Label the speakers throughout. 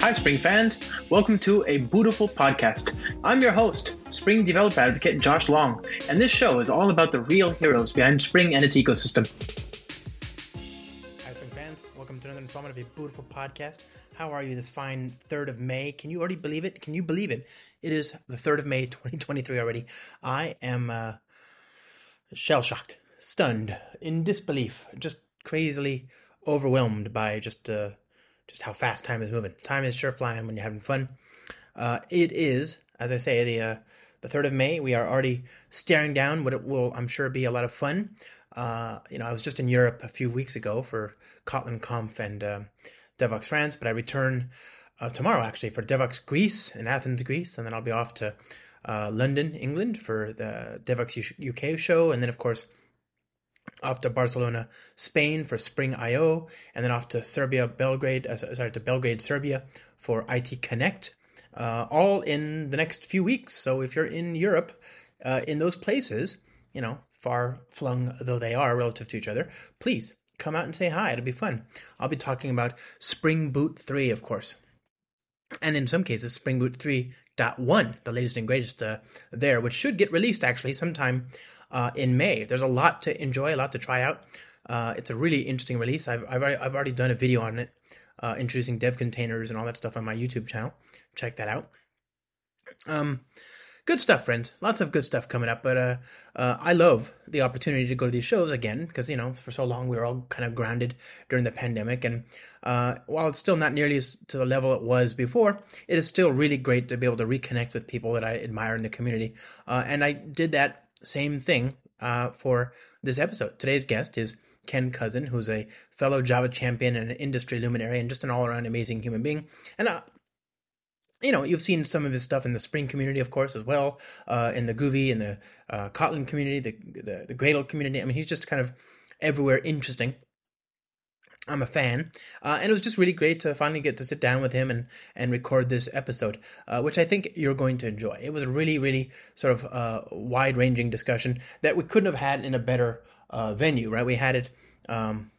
Speaker 1: Hi, Spring fans. Welcome to a beautiful podcast. I'm your host, Spring Developer Advocate Josh Long, and this show is all about the real heroes behind Spring and its ecosystem.
Speaker 2: Hi, Spring fans. Welcome to another installment of a beautiful podcast. How are you this fine 3rd of May? Can you already believe it? Can you believe it? It is the 3rd of May, 2023 already. I am uh, shell shocked, stunned, in disbelief, just crazily overwhelmed by just uh, just how fast time is moving. Time is sure flying when you're having fun. Uh, it is, as I say, the uh, the third of May. We are already staring down what it will, I'm sure, be a lot of fun. Uh, you know, I was just in Europe a few weeks ago for Kotlin Conf and uh, DevOps France, but I return uh, tomorrow actually for DevOps Greece in Athens, Greece, and then I'll be off to uh, London, England for the DevOps UK show, and then of course off to Barcelona, Spain for Spring IO, and then off to Serbia, Belgrade, uh, sorry, to Belgrade, Serbia for IT Connect, uh, all in the next few weeks. So if you're in Europe, uh, in those places, you know, far flung though they are relative to each other, please come out and say hi. It'll be fun. I'll be talking about Spring Boot 3, of course and in some cases Spring Boot 3.1, the latest and greatest uh, there, which should get released actually sometime uh, in May. There's a lot to enjoy, a lot to try out. Uh, it's a really interesting release. I've, I've, already, I've already done a video on it, uh, introducing dev containers and all that stuff on my YouTube channel. Check that out. Um, good stuff, friends. Lots of good stuff coming up. But uh, uh, I love the opportunity to go to these shows again because you know for so long we were all kind of grounded during the pandemic, and uh, while it's still not nearly as to the level it was before, it is still really great to be able to reconnect with people that I admire in the community. Uh, and I did that same thing uh, for this episode. Today's guest is Ken Cousin, who's a fellow Java champion and an industry luminary, and just an all-around amazing human being. And uh, you know, you've seen some of his stuff in the Spring community, of course, as well, uh, in the Groovy, in the uh, Kotlin community, the, the the Gradle community. I mean, he's just kind of everywhere interesting. I'm a fan, uh, and it was just really great to finally get to sit down with him and and record this episode, uh, which I think you're going to enjoy. It was a really, really sort of uh, wide ranging discussion that we couldn't have had in a better uh, venue, right? We had it. Um,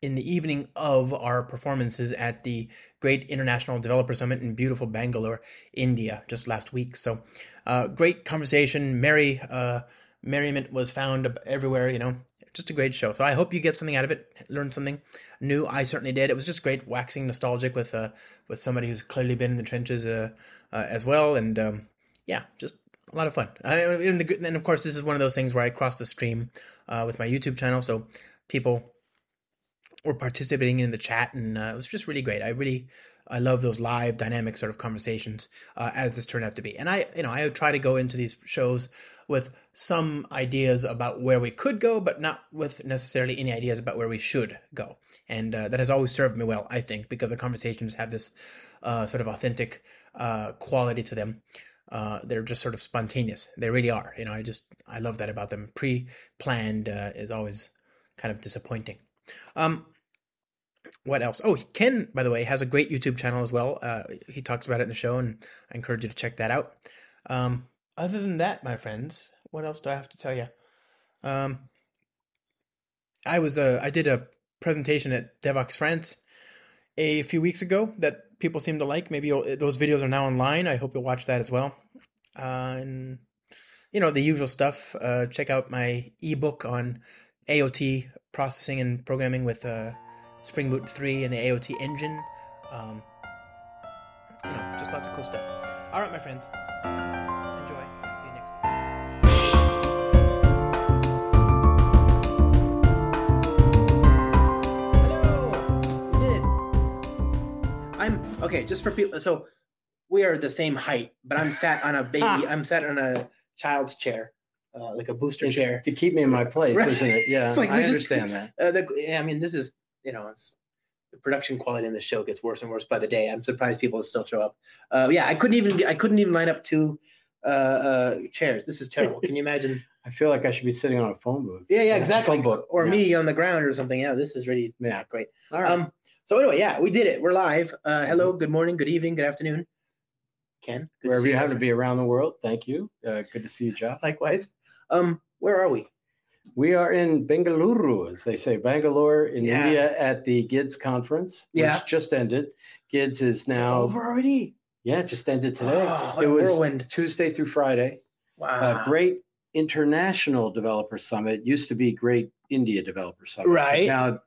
Speaker 2: in the evening of our performances at the Great International Developer Summit in beautiful Bangalore, India, just last week. So, uh, great conversation. Merry uh, merriment was found everywhere. You know, just a great show. So I hope you get something out of it, learn something new. I certainly did. It was just great waxing nostalgic with uh, with somebody who's clearly been in the trenches uh, uh, as well, and um, yeah, just a lot of fun. I, and, the, and of course, this is one of those things where I cross the stream uh, with my YouTube channel, so people were participating in the chat, and uh, it was just really great. I really, I love those live, dynamic sort of conversations uh, as this turned out to be. And I, you know, I try to go into these shows with some ideas about where we could go, but not with necessarily any ideas about where we should go. And uh, that has always served me well, I think, because the conversations have this uh, sort of authentic uh, quality to them. Uh, they're just sort of spontaneous. They really are. You know, I just I love that about them. Pre-planned uh, is always kind of disappointing. Um, what else? Oh, Ken, by the way, has a great YouTube channel as well. Uh, he talks about it in the show, and I encourage you to check that out. Um, other than that, my friends, what else do I have to tell you? Um, I was uh, I did a presentation at Devox France a few weeks ago that people seem to like. Maybe you'll, those videos are now online. I hope you'll watch that as well. Uh, and you know the usual stuff. Uh, check out my ebook on AOT processing and programming with. Uh, Spring Boot 3 and the AOT engine. Um, you know, just lots of cool stuff. All right, my friends. Enjoy. See you next week. Hello. We did it. I'm okay. Just for people, so we are the same height, but I'm sat on a baby. I'm sat on a child's chair, uh, like a booster
Speaker 3: It's
Speaker 2: chair.
Speaker 3: to keep me in my place,
Speaker 2: Right.
Speaker 3: isn't it? Yeah,
Speaker 2: It's like we
Speaker 3: I
Speaker 2: just-
Speaker 3: understand that.
Speaker 2: Uh, the, yeah, I mean, this is you know, it's the production quality in the show gets worse and worse by the day. I'm surprised people still show up. Uh, yeah, I couldn't even get, I couldn't even line up two uh, uh, chairs. This is terrible. Can you imagine?
Speaker 3: I feel like I should be sitting on a phone booth.
Speaker 2: Yeah, yeah,
Speaker 3: a
Speaker 2: exactly.
Speaker 3: Phone book.
Speaker 2: Or
Speaker 3: Yeah.
Speaker 2: me on the ground or something. Yeah, this is really
Speaker 3: Yeah.
Speaker 2: not great.
Speaker 3: All right. Mm-hmm.
Speaker 2: Um, so anyway, yeah, we did it. We're live. Uh, hello, good morning, good evening, good afternoon. Ken, good
Speaker 3: Wherever
Speaker 2: see
Speaker 3: you happen
Speaker 2: my
Speaker 3: to be around the world, thank you. Uh, good to see you, Josh.
Speaker 2: friend. Likewise. Um, where are we?
Speaker 3: We are in Bengaluru, as they say, Bangalore in
Speaker 2: Yeah.
Speaker 3: India at the GIDS conference, which
Speaker 2: Yeah.
Speaker 3: just ended. GIDS is
Speaker 2: Is it
Speaker 3: now,
Speaker 2: over already.
Speaker 3: yeah, it just ended today.
Speaker 2: Oh, what
Speaker 3: it
Speaker 2: a
Speaker 3: was uh,
Speaker 2: whirlwind.
Speaker 3: Tuesday through Friday.
Speaker 2: Wow.
Speaker 3: A great international developer summit used to be Great India Developer Summit. but
Speaker 2: Right.
Speaker 3: Now,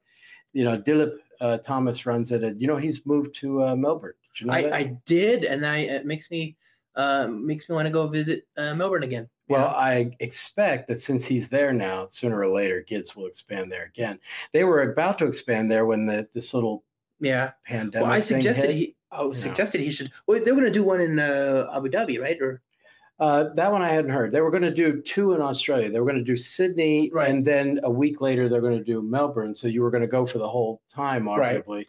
Speaker 3: you know, Dilip uh, Thomas runs it. And, you know, he's moved to uh, Melbourne. Did you know
Speaker 2: I,
Speaker 3: that?
Speaker 2: I did, and I it makes me uh, makes me want to go visit uh, Melbourne again. you
Speaker 3: Well,
Speaker 2: know?
Speaker 3: I expect that since he's there now, sooner or later, kids will expand there again. They were about to expand there when the, this little
Speaker 2: yeah.
Speaker 3: pandemic.
Speaker 2: Well, I
Speaker 3: thing
Speaker 2: suggested
Speaker 3: hit.
Speaker 2: he. I was
Speaker 3: No.
Speaker 2: suggested he should. Well, they're going to do one in uh, Abu Dhabi, right? Or
Speaker 3: Uh, that one I hadn't heard. They were going to do two in Australia. They were going to do Sydney,
Speaker 2: Right.
Speaker 3: and then a week later they're going to do Melbourne. So you were going to go for the whole time,
Speaker 2: Right.
Speaker 3: arguably.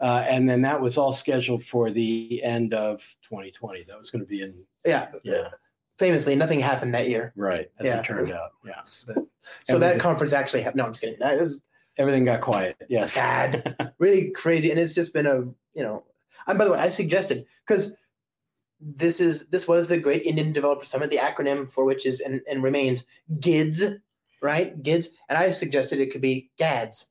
Speaker 3: Uh, and then that was all scheduled for the end of 2020. That was going to be in.
Speaker 2: yeah,
Speaker 3: Yeah,
Speaker 2: Famously, nothing happened that year.
Speaker 3: right. As
Speaker 2: Yeah.
Speaker 3: it turned out, yeah,
Speaker 2: So
Speaker 3: And we
Speaker 2: that
Speaker 3: did-
Speaker 2: conference actually happened. No, I'm just kidding. That was
Speaker 3: everything got quiet. Yes,
Speaker 2: sad, really crazy, and it's just been a you know. And by the way, I suggested because this is this was the Great Indian Developer Summit, the acronym for which is and, and remains GIDS, right? GIDS, and I suggested it could be GADS,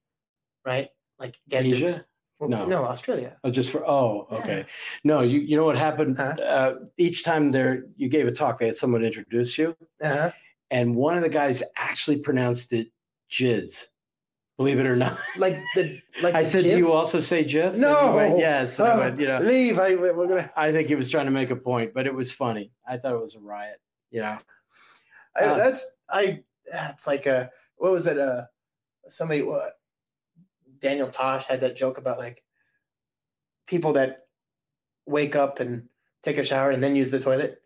Speaker 2: right? Like GADS.
Speaker 3: Asia? No.
Speaker 2: no, Australia.
Speaker 3: Oh, just for oh,
Speaker 2: Yeah.
Speaker 3: okay. No, you you know what happened?
Speaker 2: Huh?
Speaker 3: Uh, each time there you gave a talk, they had someone introduce you,
Speaker 2: Uh-huh.
Speaker 3: and one of the guys actually pronounced it "jids." Believe it or not,
Speaker 2: Like the like.
Speaker 3: I
Speaker 2: the
Speaker 3: said, "Do
Speaker 2: GIF?
Speaker 3: you also say "jiff"? And he
Speaker 2: No.
Speaker 3: went, yes. And I
Speaker 2: Oh,
Speaker 3: went, you know,
Speaker 2: leave. I, we're gonna.
Speaker 3: I think he was trying to make a point, but it was funny. I thought it was a riot. Yeah,
Speaker 2: I,
Speaker 3: Uh,
Speaker 2: that's I. That's like a what was it? Uh, somebody what? Daniel Tosh had that joke about like people that wake up and take a shower and then use the toilet.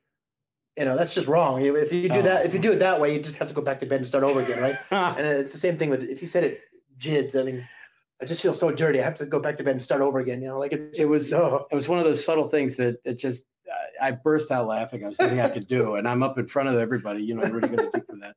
Speaker 2: You know that's just wrong. If if you do that, if you do it that way, you just have to go back to bed and start over again, right? And it's the same thing with if you said it jids. I mean, I just feel so dirty. I have to go back to bed and start over again. You know, like it's,
Speaker 3: It was-
Speaker 2: oh,
Speaker 3: it was one of those subtle things that it just I I burst out laughing. I was thinking I could do, and I'm up in front of everybody. You know, what are you going to do for that?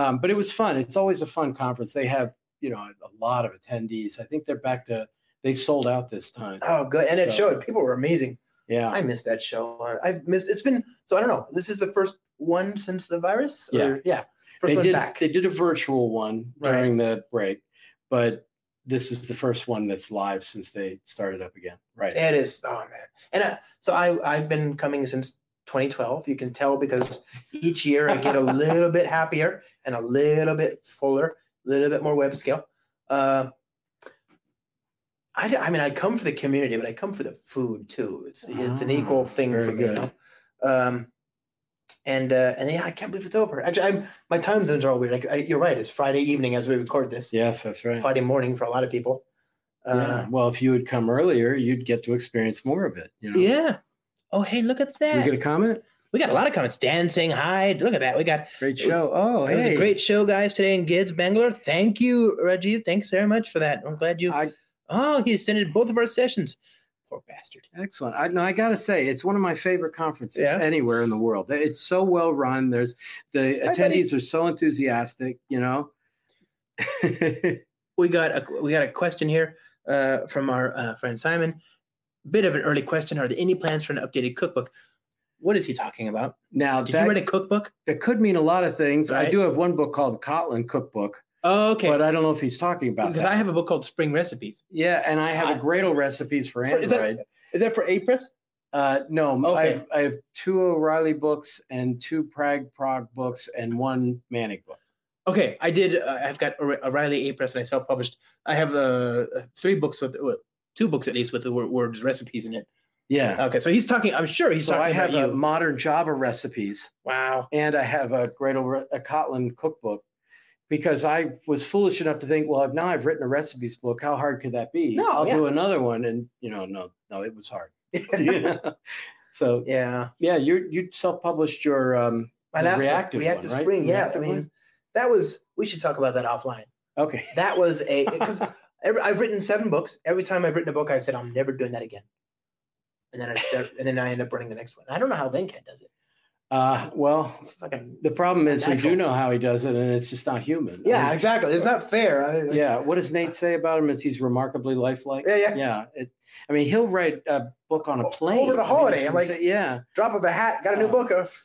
Speaker 3: Um, but it was fun. It's always a fun conference. They have you know a lot of attendees. I think they're back to they sold out this time.
Speaker 2: oh good. And it
Speaker 3: So-
Speaker 2: showed people were amazing.
Speaker 3: Yeah,
Speaker 2: I missed that show. Uh, I've missed. It's been so. I don't know. This is the first one since the virus.
Speaker 3: Yeah.
Speaker 2: or- yeah. First
Speaker 3: they
Speaker 2: one
Speaker 3: did.
Speaker 2: back.
Speaker 3: They did a virtual one
Speaker 2: Right.
Speaker 3: during the break, but this is the first one that's live since they started up again. Right.
Speaker 2: That is. Oh man. And I, so I I've been coming since 2012. You can tell because each year I get a little bit happier and a little bit fuller, a little bit more web scale. Uh, I, d- I mean, I come for the community, but I come for the food too. It's it's an equal
Speaker 3: Ah,
Speaker 2: thing
Speaker 3: very
Speaker 2: for me. you
Speaker 3: good.
Speaker 2: know? Um, and uh, and yeah, I can't believe it's over. Actually, I'm my time zones are all weird. Like I, you're right, it's Friday evening as we record this.
Speaker 3: Yes, that's right.
Speaker 2: Friday morning for a lot of people. Uh,
Speaker 3: yeah. Well, if you had come earlier, you'd get to experience more of it. You know?
Speaker 2: yeah. Oh, hey, look at that.
Speaker 3: We get a comment.
Speaker 2: We got a lot of comments. Dan saying hi. Look at that. We got
Speaker 3: Great show. Oh,
Speaker 2: it was
Speaker 3: hey.
Speaker 2: a great show, guys, today in Gids, Bangalore. Thank you, Rajiv. Thanks very much for that. I'm glad you.
Speaker 3: I-
Speaker 2: oh, he attended both of our sessions. Poor bastard.
Speaker 3: Excellent. I no, I gotta say, it's one of my favorite conferences
Speaker 2: Yeah.
Speaker 3: anywhere in the world. It's so well run. There's the
Speaker 2: Hi, buddy.
Speaker 3: attendees are so enthusiastic. You know.
Speaker 2: We got a we got a question here uh, from our uh, friend Simon. Bit of an early question. Are there any plans for an updated cookbook? What is he talking about?
Speaker 3: now
Speaker 2: Did
Speaker 3: that,
Speaker 2: you read a cookbook?
Speaker 3: that could mean a lot of things. I
Speaker 2: Right.
Speaker 3: do have one book called Kotlin Cookbook,
Speaker 2: Oh, okay.
Speaker 3: but I don't know if he's talking about
Speaker 2: because
Speaker 3: that.
Speaker 2: I have a book called Spring Recipes.
Speaker 3: yeah, and I have
Speaker 2: I-
Speaker 3: a Gradle recipes for
Speaker 2: For-
Speaker 3: Android.
Speaker 2: is that- Is that for Apris?
Speaker 3: Uh, no, m- I,
Speaker 2: Okay.
Speaker 3: have, I have two O'Reilly books and two Prague Prague books and one Manic book.
Speaker 2: Okay, I did. Uh, I've got O'Re- O'Reilly A Press, and I self-published. I have uh, three books with well, two books at least with the word, words recipes in it.
Speaker 3: Yeah.
Speaker 2: Okay, so he's talking. I'm sure Uh, he's
Speaker 3: so
Speaker 2: talking
Speaker 3: I have
Speaker 2: about
Speaker 3: a
Speaker 2: you.
Speaker 3: modern Java recipes
Speaker 2: wow.
Speaker 3: and I have a Gradle re- a Kotlin cookbook because I was foolish enough to think, well, I've, now I've written a recipes book. How hard could that be?
Speaker 2: No,
Speaker 3: I'll
Speaker 2: yeah.
Speaker 3: do another one. And, you know, no, no, it was hard. so,
Speaker 2: yeah,
Speaker 3: yeah, you you self published your, um,
Speaker 2: my
Speaker 3: The
Speaker 2: last
Speaker 3: reactive
Speaker 2: one, reactive
Speaker 3: one, right?
Speaker 2: spring. Yeah,
Speaker 3: Reactive
Speaker 2: I mean,
Speaker 3: one?
Speaker 2: that was. We should talk about that offline.
Speaker 3: okay.
Speaker 2: That was a because I've written seven books. Every time I've written a book, I've said I'm never doing that again. And then I start, and then I end up running the next one. I don't know how Venkat does it.
Speaker 3: Uh, well,
Speaker 2: It's fucking
Speaker 3: the problem is we
Speaker 2: Natural.
Speaker 3: do know how he does it and it's just not human. I
Speaker 2: yeah,
Speaker 3: mean,
Speaker 2: exactly. It's not fair. I, like,
Speaker 3: yeah. What does Nate say about him? Is he's remarkably lifelike?
Speaker 2: yeah, yeah.
Speaker 3: Yeah. It, I mean, he'll write a book on a
Speaker 2: O-
Speaker 3: plane
Speaker 2: over the
Speaker 3: I mean,
Speaker 2: holiday,
Speaker 3: it's
Speaker 2: I'm like-
Speaker 3: insa- yeah,
Speaker 2: Drop of a hat. Got a new
Speaker 3: Yeah.
Speaker 2: book. uh, Of,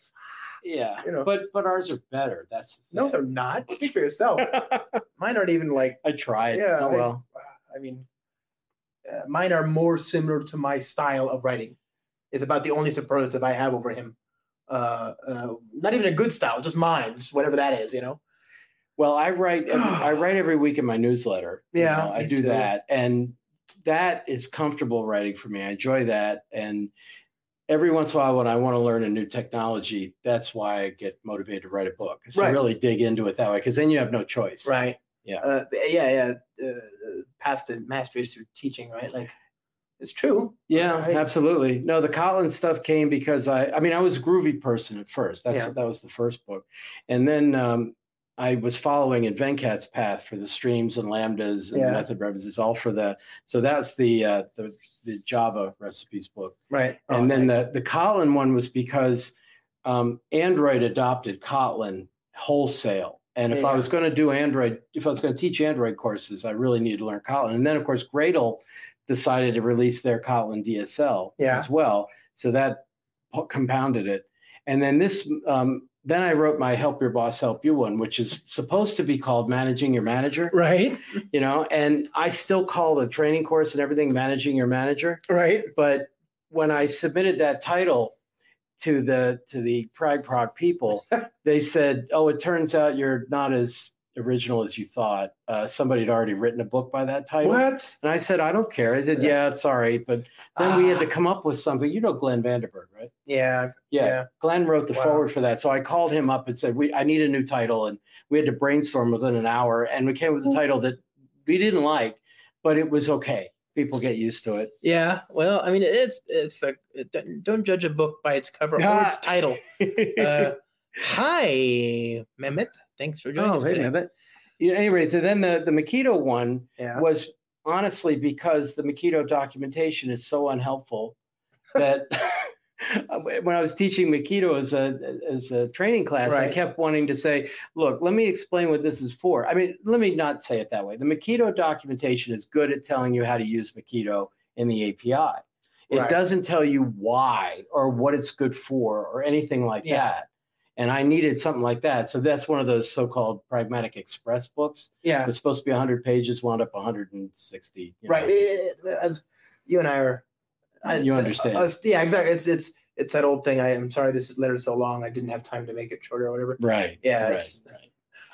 Speaker 3: yeah.
Speaker 2: You know.
Speaker 3: But but ours are better. That's
Speaker 2: No, they're not. Speak for yourself. Mine aren't even like.
Speaker 3: I tried.
Speaker 2: Yeah,
Speaker 3: Oh
Speaker 2: I-
Speaker 3: well.
Speaker 2: I mean, uh, mine are more similar to my style of writing. Is about the only superlative I have over him. Uh, uh, not even a good style, just mine, just whatever that is, you know.
Speaker 3: Well, I write every, I write every week in my newsletter. you
Speaker 2: Yeah,
Speaker 3: know, I
Speaker 2: me
Speaker 3: do
Speaker 2: too.
Speaker 3: that, and that is comfortable writing for me. I enjoy that, and every once in a while, when I want to learn a new technology, that's why I get motivated to write a book. So
Speaker 2: Right.
Speaker 3: really dig into it that way, because then you have no choice.
Speaker 2: Right.
Speaker 3: Yeah.
Speaker 2: Uh, yeah. Yeah. Uh, path to mastery is through teaching, right? Like, it's true.
Speaker 3: Yeah,
Speaker 2: Right.
Speaker 3: absolutely. No, the Kotlin stuff came because I, I mean, I was a groovy person at first. That's
Speaker 2: Yeah.
Speaker 3: that was the first book, and then um, I was following in Venkat's path for the streams and lambdas and
Speaker 2: Yeah.
Speaker 3: method references, all for the. So that's the uh, the the Java recipes book,
Speaker 2: Right. Oh,
Speaker 3: and then the the Kotlin one was because um, Android adopted Kotlin wholesale. And if I
Speaker 2: Yeah.
Speaker 3: was going to do Android, if I was going to teach Android courses, I really needed to learn Kotlin. And then, of course, Gradle decided to release their Kotlin DSL
Speaker 2: Yeah.
Speaker 3: as well. So that po- compounded it. And then this, um, then I wrote my Help Your Boss Help You one, which is supposed to be called Managing Your Manager,
Speaker 2: Right.
Speaker 3: you know, and I still call the training course and everything Managing Your Manager
Speaker 2: Right.
Speaker 3: but when I submitted that title to the to the Prague Prague people, they said, "Oh, it turns out you're not as original as you thought. Uh, somebody had already written a book by that title."
Speaker 2: What?
Speaker 3: And I said, "I don't care." I said, "Yeah, sorry," but then we had to come up with something. You know, Glenn Vanderberg, right?
Speaker 2: Yeah.
Speaker 3: Yeah.
Speaker 2: Yeah.
Speaker 3: Glenn wrote the
Speaker 2: Wow.
Speaker 3: forward for that. So I called him up and said, "We, I need a new title," and we had to brainstorm within an hour, and we came with a title that we didn't like, but it was okay. People get used to it.
Speaker 4: Yeah, well, I mean, it's it's the don't- don't judge a book by its cover or its
Speaker 3: Ah.
Speaker 4: title. Uh, hi, Mehmet. Thanks for joining us
Speaker 3: Oh, hey,
Speaker 4: today.
Speaker 3: Mehmet. Yeah, anyway, so then the, the Makito one
Speaker 2: Yeah.
Speaker 3: was honestly because the Makito documentation is so unhelpful that when I was teaching Makito as a as a training class, I
Speaker 2: Right.
Speaker 3: kept wanting to say, look, let me explain what this is for. I mean, let me not say it that way. The Makito documentation is good at telling you how to use Makito in the API. It
Speaker 2: Right.
Speaker 3: doesn't tell you why or what it's good for or anything like
Speaker 2: Yeah.
Speaker 3: that. And I needed something like that. So that's one of those so-called pragmatic express books.
Speaker 2: Yeah.
Speaker 3: It's supposed to be 100 pages, wound up 160. you know.
Speaker 2: right It- it- as you and i are I,
Speaker 3: You understand.
Speaker 2: us- yeah exactly it's it's it's that old thing i am sorry this letter is so long i didn't have time to make it shorter or whatever
Speaker 3: Right.
Speaker 2: yeah
Speaker 3: Right.
Speaker 2: it's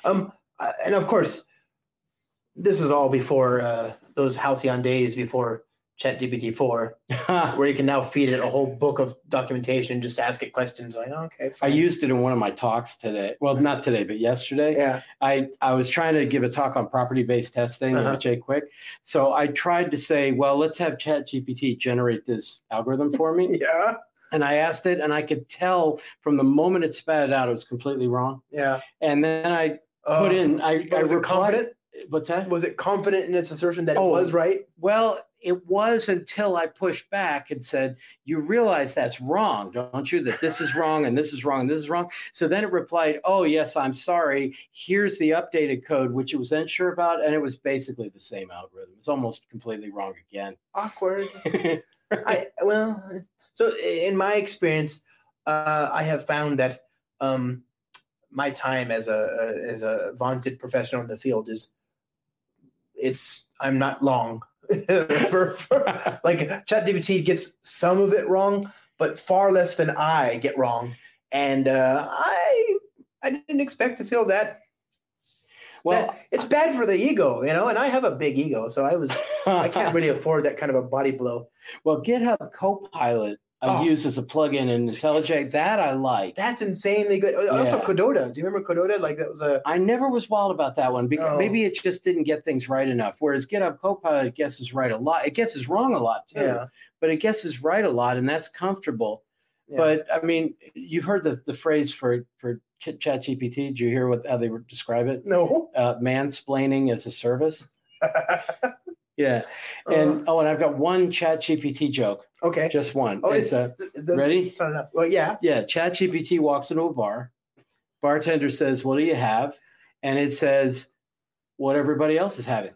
Speaker 2: um uh, and of course this is all before uh those halcyon days before chat gpt-4 where you can now feed it a whole book of documentation just ask it questions like oh, okay
Speaker 3: I
Speaker 2: fine.
Speaker 3: used it in one of my talks today. Well, not today, but yesterday.
Speaker 2: yeah
Speaker 3: I, I was trying to give a talk on property based testing
Speaker 2: Uh-huh.
Speaker 3: with Jay Quick. So I tried to say, well, let's have ChatGPT generate this algorithm for me.
Speaker 2: yeah
Speaker 3: and I asked it, and I could tell from the moment it spat it out, it was completely wrong.
Speaker 2: yeah Uh,
Speaker 3: And then I put in, I, I
Speaker 2: was Oh. it
Speaker 3: replied-
Speaker 2: confident
Speaker 3: What's that?
Speaker 2: was it confident in its assertion that it
Speaker 3: Oh.
Speaker 2: was right
Speaker 3: Well, it was until I pushed back and said, You realize that's wrong, don't you? That this is wrong and this is wrong and this is wrong. So then it replied, Oh, yes, I'm sorry. Here's the updated code, which it was unsure about. And it was basically the same algorithm. It's almost completely wrong again.
Speaker 2: awkward I well, so in my experience, uh, I have found that um, my time as a uh, as a vaunted professional in the field is it's I'm not long for, for like ChatGPT gets some of it wrong, but far less than I get wrong, and uh, I I didn't expect to feel that.
Speaker 3: well,
Speaker 2: that- it's bad for the ego, you know, and I have a big ego, so I was I can't really afford that kind of a body blow.
Speaker 3: well, GitHub Copilot I
Speaker 2: Oh.
Speaker 3: use as a plugin in
Speaker 2: It's ridiculous.
Speaker 3: IntelliJ. That I like.
Speaker 2: That's insanely good. Oh, Also,
Speaker 3: Yeah.
Speaker 2: Kododa. Do you remember Kododa? Like that was a
Speaker 3: I never was wild about that one because
Speaker 2: No.
Speaker 3: maybe it just didn't get things right enough. Whereas GitHub Copilot guesses right a lot. It guesses wrong a lot too,
Speaker 2: yeah.
Speaker 3: but it guesses right a lot, and that's comfortable.
Speaker 2: yeah.
Speaker 3: But I mean, you've heard the, the phrase for for Ch- ChatGPT. Did you hear what how they would describe it?
Speaker 2: no.
Speaker 3: Uh, mansplaining as a service. Yeah,
Speaker 2: and
Speaker 3: and oh, and I've got one ChatGPT joke,
Speaker 2: okay.
Speaker 3: just one.
Speaker 2: Uh, Oh, it's,
Speaker 3: it's a
Speaker 2: th- th-
Speaker 3: ready?
Speaker 2: It's not enough. Well, yeah.
Speaker 3: Yeah, ChatGPT walks into a bar. Bartender says, "What do you have?" And it says, "What everybody else is having."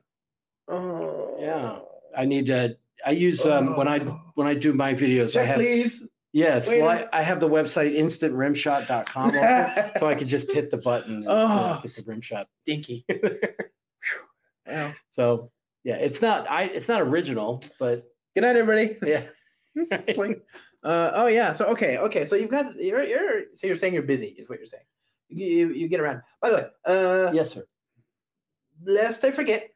Speaker 2: Oh.
Speaker 3: Yeah. I need to. I use um, when I
Speaker 2: Oh.
Speaker 3: when I do my videos. I
Speaker 2: Check,
Speaker 3: have
Speaker 2: please.
Speaker 3: Yes,
Speaker 2: Oh. Wait a
Speaker 3: well, I,
Speaker 2: minute.
Speaker 3: I have the website instantrimshot.com, also, so I could just hit the button and
Speaker 2: Oh.
Speaker 3: hit the rim shot.
Speaker 2: Dinky. Wow.
Speaker 3: So yeah, it's not I it's not original, but
Speaker 2: Good night, everybody.
Speaker 3: yeah,
Speaker 2: It's like, uh, oh yeah. So okay, okay. So you've got you're, you're so you're saying you're busy is what you're saying. You, you, you get around. By the way, uh,
Speaker 3: yes, sir.
Speaker 2: lest I forget,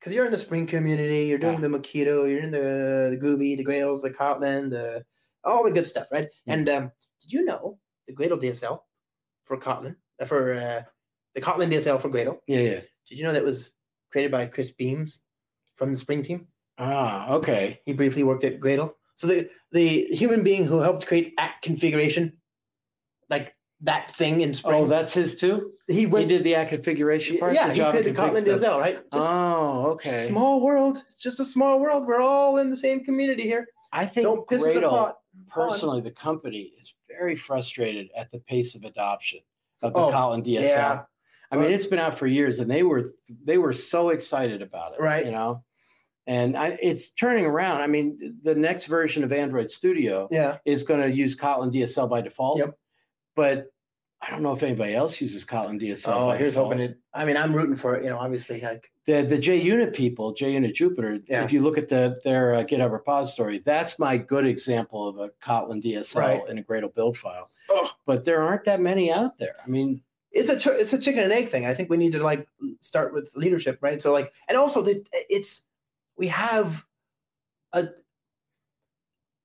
Speaker 2: because you're in the spring community, you're doing the Makito, you're in the the Groovy, the Grails, the Kotlin, the all the good stuff, right?
Speaker 3: Mhm.
Speaker 2: And um, did you know the Gradle DSL for Kotlin uh, for uh, the Kotlin DSL for Gradle?
Speaker 3: Yeah, yeah.
Speaker 2: Did you know that was created by Chris Beams from the spring team?
Speaker 3: Ah, okay.
Speaker 2: He briefly worked at Gradle. So the the human being who helped create act configuration, like that thing in Spring,
Speaker 3: Oh, that's his too.
Speaker 2: he
Speaker 3: He
Speaker 2: went.
Speaker 3: did the act configuration part.
Speaker 2: yeah,
Speaker 3: the
Speaker 2: he
Speaker 3: Java
Speaker 2: created the
Speaker 3: config
Speaker 2: Kotlin
Speaker 3: stuff.
Speaker 2: DSL, right? Just
Speaker 3: Oh, okay.
Speaker 2: small world. It's Just a small world. We're all in the same community here.
Speaker 3: I think
Speaker 2: Don't piss in the
Speaker 3: Gradle,
Speaker 2: pot.
Speaker 3: personally, the company is very frustrated at the pace of adoption of the
Speaker 2: Oh,
Speaker 3: Kotlin DSL.
Speaker 2: yeah.
Speaker 3: I mean,
Speaker 2: Well-
Speaker 3: it's been out for years, and they were they were so excited about it,
Speaker 2: Right.
Speaker 3: You know, and I, it's turning around. I mean, the next version of Android Studio
Speaker 2: Yeah.
Speaker 3: is going to use Kotlin DSL by default.
Speaker 2: Yep.
Speaker 3: But I don't know if anybody else uses Kotlin DSL.
Speaker 2: oh,
Speaker 3: by
Speaker 2: here's
Speaker 3: default.
Speaker 2: hoping it. I mean, I'm rooting for it. You know, obviously, like
Speaker 3: the the JUnit people, JUnit Jupiter.
Speaker 2: Yeah.
Speaker 3: If you look at the their uh, GitHub repository, that's my good example of a Kotlin DSL
Speaker 2: Right.
Speaker 3: and a Gradle build file.
Speaker 2: Oh.
Speaker 3: But there aren't that many out there. I mean,
Speaker 2: it's a chi- it's a chicken and egg thing. I think we need to like start with leadership, right? So like, and also the it's we have a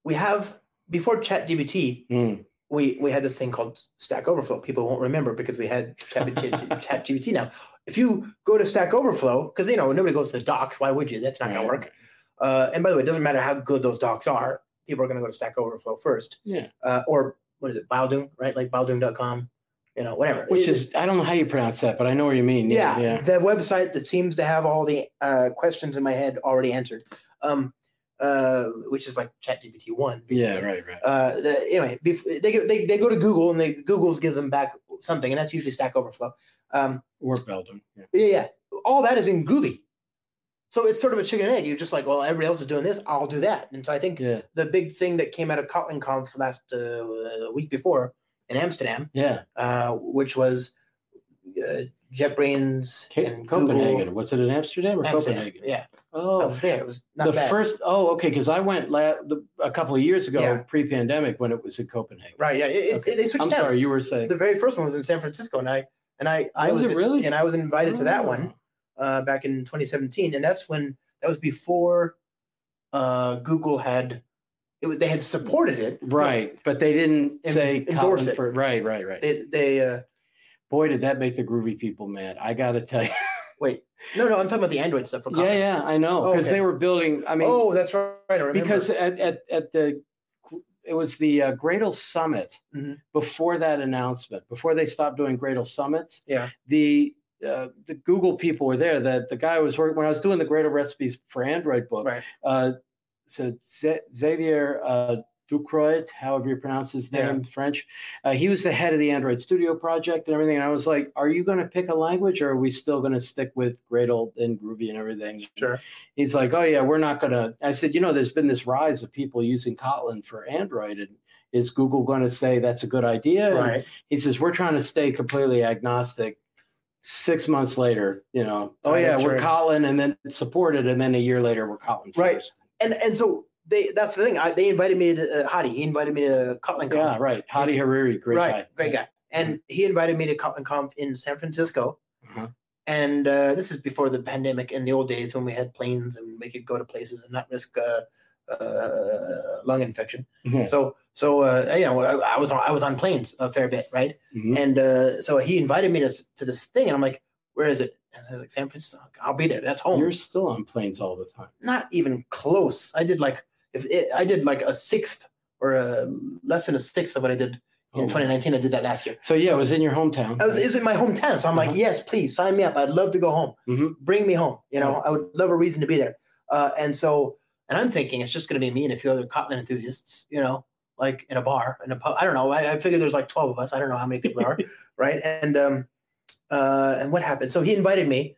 Speaker 2: we have before ChatGPT
Speaker 3: mm,
Speaker 2: we we had this thing called Stack Overflow. People won't remember because we had ChatGPT Chat GPT now. If you go to Stack Overflow, because you know nobody goes to the docs, why would you? That's not going
Speaker 3: Right.
Speaker 2: to work. Uh, and by the way, it doesn't matter how good those docs are. People are going to go to Stack Overflow first,
Speaker 3: yeah.
Speaker 2: uh, or what is it, Baldoon, right? Like Baldoon.com, you know, whatever.
Speaker 3: Which
Speaker 2: It-
Speaker 3: is I don't know how you pronounce that, but I know what you mean.
Speaker 2: yeah,
Speaker 3: yeah.
Speaker 2: the website that seems to have all the uh, questions in my head already answered, um, uh, which is like ChatGPT one.
Speaker 3: Yeah, right, right.
Speaker 2: Uh, the, anyway, bef- they, go- they they go to Google and they Google's gives them back something, and that's usually Stack Overflow. Um,
Speaker 3: Or Belgium. Yeah.
Speaker 2: yeah, yeah, all that is in Groovy. So it's sort of a chicken and egg. You're just like, well, everybody else is doing this, I'll do that. And so I think
Speaker 3: yeah,
Speaker 2: the big thing that came out of Kotlin Conf last uh, the week before in Amsterdam
Speaker 3: yeah.
Speaker 2: uh, which was uh, JetBrains
Speaker 3: Ca-
Speaker 2: and
Speaker 3: Copenhagen.
Speaker 2: Google.
Speaker 3: Was it in Amsterdam or
Speaker 2: Amsterdam.
Speaker 3: Copenhagen?
Speaker 2: Yeah, I
Speaker 3: Oh,
Speaker 2: was there. It was not
Speaker 3: the
Speaker 2: bad.
Speaker 3: first. Oh, okay. Because I went la- the, a couple of years ago,
Speaker 2: Yeah.
Speaker 3: pre-pandemic, when it was in Copenhagen.
Speaker 2: right? Yeah, it, it-
Speaker 3: Okay.
Speaker 2: they switched
Speaker 3: I'm
Speaker 2: out.
Speaker 3: sorry, you were saying.
Speaker 2: The very first one was in San Francisco, and I and I I
Speaker 3: Was
Speaker 2: was,
Speaker 3: it really?
Speaker 2: and I was invited to that
Speaker 3: Oh.
Speaker 2: one uh, back in 2017, and that's when that was before uh, Google had it, was- they had supported it.
Speaker 3: Right, but they didn't
Speaker 2: En-
Speaker 3: say
Speaker 2: endorse
Speaker 3: Kotlin
Speaker 2: it.
Speaker 3: For, right, right, right.
Speaker 2: They, they uh,
Speaker 3: Boy, did that make the groovy people mad! I got to tell you.
Speaker 2: wait. No, no, I'm talking about the Android stuff for
Speaker 3: yeah,
Speaker 2: Kotlin.
Speaker 3: yeah, I know
Speaker 2: Oh,
Speaker 3: because
Speaker 2: okay.
Speaker 3: they were building. I mean,
Speaker 2: oh, that's right. I remember.
Speaker 3: because at, at at the it was the uh, Gradle Summit
Speaker 2: Mhm.
Speaker 3: before that announcement. Before they stopped doing Gradle summits,
Speaker 2: Yeah.
Speaker 3: the uh, the Google people were there. That the guy was working when I was doing the Gradle recipes for Android book.
Speaker 2: Right.
Speaker 3: Uh, so Z- Xavier uh, Ducroit, however you pronounce his name
Speaker 2: Yeah.
Speaker 3: in French, uh, he was the head of the Android Studio project and everything. And I was like, "Are you going to pick a language, or are we still going to stick with Gradle and Groovy and everything?"
Speaker 2: sure.
Speaker 3: he's like, "Oh yeah, we're not gonna." I said, "You know, there's been this rise of people using Kotlin for Android, and is Google going to say that's a good idea?" And
Speaker 2: Right.
Speaker 3: He says, "We're trying to stay completely agnostic." Six months later, you know, oh
Speaker 2: Time
Speaker 3: yeah,
Speaker 2: to
Speaker 3: we're
Speaker 2: turn.
Speaker 3: Kotlin, and then supported, and then a year later, we're Kotlin
Speaker 2: Right.
Speaker 3: first.
Speaker 2: and and so they that's the thing. I, they invited me to uh, Hadi. He invited me to Kotlin Conf.
Speaker 3: Yeah, oh, right. Hadi Hariri, great
Speaker 2: right,
Speaker 3: guy. Mm-hmm.
Speaker 2: great guy. And he invited me to Kotlin Conf in San Francisco.
Speaker 3: Uh-huh.
Speaker 2: And uh, this is before the pandemic. In the old days, when we had planes and we could go to places and not risk uh, uh, lung infection.
Speaker 3: Yeah.
Speaker 2: So so uh, you know I, I was on, I was on planes a fair bit, right?
Speaker 3: Mhm.
Speaker 2: And uh, so he invited me to s- to this thing, and I'm like, where is it? And I was like, San Francisco. I'll be there. That's home
Speaker 3: You're still on planes all the time.
Speaker 2: not even close. I did like if it, I did like a sixth or a less than a sixth of what I did
Speaker 3: Oh,
Speaker 2: in 2019. I did that last year.
Speaker 3: So yeah, it was in your hometown.
Speaker 2: I was is in my hometown, so I'm like,
Speaker 3: Uh-huh.
Speaker 2: yes, please sign me up. I'd love to go home.
Speaker 3: Mhm.
Speaker 2: Bring me home. You
Speaker 3: Mm-hmm.
Speaker 2: know, I would love a reason to be there. Uh, and so, and I'm thinking it's just going to be me and a few other Kotlin enthusiasts. You know, like in a bar in a pub. I don't know. I, I figure there's like 12 of us. I don't know how many people there are, right? And um, uh, and what happened? So he invited me.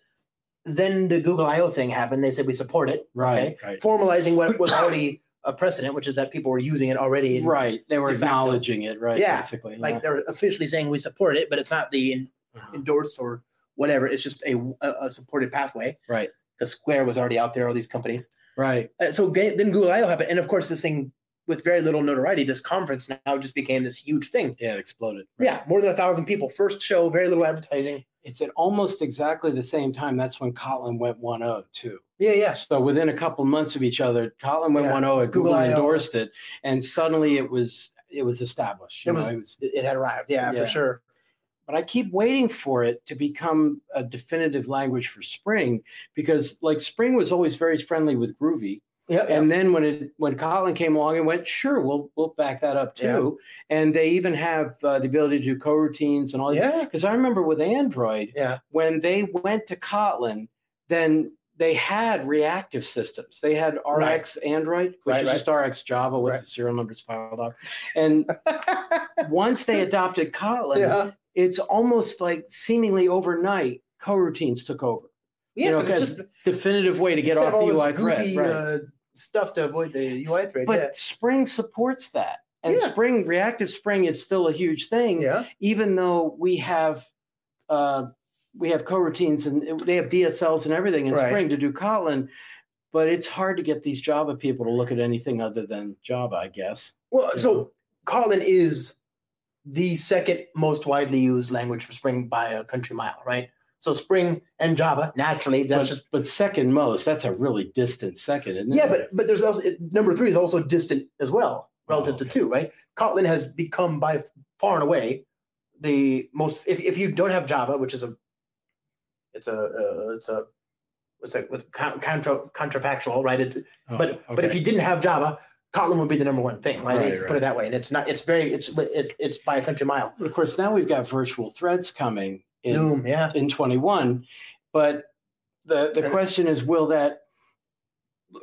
Speaker 2: Then the Google I/O thing happened. They said we support it
Speaker 3: right, right.
Speaker 2: formalizing what was already a precedent, which is that people were using it already. and,
Speaker 3: right. They were
Speaker 2: de facto.
Speaker 3: acknowledging it, right?
Speaker 2: Yeah,
Speaker 3: Basically.
Speaker 2: Like they're officially saying we support it, but it's not the en-
Speaker 3: yeah.
Speaker 2: endorsed or whatever. It's just a, a, a supported pathway.
Speaker 3: Right.
Speaker 2: Because Square was already out there, all these companies.
Speaker 3: Right.
Speaker 2: Uh, so ga- then Google I/O happened, and of course, this thing with very little notoriety, this conference now just became this huge thing.
Speaker 3: Yeah, it exploded.
Speaker 2: Yeah, more than a thousand people. First show, very little advertising.
Speaker 3: It's at almost exactly the same time. That's when Kotlin went 1.0 too.
Speaker 2: Yeah, yeah.
Speaker 3: So within a couple months of each other, Kotlin went
Speaker 2: Yeah.
Speaker 3: 1.0 and Google,
Speaker 2: Google I/O.
Speaker 3: endorsed it, and suddenly it was it was established. you
Speaker 2: It
Speaker 3: know,
Speaker 2: was- It, it had arrived. Yeah,
Speaker 3: Yeah.
Speaker 2: for sure.
Speaker 3: but I keep waiting for it to become a definitive language for Spring because like Spring was always very friendly with Groovy,
Speaker 2: Yep.
Speaker 3: and then when it when Kotlin came along and went, sure, we'll we'll back that up too, and they even have uh, the ability to do coroutines and all. that.
Speaker 2: yeah.
Speaker 3: Because I remember with Android,
Speaker 2: Yeah.
Speaker 3: when they went to Kotlin, then they had reactive systems. They had RX Android, which
Speaker 2: Right,
Speaker 3: is
Speaker 2: right.
Speaker 3: just RX Java with
Speaker 2: Right.
Speaker 3: the serial numbers filed up. And once they adopted Kotlin,
Speaker 2: yeah.
Speaker 3: it's almost like seemingly overnight coroutines took over.
Speaker 2: Yeah,
Speaker 3: you know,
Speaker 2: 'cause it's
Speaker 3: as
Speaker 2: just
Speaker 3: definitive way to get
Speaker 2: instead
Speaker 3: off
Speaker 2: of
Speaker 3: the
Speaker 2: all this
Speaker 3: UI
Speaker 2: goofy,
Speaker 3: thread. Right.
Speaker 2: uh, stuff to avoid the UI thread.
Speaker 3: but Spring supports that. And
Speaker 2: Yeah.
Speaker 3: Spring, reactive Spring is still a huge
Speaker 2: yeah.
Speaker 3: thing
Speaker 2: Yeah.
Speaker 3: even though we have uh, we have coroutines and they have DSLs and everything in
Speaker 2: Right.
Speaker 3: Spring to do Kotlin, but it's hard to get these Java people to look at anything other than Java, I guess.
Speaker 2: Well,
Speaker 3: Yeah.
Speaker 2: so Kotlin is the second most widely used language for Spring by a country mile, right? So Spring and Java, naturally,
Speaker 3: but,
Speaker 2: that's just
Speaker 3: but second most, that's a really distant second, isn't
Speaker 2: yeah.
Speaker 3: it?
Speaker 2: But but there's also it, number three is also distant as well relative
Speaker 3: Oh,
Speaker 2: to two, right? Kotlin has become by f- far and away the most. If if you don't have Java, which is a, it's a uh, it's a what's that? What's con- contra contrafactual, right? It's
Speaker 3: Oh,
Speaker 2: but but if
Speaker 3: okay.
Speaker 2: you didn't have Java, Kotlin would be the number one thing, right?
Speaker 3: Right,
Speaker 2: They Put
Speaker 3: right.
Speaker 2: it that way, and it's not. It's very. It's it's it's by a country mile.
Speaker 3: of course now we've got virtual threads coming in
Speaker 2: Doom, yeah,
Speaker 3: in 21 but the the
Speaker 2: Okay.
Speaker 3: question is will that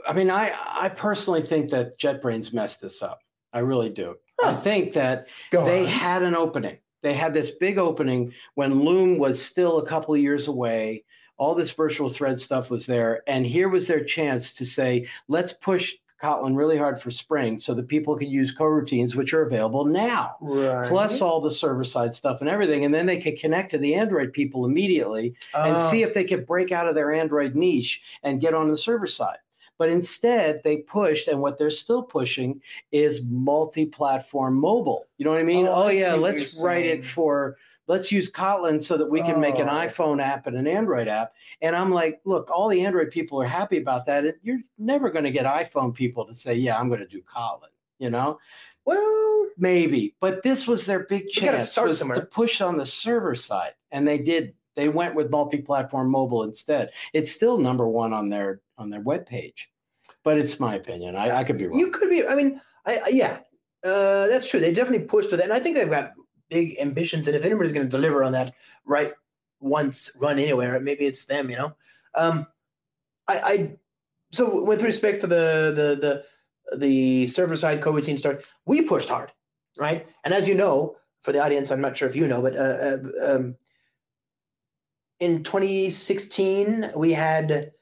Speaker 3: i mean i i personally think that jetbrains messed this up i really do i
Speaker 2: Huh.
Speaker 3: think that
Speaker 2: go
Speaker 3: they
Speaker 2: on.
Speaker 3: had an opening they had this big opening when loom was still a couple of years away all this virtual thread stuff was there and here was their chance to say let's push kotlin really hard for spring so that people can use coroutines which are available now
Speaker 2: right.
Speaker 3: plus all the server side stuff and everything. And then they could connect to the Android people immediately and
Speaker 2: Uh,
Speaker 3: see if they could break out of their Android niche and get on the server side. But instead, they pushed, and what they're still pushing is multi platform mobile. You know what I mean?
Speaker 2: Oh,
Speaker 3: Oh,
Speaker 2: I see
Speaker 3: yeah,
Speaker 2: what
Speaker 3: let's
Speaker 2: you're
Speaker 3: write
Speaker 2: saying.
Speaker 3: it for, let's use Kotlin so that we can make an
Speaker 2: Oh.
Speaker 3: iPhone app and an Android app. And I'm like, look, all the Android people are happy about that. and You're never going to get iPhone people to say, yeah, I'm going to do Kotlin, you know?
Speaker 2: well,
Speaker 3: maybe. But this was their big
Speaker 2: We gotta
Speaker 3: chance
Speaker 2: start
Speaker 3: was
Speaker 2: somewhere.
Speaker 3: to push on the server side, and they did. They went with multi-platform mobile instead. It's still number one on their on their webpage, but it's my opinion. I, I could be wrong.
Speaker 2: you could be. I mean, I, I yeah, uh, that's true. They definitely pushed for that, and I think they've got big ambitions. And if anybody's going to deliver on that, right once, run anywhere, maybe it's them. You know, um, I, I so with respect to the the the the server side coroutine story, we pushed hard, right? And as you know, for the audience, I'm not sure if you know, but uh, uh, um, in 2016 we had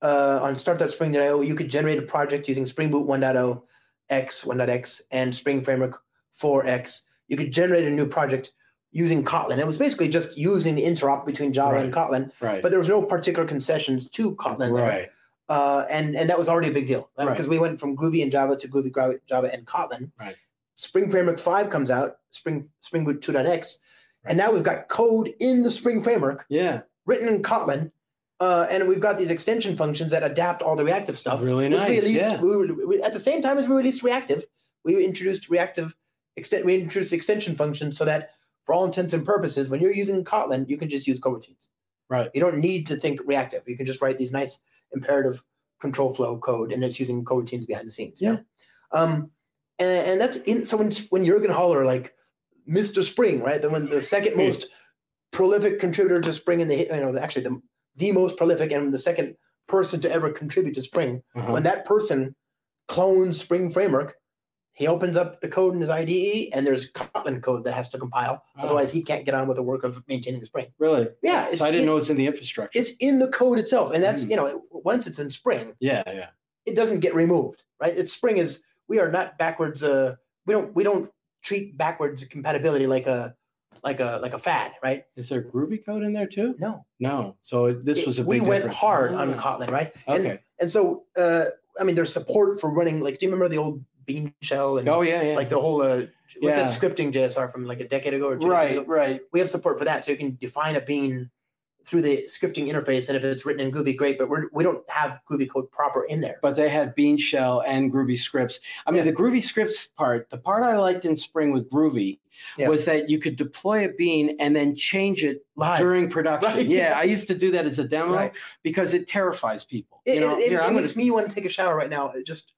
Speaker 2: uh, on start.spring.io, you could generate a project using Spring Boot 1.0, X 1.x, and Spring Framework 4x. You could generate a new project using Kotlin. It was basically just using the interop between Java and Kotlin,
Speaker 3: right,
Speaker 2: but there was no particular concessions to Kotlin. there.
Speaker 3: right,
Speaker 2: Uh, and and that was already a big deal because
Speaker 3: Right.
Speaker 2: we went from Groovy and Java to Groovy Gra- Java and Kotlin.
Speaker 3: Right.
Speaker 2: Spring Framework 5 comes out, Spring Spring Boot 2.x, and now we've got code in the Spring Framework
Speaker 3: yeah,
Speaker 2: written in Kotlin, uh, and we've got these extension functions that adapt all the reactive stuff.
Speaker 3: really
Speaker 2: which
Speaker 3: nice.
Speaker 2: we released
Speaker 3: yeah.
Speaker 2: we were, we, at the same time as we released reactive, we introduced reactive extent. We introduced extension functions so that, for all intents and purposes, when you're using Kotlin, you can just use coroutines.
Speaker 3: Right.
Speaker 2: You don't need to think reactive. You can just write these nice imperative control flow code, and it's using coroutines behind the scenes. you
Speaker 3: Yeah.
Speaker 2: know? Um, and, and that's in, so when when Jurgen Holler like Mr. Spring, right? The one the second
Speaker 3: Hmm.
Speaker 2: most prolific contributor to Spring in the you know the, actually the the most prolific and the second person to ever contribute to Spring.
Speaker 3: Uh-huh.
Speaker 2: When that person clones Spring Framework, he opens up the code in his IDE, and there's Kotlin code that has to compile.
Speaker 3: Ah.
Speaker 2: Otherwise, he can't get on with the work of maintaining Spring.
Speaker 3: Uh-huh. Really,
Speaker 2: Yeah, it's,
Speaker 3: so I didn't know
Speaker 2: it's,
Speaker 3: it's in the infrastructure.
Speaker 2: it's in the code itself, and that's
Speaker 3: Hmm.
Speaker 2: you know once it's in Spring,
Speaker 3: yeah, yeah,
Speaker 2: it doesn't get removed, right? It's spring is we are not backwards. Uh, we don't we don't treat backwards compatibility like a like a like a fad, right?
Speaker 3: Is there groovy code in there too?
Speaker 2: No,
Speaker 3: No. So it, this
Speaker 2: It-
Speaker 3: was a
Speaker 2: we
Speaker 3: big
Speaker 2: went
Speaker 3: difference.
Speaker 2: hard on
Speaker 3: Ah,
Speaker 2: Kotlin, right? And,
Speaker 3: Okay.
Speaker 2: and so uh, I mean, there's support for running. Like, do you remember the old Bean Shell and
Speaker 3: oh yeah, yeah.
Speaker 2: like the whole uh, what's
Speaker 3: Yeah.
Speaker 2: that scripting JSR from like a decade ago or two decades ago?
Speaker 3: right, right.
Speaker 2: we have support for that, so you can define a bean through the scripting interface. And if it's written in Groovy, great. But we're, we don't have Groovy code proper in there.
Speaker 3: But they had Bean Shell and Groovy scripts. I mean, the Groovy scripts part, the part I liked in Spring with Groovy
Speaker 2: Yeah.
Speaker 3: was that you could deploy a bean and then change it
Speaker 2: Live.
Speaker 3: during production.
Speaker 2: Right.
Speaker 3: Yeah, I used to do that as a demo
Speaker 2: Right.
Speaker 3: because it terrifies people.
Speaker 2: It,
Speaker 3: you know,
Speaker 2: it- it-
Speaker 3: here,
Speaker 2: it
Speaker 3: I'm
Speaker 2: makes me want to take a shower right now. uh, Just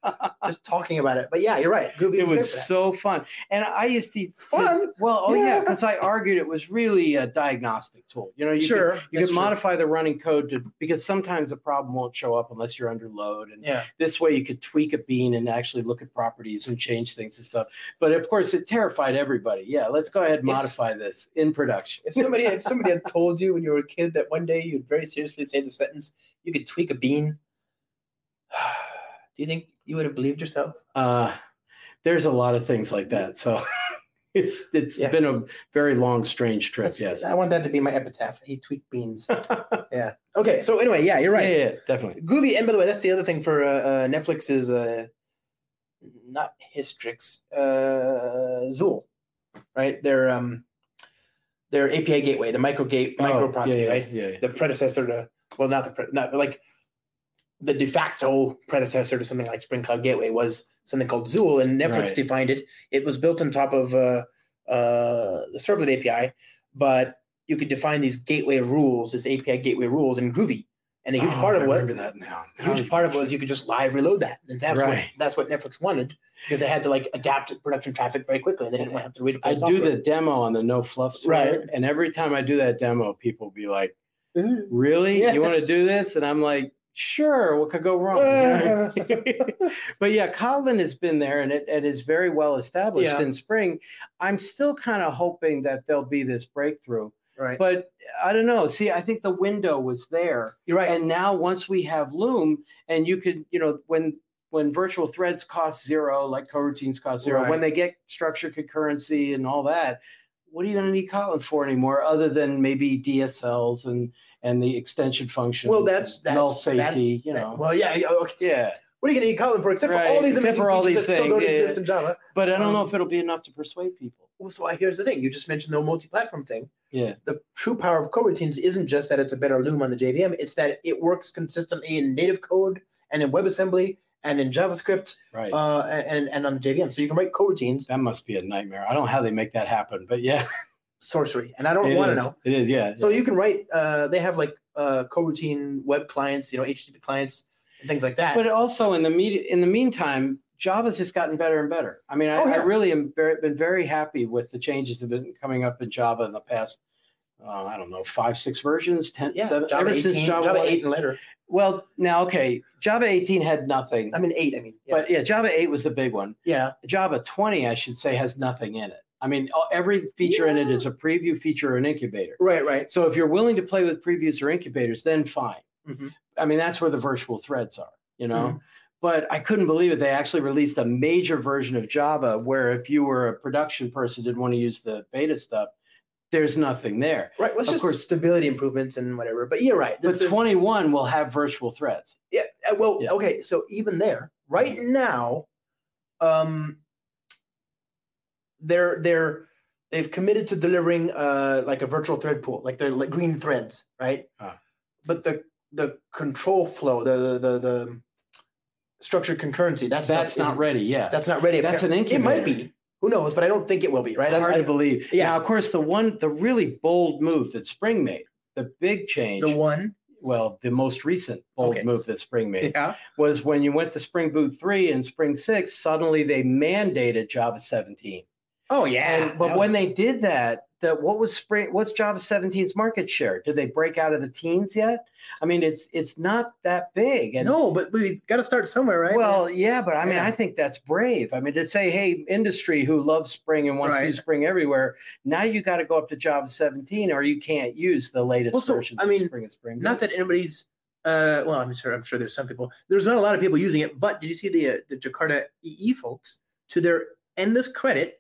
Speaker 2: just talking about it. But yeah, you're right. Groovy
Speaker 3: it
Speaker 2: is great
Speaker 3: was
Speaker 2: for that.
Speaker 3: so fun, and I used to to-
Speaker 2: Fun?
Speaker 3: Well, oh yeah,
Speaker 2: Yeah.
Speaker 3: because I argued it was really a diagnostic tool. You know, you could-
Speaker 2: sure.
Speaker 3: you
Speaker 2: that's
Speaker 3: can
Speaker 2: true.
Speaker 3: modify the running code to because sometimes the problem won't show up unless you're under load and
Speaker 2: Yeah.
Speaker 3: this way you could tweak a bean and actually look at properties and change things and stuff but of course it terrified everybody yeah let's go ahead and
Speaker 2: It's-
Speaker 3: modify this in production
Speaker 2: If somebody if somebody had told you when you were a kid that one day you'd very seriously say the sentence, you could tweak a bean. Do you think you would have believed yourself?
Speaker 3: uh, there's a lot of things like that so it's it's
Speaker 2: Yeah.
Speaker 3: been a very long strange trip
Speaker 2: That's-
Speaker 3: yes
Speaker 2: I want that to be my epitaph. He tweaked beans. yeah. Okay. So anyway, yeah, you're right.
Speaker 3: yeah, yeah, definitely
Speaker 2: Groovy, and by the way, that's the other thing for uh, uh, Netflix is uh, not Hystrix, uh, Zool, right? Their um, their API gateway, the micro gate, micro
Speaker 3: Oh,
Speaker 2: proxy,
Speaker 3: yeah, yeah,
Speaker 2: right?
Speaker 3: yeah, yeah.
Speaker 2: The predecessor to well, not the pre- not like the de facto predecessor to something like Spring Cloud Gateway was something called Zool, and Netflix
Speaker 3: Right.
Speaker 2: defined it. It was built on top of uh, uh, the Servlet API, but you could define these gateway rules, this API gateway rules in Groovy. And a huge
Speaker 3: Oh,
Speaker 2: part
Speaker 3: I
Speaker 2: of what
Speaker 3: remember that now
Speaker 2: a huge part of it was you could just live reload that, and that's what
Speaker 3: Right.
Speaker 2: that's what Netflix wanted because they had to like adapt production traffic very quickly, and they didn't want to have to redeploy.
Speaker 3: I do the demo on the no fluff sweater,
Speaker 2: Right.
Speaker 3: and every time I do that demo, people be like,
Speaker 2: the.
Speaker 3: really
Speaker 2: Yeah.
Speaker 3: you want to do this and i'm like sure what could go wrong
Speaker 2: Uh.
Speaker 3: but yeah Kotlin has been there and it, it is very well established
Speaker 2: Yeah.
Speaker 3: in spring i'm still kind of hoping that there'll be this breakthrough
Speaker 2: Right,
Speaker 3: but i don't know see i think the window was there
Speaker 2: you're right.
Speaker 3: and now once we have loom and you could you know when when virtual threads cost zero like coroutines cost zero
Speaker 2: Right.
Speaker 3: when they get structured concurrency and all that what are you going to need Kotlin for anymore other than maybe dsls and and the extension functions?
Speaker 2: well, that's
Speaker 3: and
Speaker 2: that's
Speaker 3: null
Speaker 2: that's-
Speaker 3: safety you
Speaker 2: that-
Speaker 3: know
Speaker 2: well, yeah. yeah, Okay.
Speaker 3: yeah
Speaker 2: What are you going to need Kotlin for except for all
Speaker 3: Right,
Speaker 2: these
Speaker 3: except
Speaker 2: amazing
Speaker 3: for all
Speaker 2: features
Speaker 3: these
Speaker 2: that
Speaker 3: things,
Speaker 2: still don't
Speaker 3: yeah,
Speaker 2: exist
Speaker 3: yeah.
Speaker 2: in Java?
Speaker 3: but i don't know
Speaker 2: Um,
Speaker 3: if it'll be enough to persuade people
Speaker 2: Well, so uh, here's the thing: you just mentioned the multi-platform thing.
Speaker 3: yeah
Speaker 2: The true power of coroutines isn't just that it's a better Loom on the JVM; it's that it works consistently in native code and in WebAssembly and in JavaScript
Speaker 3: right
Speaker 2: uh, and and on the JVM. So you can write coroutines
Speaker 3: that must be a nightmare i don't know how they make that happen but yeah
Speaker 2: sorcery, and I don't
Speaker 3: it
Speaker 2: want to
Speaker 3: is.
Speaker 2: know.
Speaker 3: it is yeah
Speaker 2: So you can write. Uh, they have like uh, coroutine web clients, you know, HTTP clients and things like that.
Speaker 3: but also in the media, in the meantime, Java's just gotten better and better. I mean, I,
Speaker 2: Oh,
Speaker 3: I
Speaker 2: yeah.
Speaker 3: really am very, been very happy with the changes that have been coming up in Java in the past. Uh, I don't know, five, six versions, ten,
Speaker 2: yeah,
Speaker 3: seven,
Speaker 2: Java
Speaker 3: ever since
Speaker 2: eighteen,
Speaker 3: Java,
Speaker 2: Java, eight and later.
Speaker 3: Well, now okay, Java eighteen had nothing,
Speaker 2: I mean eight. I mean, yeah,
Speaker 3: but yeah, Java eight was the big one.
Speaker 2: yeah,
Speaker 3: Java twenty, I should say, has nothing in it. I mean, all- every feature in it is a preview feature or an incubator.
Speaker 2: right, right.
Speaker 3: So if you're willing to play with previews or incubators, then fine.
Speaker 2: Mhm.
Speaker 3: I mean, that's where the virtual threads are, you know.
Speaker 2: Mm-hmm.
Speaker 3: But I couldn't believe it. They actually released a major version of Java where if you were a production person, didn't want to use the beta stuff, there's nothing there.
Speaker 2: Right. Well, it's
Speaker 3: Of
Speaker 2: just
Speaker 3: course.
Speaker 2: stability improvements and whatever. But you're right.
Speaker 3: But
Speaker 2: This is-
Speaker 3: 21 will have virtual threads.
Speaker 2: yeah. uh, Well,
Speaker 3: Yeah. Mm-hmm.
Speaker 2: okay. So even there, right now, um, they're they're they've committed to delivering uh like a virtual thread pool, like they're like green threads, right?
Speaker 3: Ah.
Speaker 2: But the the control flow, the the the, the structured concurrency, that's
Speaker 3: That's not ready. Yeah.
Speaker 2: that's not ready.
Speaker 3: That's an
Speaker 2: apparently. It might
Speaker 3: incubator.
Speaker 2: be. Who knows? But I don't think it will be. Right? I-
Speaker 3: hard
Speaker 2: I-
Speaker 3: to believe.
Speaker 2: yeah.
Speaker 3: Now, of course, the one, the really bold move that Spring made, the big change,
Speaker 2: the one.
Speaker 3: well, the most recent bold
Speaker 2: Okay.
Speaker 3: move that Spring made
Speaker 2: Yeah.
Speaker 3: was when you went to Spring Boot 3 and Spring 6, suddenly they mandated Java 17.
Speaker 2: Oh yeah.
Speaker 3: And but
Speaker 2: that
Speaker 3: when
Speaker 2: was-
Speaker 3: they did that, that what was spring what's Java 17's market share? Did they break out of the teens yet? I mean, it's it's not that big. And
Speaker 2: no, but we've got to start somewhere, right?
Speaker 3: well, yeah, but I mean,
Speaker 2: Yeah.
Speaker 3: I think that's brave. I mean, to say, hey, industry who loves spring and wants to
Speaker 2: Right.
Speaker 3: use spring everywhere, now you got to go up to Java 17 or you can't use the latest
Speaker 2: Well, so,
Speaker 3: versions
Speaker 2: I mean,
Speaker 3: of spring and spring.
Speaker 2: not that anybody's Uh, well, I'm sure I'm sure there's some people. There's not a lot of people using it, but did you see the uh, the Jakarta EE folks? To their endless credit,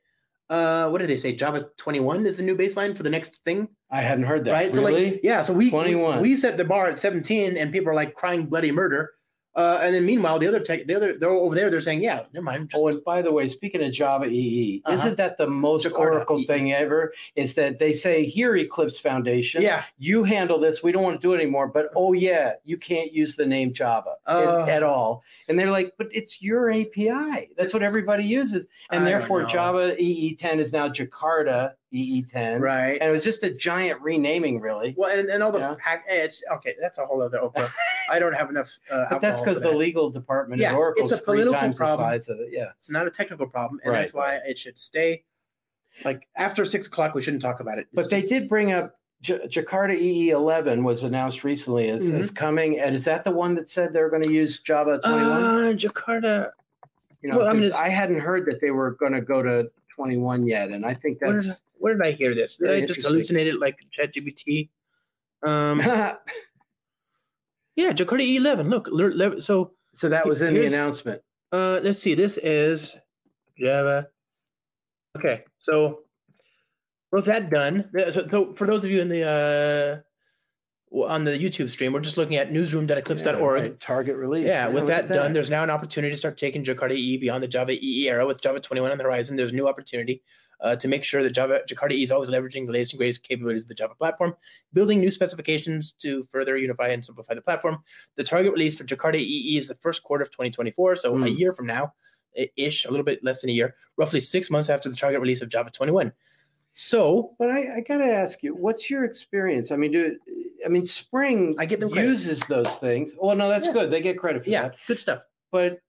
Speaker 2: uh, what did they say? Java 21 is the new baseline for the next thing,
Speaker 3: I hadn't heard that.
Speaker 2: right?
Speaker 3: Really?
Speaker 2: So like, yeah. So we
Speaker 3: 21.
Speaker 2: we set the bar at 17, and people are like crying bloody murder. Uh, and then meanwhile, the other tech, the other they're over there. They're saying, yeah, never mind. Just,
Speaker 3: Oh, and by the way, speaking of Java EE,
Speaker 2: Uh-huh.
Speaker 3: isn't that the most
Speaker 2: Jakarta E
Speaker 3: Oracle
Speaker 2: EE.
Speaker 3: thing ever? Is that they say here Eclipse Foundation,
Speaker 2: yeah.
Speaker 3: you handle this. We don't want to do it anymore. But oh yeah, you can't use the name Java at-
Speaker 2: Oh.
Speaker 3: at all. And they're like, but it's your API. That's what everybody uses, and
Speaker 2: I don't
Speaker 3: therefore
Speaker 2: know.
Speaker 3: Java EE10 is now Jakarta EE10.
Speaker 2: Right.
Speaker 3: And it was just a giant renaming, really.
Speaker 2: Well, and, and all the
Speaker 3: Yeah.
Speaker 2: pack, eh, it's okay. That's a whole other Oprah. I don't have enough. Uh,
Speaker 3: But that's
Speaker 2: alcohol
Speaker 3: because
Speaker 2: for
Speaker 3: the
Speaker 2: that.
Speaker 3: legal department
Speaker 2: Yeah,
Speaker 3: at
Speaker 2: it's
Speaker 3: Oracle is
Speaker 2: a
Speaker 3: three
Speaker 2: political
Speaker 3: times
Speaker 2: problem.
Speaker 3: the size of it. Yeah.
Speaker 2: it's not a technical problem, and
Speaker 3: Right,
Speaker 2: that's why it should stay. Like after six o'clock, we shouldn't talk about it. It's
Speaker 3: But they
Speaker 2: just-
Speaker 3: did bring up J- Jakarta EE 11 was announced recently as, as coming, and is that the one that said they're going to use Java 21?
Speaker 2: Mm-hmm. uh, Jakarta.
Speaker 3: you know,
Speaker 2: well, I mean,
Speaker 3: 'cause
Speaker 2: it's-
Speaker 3: I hadn't heard that they were going to go to 21 yet, and I think
Speaker 2: Where did, I-
Speaker 3: that's
Speaker 2: where did I hear this? Did
Speaker 3: Very
Speaker 2: I just
Speaker 3: interesting.
Speaker 2: hallucinate it like ChatGPT? Um, yeah, Jakarta E eleven. Look, le- le- so
Speaker 3: so. That was in the
Speaker 2: Here's-
Speaker 3: announcement.
Speaker 2: uh, let's see. This is Java. Okay, so with that done, th- so, so for those of you in the uh, w- on the YouTube stream, we're just looking at newsroom.eclipse.org.
Speaker 3: Yeah, right, target release.
Speaker 2: Yeah, with
Speaker 3: look
Speaker 2: that
Speaker 3: at
Speaker 2: done, there's now an opportunity to start taking Jakarta EE beyond the Java EE era. With Java 21 on the horizon, there's a new opportunity uh, to make sure that Java Jakarta EE is always leveraging the latest and greatest capabilities of the Java platform, building new specifications to further unify and simplify the platform. The target release for Jakarta EE is the first quarter of 2024, so a
Speaker 3: Hmm.
Speaker 2: year from now, i- ish, a little bit less than a year, roughly six months after the target release of Java 21. So
Speaker 3: But I, I got to ask you, what's your experience? I mean, do I mean Spring?
Speaker 2: I give them credit.
Speaker 3: uses those things. Well, no, that's
Speaker 2: Yeah.
Speaker 3: good. They get credit for
Speaker 2: yeah,
Speaker 3: that.
Speaker 2: good stuff.
Speaker 3: But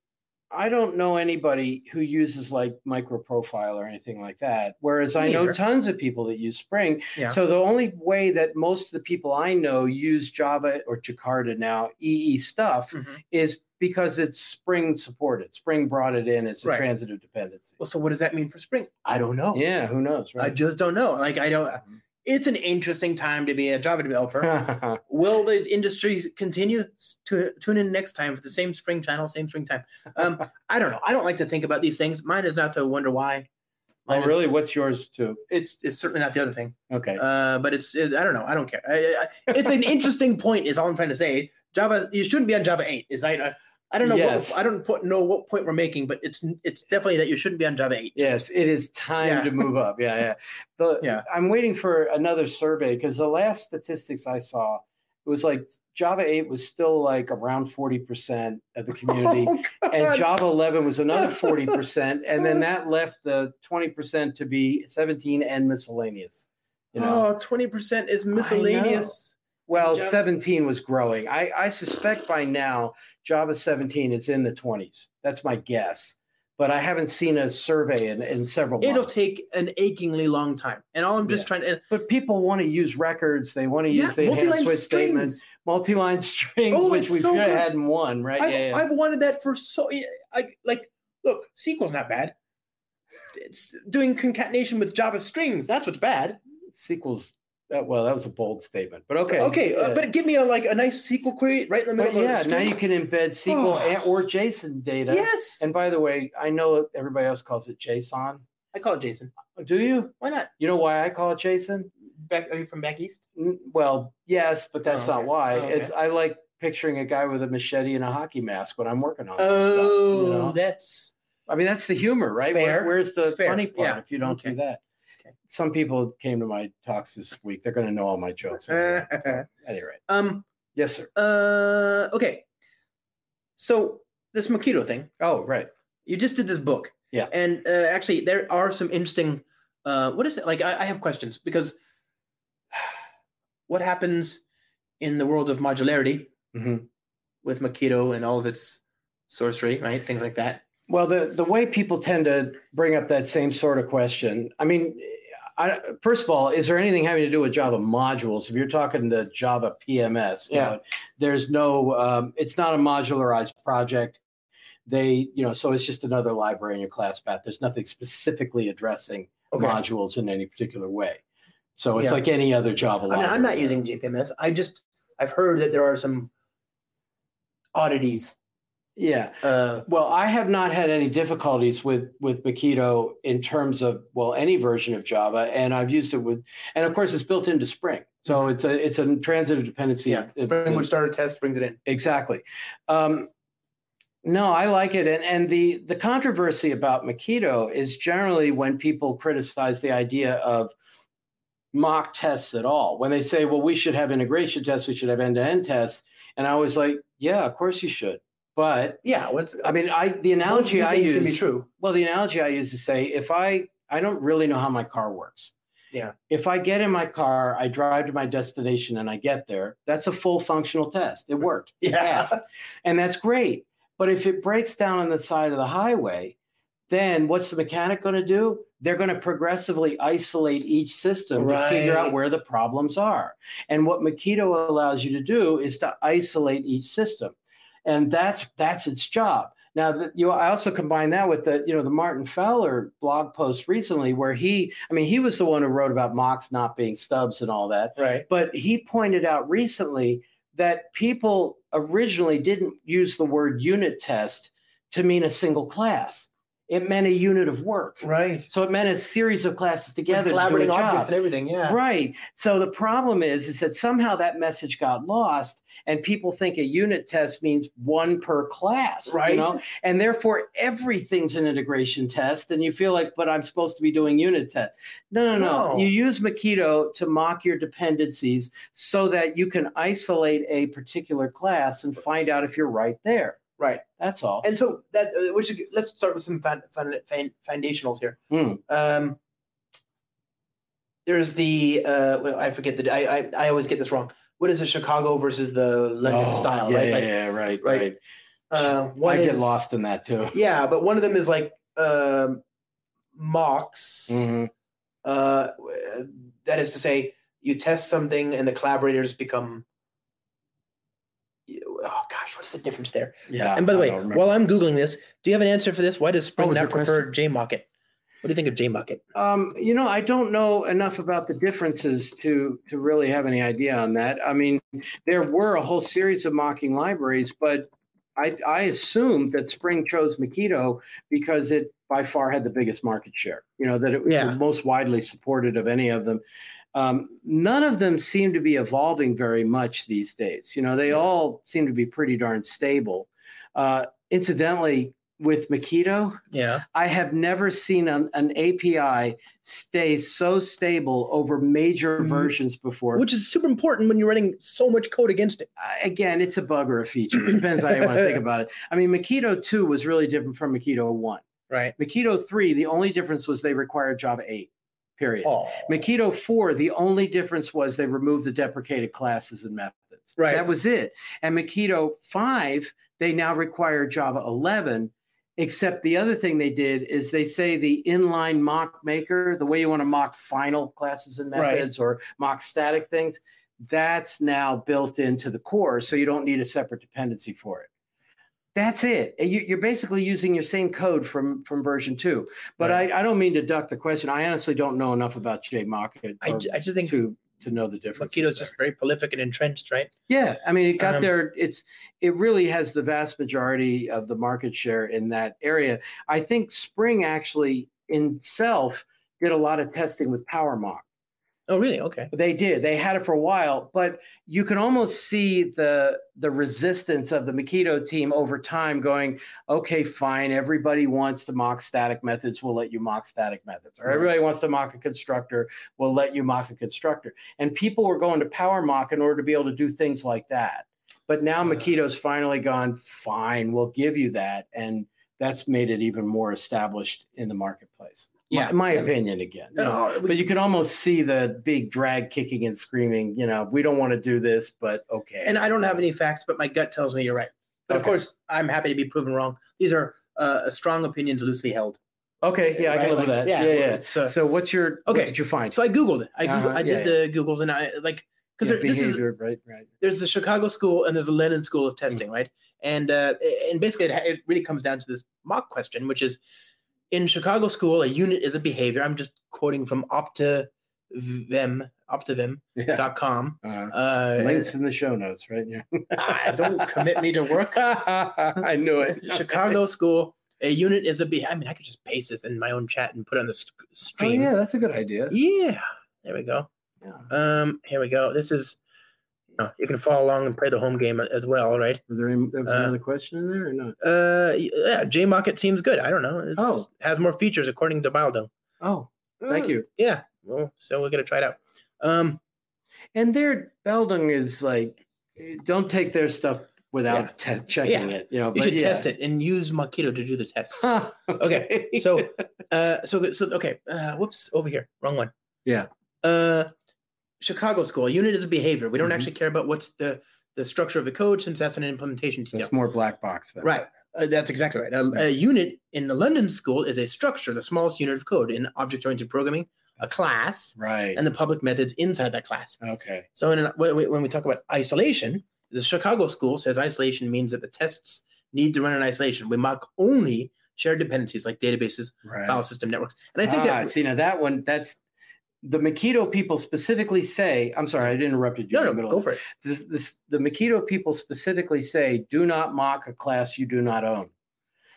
Speaker 3: I don't know anybody who uses like MicroProfile or anything like that. Whereas I know
Speaker 2: Neither.
Speaker 3: tons of people that use Spring.
Speaker 2: Yeah.
Speaker 3: So the only way that most of the people I know use Java or Jakarta now EE stuff
Speaker 2: Mhm.
Speaker 3: is because it's Spring supported. Spring brought it in as a
Speaker 2: Right.
Speaker 3: transitive dependency.
Speaker 2: Well, so what does that mean for Spring? I don't know.
Speaker 3: yeah, who knows,
Speaker 2: I
Speaker 3: right? Mm-hmm.
Speaker 2: just don't know. Like I don't. It's an interesting time to be a Java developer. Will the industry continue to tune in next time for the same spring channel, same spring time? Um,
Speaker 3: Oh,
Speaker 2: I don't know. I don't like to think about these things. Mine is not to wonder why. Mine
Speaker 3: oh,
Speaker 2: is-
Speaker 3: really? What's yours too?
Speaker 2: It's it's certainly not the other thing.
Speaker 3: Okay.
Speaker 2: Uh, but it's it, I don't know. I don't care. I, I, it's an interesting point. Is all I'm trying to say. Java. You shouldn't be on Java eight. Is I. I- I don't know.
Speaker 3: Yes.
Speaker 2: What, I don't put, know what point we're making, but it's it's definitely that you shouldn't be on Java eight. Just-
Speaker 3: Yes, it is time
Speaker 2: Yeah.
Speaker 3: to move up. Yeah, yeah. The,
Speaker 2: Yeah.
Speaker 3: I'm waiting for another survey because the last statistics I saw it was like Java 8 was still like around 40% of the community,
Speaker 2: Oh,
Speaker 3: and Java 11 was another 40%, and then that left the 20% to be 17 and miscellaneous. You know,
Speaker 2: Oh, 20% is miscellaneous.
Speaker 3: well,
Speaker 2: Java-
Speaker 3: 17 was growing. I, I suspect by now Java 17 is in the 20s. That's my guess. But I haven't seen a survey in, in several
Speaker 2: It'll
Speaker 3: months.
Speaker 2: take an achingly long time. And all I'm just
Speaker 3: Yeah.
Speaker 2: trying to
Speaker 3: But people want to use records. They want to
Speaker 2: yeah,
Speaker 3: use the hand
Speaker 2: multi-line
Speaker 3: switch statements,
Speaker 2: strings.
Speaker 3: multi-line strings,
Speaker 2: Oh,
Speaker 3: which
Speaker 2: it's
Speaker 3: we
Speaker 2: so
Speaker 3: should have
Speaker 2: good.
Speaker 3: had in one, right?
Speaker 2: I've,
Speaker 3: yeah, yeah.
Speaker 2: I've wanted that for so yeah, like like look, SQL's not bad. It's doing concatenation with Java strings. That's what's bad.
Speaker 3: SQL's. That, well, that was a bold statement, but okay.
Speaker 2: Okay, uh,
Speaker 3: yeah.
Speaker 2: but give me a like a nice SQL query right in the middle
Speaker 3: But
Speaker 2: of
Speaker 3: yeah,
Speaker 2: a
Speaker 3: now
Speaker 2: string.
Speaker 3: you can embed SQL and, or JSON data.
Speaker 2: yes,
Speaker 3: And by the way, I know everybody else calls it JSON.
Speaker 2: I call it Jason.
Speaker 3: Do you?
Speaker 2: Why not?
Speaker 3: You know why I call it JSON?
Speaker 2: Back are you from back east?
Speaker 3: N- Well, yes, but that's
Speaker 2: Oh,
Speaker 3: not
Speaker 2: okay.
Speaker 3: why.
Speaker 2: Oh, okay.
Speaker 3: It's I like picturing a guy with a machete and a hockey mask when I'm working on. this
Speaker 2: Oh,
Speaker 3: stuff, you know?
Speaker 2: that's
Speaker 3: I mean, that's the humor, right? Where-
Speaker 2: Fair.
Speaker 3: where's the
Speaker 2: It's fair.
Speaker 3: funny part
Speaker 2: Yeah.
Speaker 3: if you don't
Speaker 2: Okay.
Speaker 3: do that?
Speaker 2: okay.
Speaker 3: Some people came to my talks this week. They're going to know all my jokes. anyway. So, anyway,
Speaker 2: uh, Um
Speaker 3: Eh. yes, sir.
Speaker 2: uh okay. So this Makito thing.
Speaker 3: Oh, right.
Speaker 2: you just did this book
Speaker 3: Yeah.
Speaker 2: and uh, actually there are some interesting uh, what is it like I, I have questions because what happens in the world of modularity
Speaker 3: hmm
Speaker 2: Mm-hmm. with makito and all of its sorcery right things like that
Speaker 3: Well, the the way people tend to bring up that same sort of question. I mean, I, first of all, is there anything having to do with Java modules? If you're talking the Java PMS,
Speaker 2: Yeah.
Speaker 3: no, there's no. Um, it's not a modularized project. They, you know, so it's just another library in your class path. There's nothing specifically addressing modules in any particular way. So it's
Speaker 2: Yeah.
Speaker 3: like any other Java
Speaker 2: I mean,
Speaker 3: library.
Speaker 2: i'm not using gpms i just i've heard that there are some oddities.
Speaker 3: Yeah.
Speaker 2: Uh,
Speaker 3: Well, I have not had any difficulties with with Makito in terms of well any version of Java, and I've used it with, and of course it's built into Spring, so it's a it's a transitive dependency.
Speaker 2: Mm-hmm. yeah, Spring would start a test, brings it in.
Speaker 3: exactly. Um, no, I like it, and and the the controversy about Makito is generally when people criticize the idea of mock tests at all. When they say, well, we should have integration tests, we should have end to end tests, and I was like, yeah, of course you should, but
Speaker 2: Yeah, what's
Speaker 3: I mean, I the
Speaker 2: both of
Speaker 3: analogy
Speaker 2: these
Speaker 3: I
Speaker 2: things
Speaker 3: use
Speaker 2: can be true.
Speaker 3: well, the analogy I use to say if I I don't really know how my car works.
Speaker 2: Yeah.
Speaker 3: If I get in my car, I drive to my destination and I get there, that's a full functional test. It worked. It
Speaker 2: Yeah.
Speaker 3: passed. And that's great. But if it breaks down on the side of the highway, then what's the mechanic going to do? They're going to progressively isolate each system to figure
Speaker 2: Right.
Speaker 3: out where the problems are. And what Makito allows you to do is to isolate each system. And that's that's its job. Now, the, you, I also combine that with the, you know, the Martin Fowler blog post recently, where he, I mean, he was the one who wrote about mocks not being stubs and all that,
Speaker 2: Right.
Speaker 3: but he pointed out recently that people originally didn't use the word unit test to mean a single class. It meant a unit of work.
Speaker 2: Right.
Speaker 3: So it meant a series of classes together. to do a
Speaker 2: collaborating
Speaker 3: job.
Speaker 2: objects and everything. Yeah.
Speaker 3: Right. So the problem is, is that somehow that message got lost, and people think a unit test means one per class,
Speaker 2: Right.
Speaker 3: You know, and therefore everything's an integration test, and you feel like, but I'm supposed to be doing unit test. No, no, no.
Speaker 2: No.
Speaker 3: You use Makito to mock your dependencies so that you can isolate a particular class and find out if you're right there.
Speaker 2: Right.
Speaker 3: That's all.
Speaker 2: And so that, uh, which is, let's start with some fan, fan, fan, foundationals here.
Speaker 3: Mm.
Speaker 2: Um, there's the uh, well, I forget the I, I I always get this wrong. What is the Chicago versus the London
Speaker 3: Oh,
Speaker 2: style?
Speaker 3: yeah,
Speaker 2: right.
Speaker 3: yeah,
Speaker 2: Like,
Speaker 3: yeah, right,
Speaker 2: right.
Speaker 3: right.
Speaker 2: Uh, one
Speaker 3: I get
Speaker 2: is-
Speaker 3: lost in that too.
Speaker 2: Yeah, but one of them is like um, mocks.
Speaker 3: Mhm.
Speaker 2: Uh, that is to say, you test something and the collaborators become. Oh gosh, what's the difference there?
Speaker 3: Yeah.
Speaker 2: and by the
Speaker 3: I
Speaker 2: way,
Speaker 3: don't remember.
Speaker 2: while I'm googling this, do you have an answer for this? Why does
Speaker 3: What
Speaker 2: Spring
Speaker 3: was
Speaker 2: not
Speaker 3: your
Speaker 2: prefer JMocket? What do you think of JMocket?
Speaker 3: Um, you know, I don't know enough about the differences to to really have any idea on that. I mean, there were a whole series of mocking libraries, but I, I assumed that Spring chose Makito because it by far had the biggest market share. You know, that it was
Speaker 2: Yeah.
Speaker 3: the most widely supported of any of them. Um, none of them seem to be evolving very much these days. You know, they all seem to be pretty darn stable. Uh, incidentally, with Makito,
Speaker 2: Yeah,
Speaker 3: I have never seen an, an API stay so stable over major
Speaker 2: Mhm.
Speaker 3: versions before.
Speaker 2: which is super important when you're running so much code against it.
Speaker 3: I- again, it's a bug or a feature. It depends how you want to think about it. I mean, Makito 2 was really different from Makito 1.
Speaker 2: Right.
Speaker 3: Makito 3, the only difference was they required Java 8, period.
Speaker 2: Oh,
Speaker 3: Makito 4, the only difference was they removed the deprecated classes and methods.
Speaker 2: Right.
Speaker 3: That was it. And Makito 5, they now require Java 11, except the other thing they did is they say the inline mock maker, the way you want to mock final classes and
Speaker 2: Right.
Speaker 3: methods or mock static things, that's now built into the core. So you don't need a separate dependency for it. That's it. And you- You're basically using your same code from from version two. But I, I don't mean to duck the question. I honestly don't know enough about JMocket
Speaker 2: I,
Speaker 3: or
Speaker 2: ju- I just think
Speaker 3: to to know the difference.
Speaker 2: Makito's just very prolific and entrenched, right?
Speaker 3: yeah. I mean, it got
Speaker 2: Um,
Speaker 3: there. It's it really has the vast majority of the market share in that area. I think Spring actually in itself did a lot of testing with PowerMock.
Speaker 2: Oh, really? Okay.
Speaker 3: They did. They had it for a while, but you can almost see the the resistance of the Makito team over time going, okay, fine, everybody wants to mock static methods, we'll let you mock static methods. Or
Speaker 2: Right.
Speaker 3: everybody wants to mock a constructor, we'll let you mock a constructor. And people were going to power mock in order to be able to do things like that. But now
Speaker 2: Yeah.
Speaker 3: Makito's finally gone, fine, we'll give you that. And that's made it even more established in the marketplace. My-
Speaker 2: Yeah.
Speaker 3: in my opinion again. you know
Speaker 2: Oh,
Speaker 3: but you can almost see the big drag kicking and screaming you know we don't want to do this but okay
Speaker 2: and I don't have any facts, but my gut tells me you're right. But of
Speaker 3: Okay.
Speaker 2: course, I'm happy to be proven wrong. These are uh, strong opinions loosely held.
Speaker 3: okay yeah i
Speaker 2: right?
Speaker 3: can live with
Speaker 2: Like,
Speaker 3: that yeah yeah,
Speaker 2: it's, uh,
Speaker 3: so what's your
Speaker 2: Okay.
Speaker 3: what did you find
Speaker 2: so I googled. it. I Googled,
Speaker 3: Uh-huh,
Speaker 2: I did
Speaker 3: yeah,
Speaker 2: the googles, and I like because
Speaker 3: Yeah,
Speaker 2: this is
Speaker 3: behavior, right right
Speaker 2: there's the Chicago school and there's the Lenin School
Speaker 3: Mm.
Speaker 2: of Testing, right? And uh, and basically, it, it really comes down to this mock question, which is in Chicago school, a unit is a behavior. I'm just quoting from Opta them optivim.com.
Speaker 3: Yeah. Uh,
Speaker 2: Uh,
Speaker 3: links in the show notes, right? Yeah.
Speaker 2: ah, don't commit me to work.
Speaker 3: I knew it.
Speaker 2: Chicago school. A unit is a B. I mean, I could just paste this in my own chat and put it on the s-
Speaker 3: Oh,
Speaker 2: stream.
Speaker 3: yeah, that's a good idea.
Speaker 2: Yeah. There we go.
Speaker 3: Yeah.
Speaker 2: Um, here we go. This is you, know, you can follow along and play the home game as well, right?
Speaker 3: Were there any, there was
Speaker 2: Uh,
Speaker 3: another question in there or not?
Speaker 2: Uh, yeah, J Market seems good. I don't know. It's,
Speaker 3: Oh.
Speaker 2: has more features according to Baldo.
Speaker 3: Oh, thank you.
Speaker 2: Yeah. Well, so we're gonna try it out. Um,
Speaker 3: And their Beldung is like, don't take their stuff without te- checking
Speaker 2: Yeah.
Speaker 3: it. You know,
Speaker 2: you should test it and use Makito to do the tests.
Speaker 3: okay.
Speaker 2: So, uh, so so okay. Uh, whoops, over here, wrong one.
Speaker 3: Yeah.
Speaker 2: Uh, Chicago school unit is a behavior. We don't
Speaker 3: Mhm.
Speaker 2: actually care about what's the the structure of the code since that's an implementation detail.
Speaker 3: that's more black box. Then.
Speaker 2: Right. Uh, that's exactly right. A, a unit in the London school is a structure, the smallest unit of code in object oriented programming, a class,
Speaker 3: Right.
Speaker 2: and the public methods inside that class.
Speaker 3: okay.
Speaker 2: So in an, when, we, when we talk about isolation, the Chicago school says isolation means that the tests need to run in isolation. We mock only shared dependencies like databases,
Speaker 3: Right.
Speaker 2: file system networks. And I think
Speaker 3: ah,
Speaker 2: that
Speaker 3: see now that one that's the Makito people specifically say. I'm sorry, I interrupted you. in
Speaker 2: no,
Speaker 3: the
Speaker 2: no,
Speaker 3: middle.
Speaker 2: go for it.
Speaker 3: This, this, the Makito people specifically say, "Do not mock a class you do not own."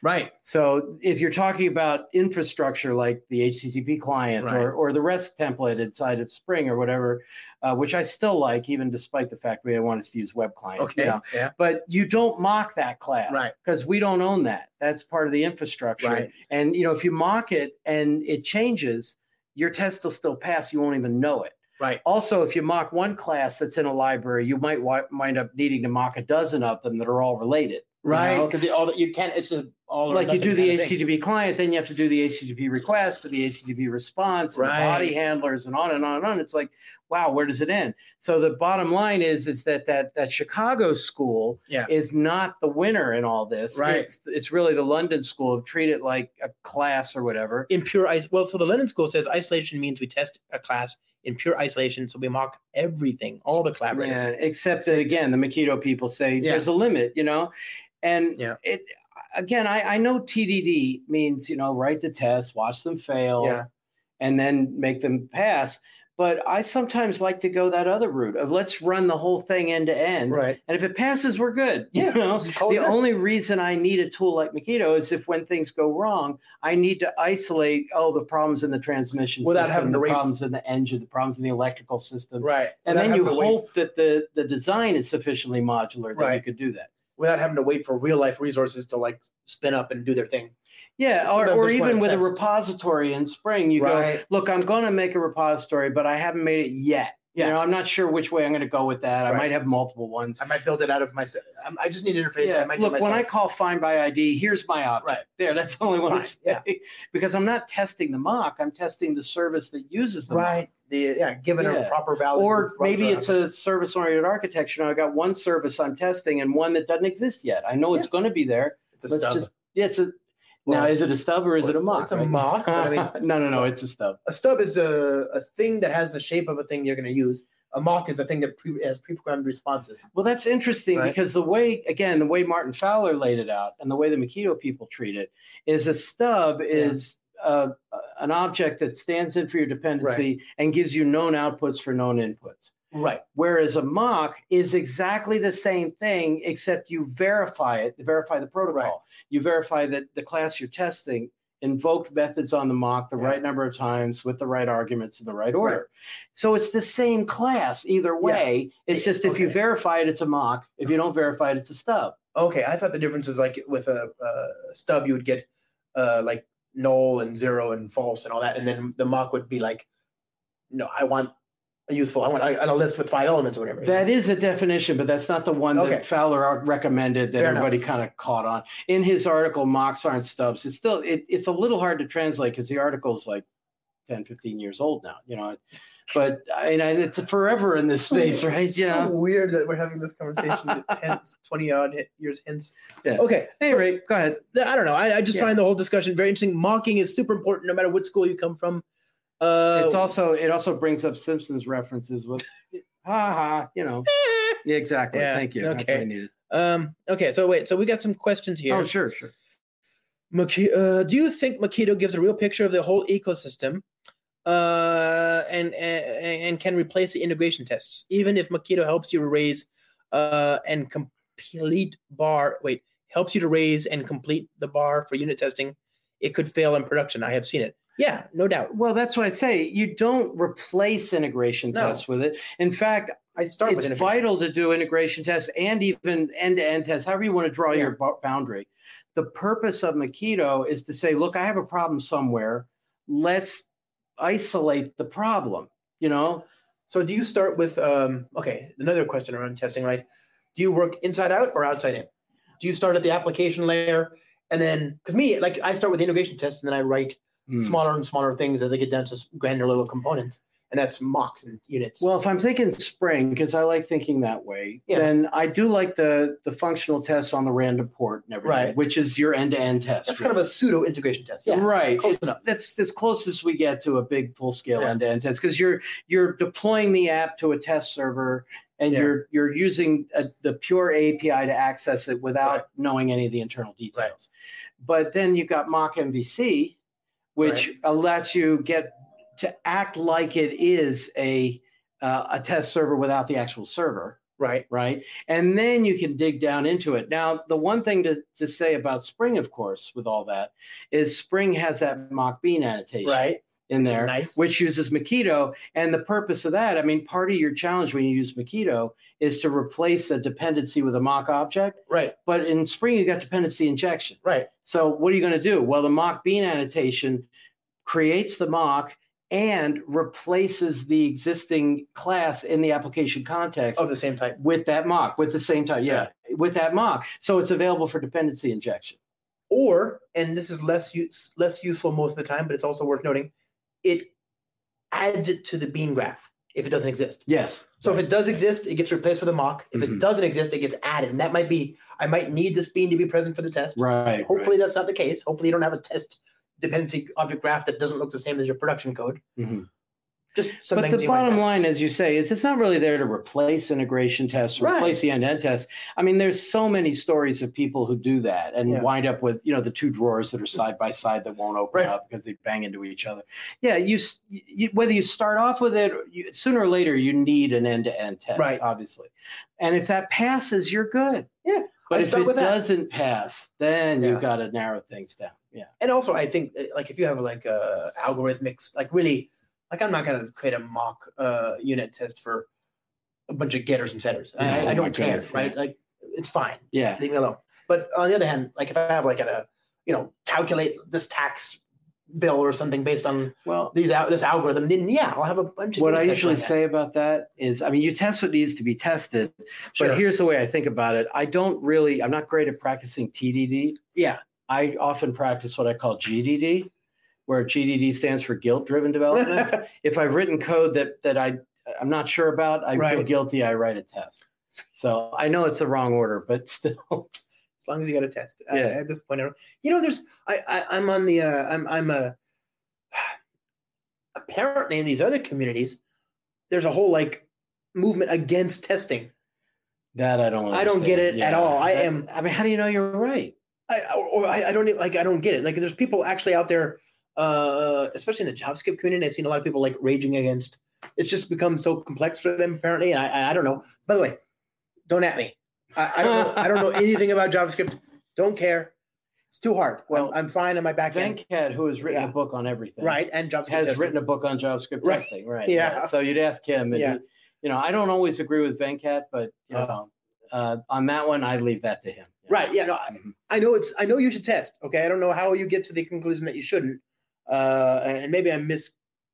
Speaker 2: Right.
Speaker 3: So if you're talking about infrastructure like the HTTP client
Speaker 2: Right.
Speaker 3: or, or the REST template inside of Spring or whatever, uh, which I still like, even despite the fact we want us to use web client. you
Speaker 2: Okay.
Speaker 3: know.
Speaker 2: Yeah.
Speaker 3: But you don't mock that class
Speaker 2: Right.
Speaker 3: because we don't own that. That's part of the infrastructure.
Speaker 2: Right.
Speaker 3: And you know, if you mock it and it changes, your test will still pass. You won't even know it.
Speaker 2: Right.
Speaker 3: Also, if you mock one class that's in a library, you might wi- wind up needing to mock a dozen of them that are all related
Speaker 2: Right.
Speaker 3: know?
Speaker 2: Because all that you can't, it's just all or
Speaker 3: like you
Speaker 2: nothing
Speaker 3: do the
Speaker 2: kind of thing.
Speaker 3: HTTP client, then you have to do the HTTP request, and the HTTP response, and
Speaker 2: Right.
Speaker 3: the body handlers, and on and on and on. It's like, wow, where does it end? So the bottom line is, is that that that Chicago school
Speaker 2: Yeah.
Speaker 3: is not the winner in all this.
Speaker 2: Right.
Speaker 3: It's, it's really the London school of treat it like a class or whatever.
Speaker 2: in pure is- well so the london school says isolation means we test a class in pure isolation so we mock everything all the collaborators
Speaker 3: Yeah, except that again, the Makito people say
Speaker 2: Yeah.
Speaker 3: there's a limit, you know, and
Speaker 2: Yeah.
Speaker 3: it again. I, I know TDD means you know write the test, watch them fail,
Speaker 2: Yeah.
Speaker 3: and then make them pass. But I sometimes like to go that other route of let's run the whole thing end to end,
Speaker 2: right
Speaker 3: and if it passes, we're good. You
Speaker 2: Yeah,
Speaker 3: know,
Speaker 2: just call it
Speaker 3: the
Speaker 2: good.
Speaker 3: only reason I need a tool like Makito is if when things go wrong, I need to isolate oh the problems in the transmission
Speaker 2: Without
Speaker 3: system,
Speaker 2: having to
Speaker 3: the
Speaker 2: wait-
Speaker 3: problems in the engine, the problems in the electrical system,
Speaker 2: right
Speaker 3: and
Speaker 2: Without
Speaker 3: then you
Speaker 2: having to wait-
Speaker 3: hope that the the design is sufficiently modular that you
Speaker 2: Right.
Speaker 3: could do that.
Speaker 2: without having to wait for real life resources to like spin up and do their thing
Speaker 3: Yeah, or,
Speaker 2: Sometimes
Speaker 3: or
Speaker 2: that's why
Speaker 3: even
Speaker 2: I
Speaker 3: with a
Speaker 2: test.
Speaker 3: repository in Spring, you
Speaker 2: Right.
Speaker 3: go, look, I'm going to make a repository, but I haven't made it yet.
Speaker 2: Yeah.
Speaker 3: You know, I'm not sure which way I'm going to go with that. I
Speaker 2: Right.
Speaker 3: might have multiple ones.
Speaker 2: i might build it out of my I'm- i just need an interface i
Speaker 3: Yeah.
Speaker 2: might
Speaker 3: Look,
Speaker 2: do
Speaker 3: when
Speaker 2: myself.
Speaker 3: I call find by ID, here's my object.
Speaker 2: right
Speaker 3: There, that's the only one. I
Speaker 2: Fine, yeah.
Speaker 3: say. Because I'm not testing the mock, I'm testing the service that uses the mock.
Speaker 2: right the yeah given a
Speaker 3: Yeah.
Speaker 2: proper value
Speaker 3: or maybe it's a service oriented architecture. And I've got one service I'm testing and one that doesn't exist yet. I know it's going to be there.
Speaker 2: it's a
Speaker 3: Let's
Speaker 2: stub.
Speaker 3: just, yeah, it's a, now
Speaker 2: Well,
Speaker 3: is it a stub or is it a mock?
Speaker 2: it's a
Speaker 3: right?
Speaker 2: mock but i mean
Speaker 3: no, no, no, it's a stub.
Speaker 2: a stub is a, a thing that has the shape of a thing you're going to use a mock is a thing that pre, has pre-programmed responses
Speaker 3: Well, that's interesting
Speaker 2: Right.
Speaker 3: because the way, again, the way Martin Fowler laid it out and the way the Makito people treat it is a stub is uh, an object that stands in for your dependency and gives you known outputs for known inputs.
Speaker 2: right
Speaker 3: Whereas a mock is exactly the same thing, except you verify it, verify the protocol.
Speaker 2: Right.
Speaker 3: You verify that the class you're testing invoked methods on the mock the
Speaker 2: Yeah.
Speaker 3: right number of times with the right arguments in the right order.
Speaker 2: Right.
Speaker 3: So it's the same class either way. It's
Speaker 2: Yeah, Eh,
Speaker 3: just if you
Speaker 2: okay.
Speaker 3: verify it, it's a mock. If you don't verify it, it's a stub.
Speaker 2: Okay, I thought the difference was like with a, a stub, you would get uh, like null and zero and false and all that, and then the mock would be like, no, I want a useful, I want I, I want a list with five elements or whatever.
Speaker 3: That is a definition, but that's not the one
Speaker 2: Okay.
Speaker 3: that Fowler ar- recommended that
Speaker 2: Fair enough.
Speaker 3: everybody kind of caught on in his article. Mocks aren't stubs. It's still it, it's a little hard to translate because the article's like 10, 15 years old now. You know, but and, and it's forever in this
Speaker 2: So-
Speaker 3: space, right?
Speaker 2: It's so weird that we're having this conversation hence, 20 odd hi- years hence.
Speaker 3: Yeah.
Speaker 2: Okay,
Speaker 3: Hey, Ray, go ahead.
Speaker 2: th- I don't know. I, I just
Speaker 3: Yeah.
Speaker 2: find the whole discussion very interesting. Mocking is super important no matter what school you come from. Uh,
Speaker 3: it's also it also brings up Simpsons references with ha ha. You know, yeah, exactly.
Speaker 2: Yeah,
Speaker 3: Thank you. That's what
Speaker 2: okay.
Speaker 3: I needed.
Speaker 2: Um, okay, so wait, so we got some questions here.
Speaker 3: Oh, sure, sure.
Speaker 2: Maki- uh, do you think Makito gives a real picture of the whole ecosystem? uh, and, and and can replace the integration tests, even if Makito helps you to raise uh, and complete bar. Wait, helps you to raise and complete the bar for unit testing. It could fail in production. I have seen it. Yeah, no doubt.
Speaker 3: Well, that's why I say you don't replace integration
Speaker 2: No.
Speaker 3: tests with it. In fact,
Speaker 2: I start
Speaker 3: it's
Speaker 2: with integration.
Speaker 3: vital to do integration tests and even end-to-end tests however you want to draw your bo- boundary the purpose of makito is to say look i have a problem somewhere let's isolate the problem you know
Speaker 2: So do you start with um, okay? Another question around testing, right? Do you work inside out or outside in? Do you start at the application layer and then because me like I start with the integration test and then I write
Speaker 3: Hmm.
Speaker 2: smaller and smaller things as I get down to s- granular little components and that's mocks and units.
Speaker 3: well if i'm thinking spring because i like thinking that way
Speaker 2: Yeah.
Speaker 3: then i do like the the functional tests on the random port and everything
Speaker 2: Right.
Speaker 3: which is your end-to-end test
Speaker 2: that's kind of a pseudo integration test. Yeah,
Speaker 3: right
Speaker 2: close enough.
Speaker 3: that's as close as we get to a big full scale
Speaker 2: Yeah.
Speaker 3: end to end test because you're you're deploying the app to a test server and
Speaker 2: Yeah.
Speaker 3: you're you're using a, the pure API to access it without
Speaker 2: Right.
Speaker 3: knowing any of the internal details. But then you've got mock MVC, which lets you get to act like it is a uh, a test server without the actual server
Speaker 2: Right.
Speaker 3: right? And then you can dig down into it. Now, the one thing to, to say about Spring, of course, with all that, is Spring has that mock bean annotation
Speaker 2: Right.
Speaker 3: in
Speaker 2: Which is
Speaker 3: there,
Speaker 2: nice.
Speaker 3: which uses Makito. And the purpose of that, I mean, part of your challenge when you use Makito is to replace a dependency with a mock object.
Speaker 2: Right.
Speaker 3: But in Spring, you got dependency injection.
Speaker 2: Right.
Speaker 3: So what are you going to do? Well, the mock bean annotation creates the mock and replaces the existing class in the application context
Speaker 2: Of the same type.
Speaker 3: with that mock with the same type yeah, with that mock so it's available for dependency injection
Speaker 2: Or and this is less use, less useful most of the time, but it's also worth noting, it adds it to the bean graph if it doesn't exist.
Speaker 3: yes
Speaker 2: So if it does exist, it gets replaced with a mock. If
Speaker 3: Mhm.
Speaker 2: it doesn't exist, it gets added. And that might be I might need this bean to be present for the test.
Speaker 3: right
Speaker 2: Hopefully that's not the case. Hopefully you don't have a test dependency object graph that doesn't look the same as your production code.
Speaker 3: right. Mhm.
Speaker 2: Just
Speaker 3: but
Speaker 2: something
Speaker 3: the bottom line as you say is it's not really there to replace integration tests
Speaker 2: Right.
Speaker 3: replace the end-to-end tests i mean there's so many stories of people who do that and
Speaker 2: Yeah.
Speaker 3: wind up with you know the two drawers that are side by side that won't open
Speaker 2: Right.
Speaker 3: up because they bang into each other yeah you, s- you whether you start off with it you, sooner or later you need an end-to-end test
Speaker 2: Right.
Speaker 3: obviously and if that passes you're good
Speaker 2: Yeah,
Speaker 3: but
Speaker 2: I
Speaker 3: if
Speaker 2: start
Speaker 3: it
Speaker 2: with that.
Speaker 3: doesn't pass then
Speaker 2: Yeah.
Speaker 3: you've got to narrow things down yeah
Speaker 2: and also I think uh, like if you have like uh algorithmics, like really like I'm not gonna create a mock uh unit test for a bunch of getters and setters. I,
Speaker 3: Yeah,
Speaker 2: I
Speaker 3: oh my
Speaker 2: don't care,
Speaker 3: goodness,
Speaker 2: right?
Speaker 3: yeah.
Speaker 2: Like it's fine.
Speaker 3: yeah
Speaker 2: leave me alone. But on the other hand, like if I have like a you know calculate this tax bill or something based on
Speaker 3: well
Speaker 2: these out this algorithm, then yeah, I'll have a bunch of
Speaker 3: what
Speaker 2: new
Speaker 3: I
Speaker 2: tests
Speaker 3: usually
Speaker 2: like that.
Speaker 3: say about that is, I mean, you test what needs to be tested,
Speaker 2: Sure.
Speaker 3: but here's the way I think about it. I don't really, I'm not great at practicing TDD.
Speaker 2: yeah,
Speaker 3: I often practice what I call GDD, where GDD stands for guilt driven development. if I've written code that, that I, I'm not sure about, I feel
Speaker 2: Right.
Speaker 3: guilty. I write a test. So I know it's the wrong order, but still,
Speaker 2: as long as you got a test. I-
Speaker 3: Yeah.
Speaker 2: at this point, I don't, you know, there's I, I I'm on the uh, I'm I'm a apparently in these other communities, there's a whole like movement against testing.
Speaker 3: that I don't.
Speaker 2: I don't get
Speaker 3: understand.
Speaker 2: it at all. I am-
Speaker 3: I mean, how do you know you're right?
Speaker 2: I or, or I, I don't even- like I don't get it. Like there's people actually out there, uh, especially in the JavaScript community. I've seen a lot of people like raging against. It's just become so complex for them apparently, and I- I I don't know. By the way, don't at me. I, I don't know. I don't know anything about JavaScript. Don't care. It's too hard. Well,
Speaker 3: Well,
Speaker 2: I'm, I'm fine on my back end,
Speaker 3: Venkat, who has written
Speaker 2: Yeah.
Speaker 3: a book on everything,
Speaker 2: right? And JavaScript
Speaker 3: has
Speaker 2: testing.
Speaker 3: written a book on JavaScript
Speaker 2: Right.
Speaker 3: testing, right?
Speaker 2: Yeah.
Speaker 3: So you'd ask him. And
Speaker 2: Yeah.
Speaker 3: he- you know, I don't always agree with Venkat, but you
Speaker 2: Uh-huh.
Speaker 3: know, uh, on that one, I leave that to him.
Speaker 2: Right. Yeah. No, I,
Speaker 3: Mhm.
Speaker 2: I know it's. I know you should test. Okay. I don't know how you get to the conclusion that you shouldn't. Uh, and maybe I'm mis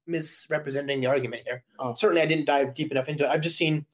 Speaker 2: misrepresenting the argument here.
Speaker 3: Oh.
Speaker 2: Certainly, I didn't dive deep enough into it. I've just seen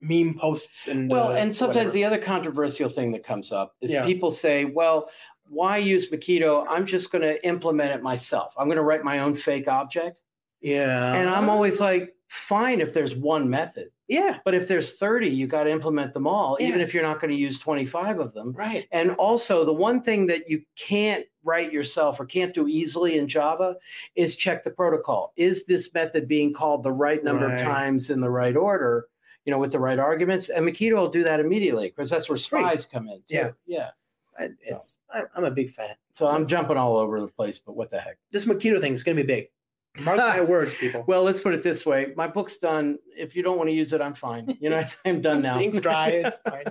Speaker 2: meme posts and
Speaker 3: Well,
Speaker 2: uh,
Speaker 3: and sometimes
Speaker 2: whatever.
Speaker 3: the other controversial thing that comes up is
Speaker 2: Yeah.
Speaker 3: people say, well, why use Makito? I'm just going to implement it myself. I'm going to write my own fake object.
Speaker 2: yeah,
Speaker 3: and I'm always like, fine if there's one method.
Speaker 2: yeah,
Speaker 3: But if there's 30, you got to implement them all,
Speaker 2: Yeah.
Speaker 3: even if you're not going to use 25 of them.
Speaker 2: right.
Speaker 3: And also, the one thing that you can't write yourself or can't do easily in Java is check the protocol. Is this method being called the right number
Speaker 2: Right.
Speaker 3: of times in the right order? You know, with the right arguments, and Makito will do that immediately because that's where
Speaker 2: It's free.
Speaker 3: spies come in. too.
Speaker 2: Yeah.
Speaker 3: yeah.
Speaker 2: I, it's I, I'm a big fan.
Speaker 3: So I'm jumping all over the place, but what the heck?
Speaker 2: This Makito thing is going to be big. Mark my words, people.
Speaker 3: Well, let's put it this way: my book's done. If you don't want to use it, I'm fine. You know, I'm done now.
Speaker 2: Ink's dry. It's fine.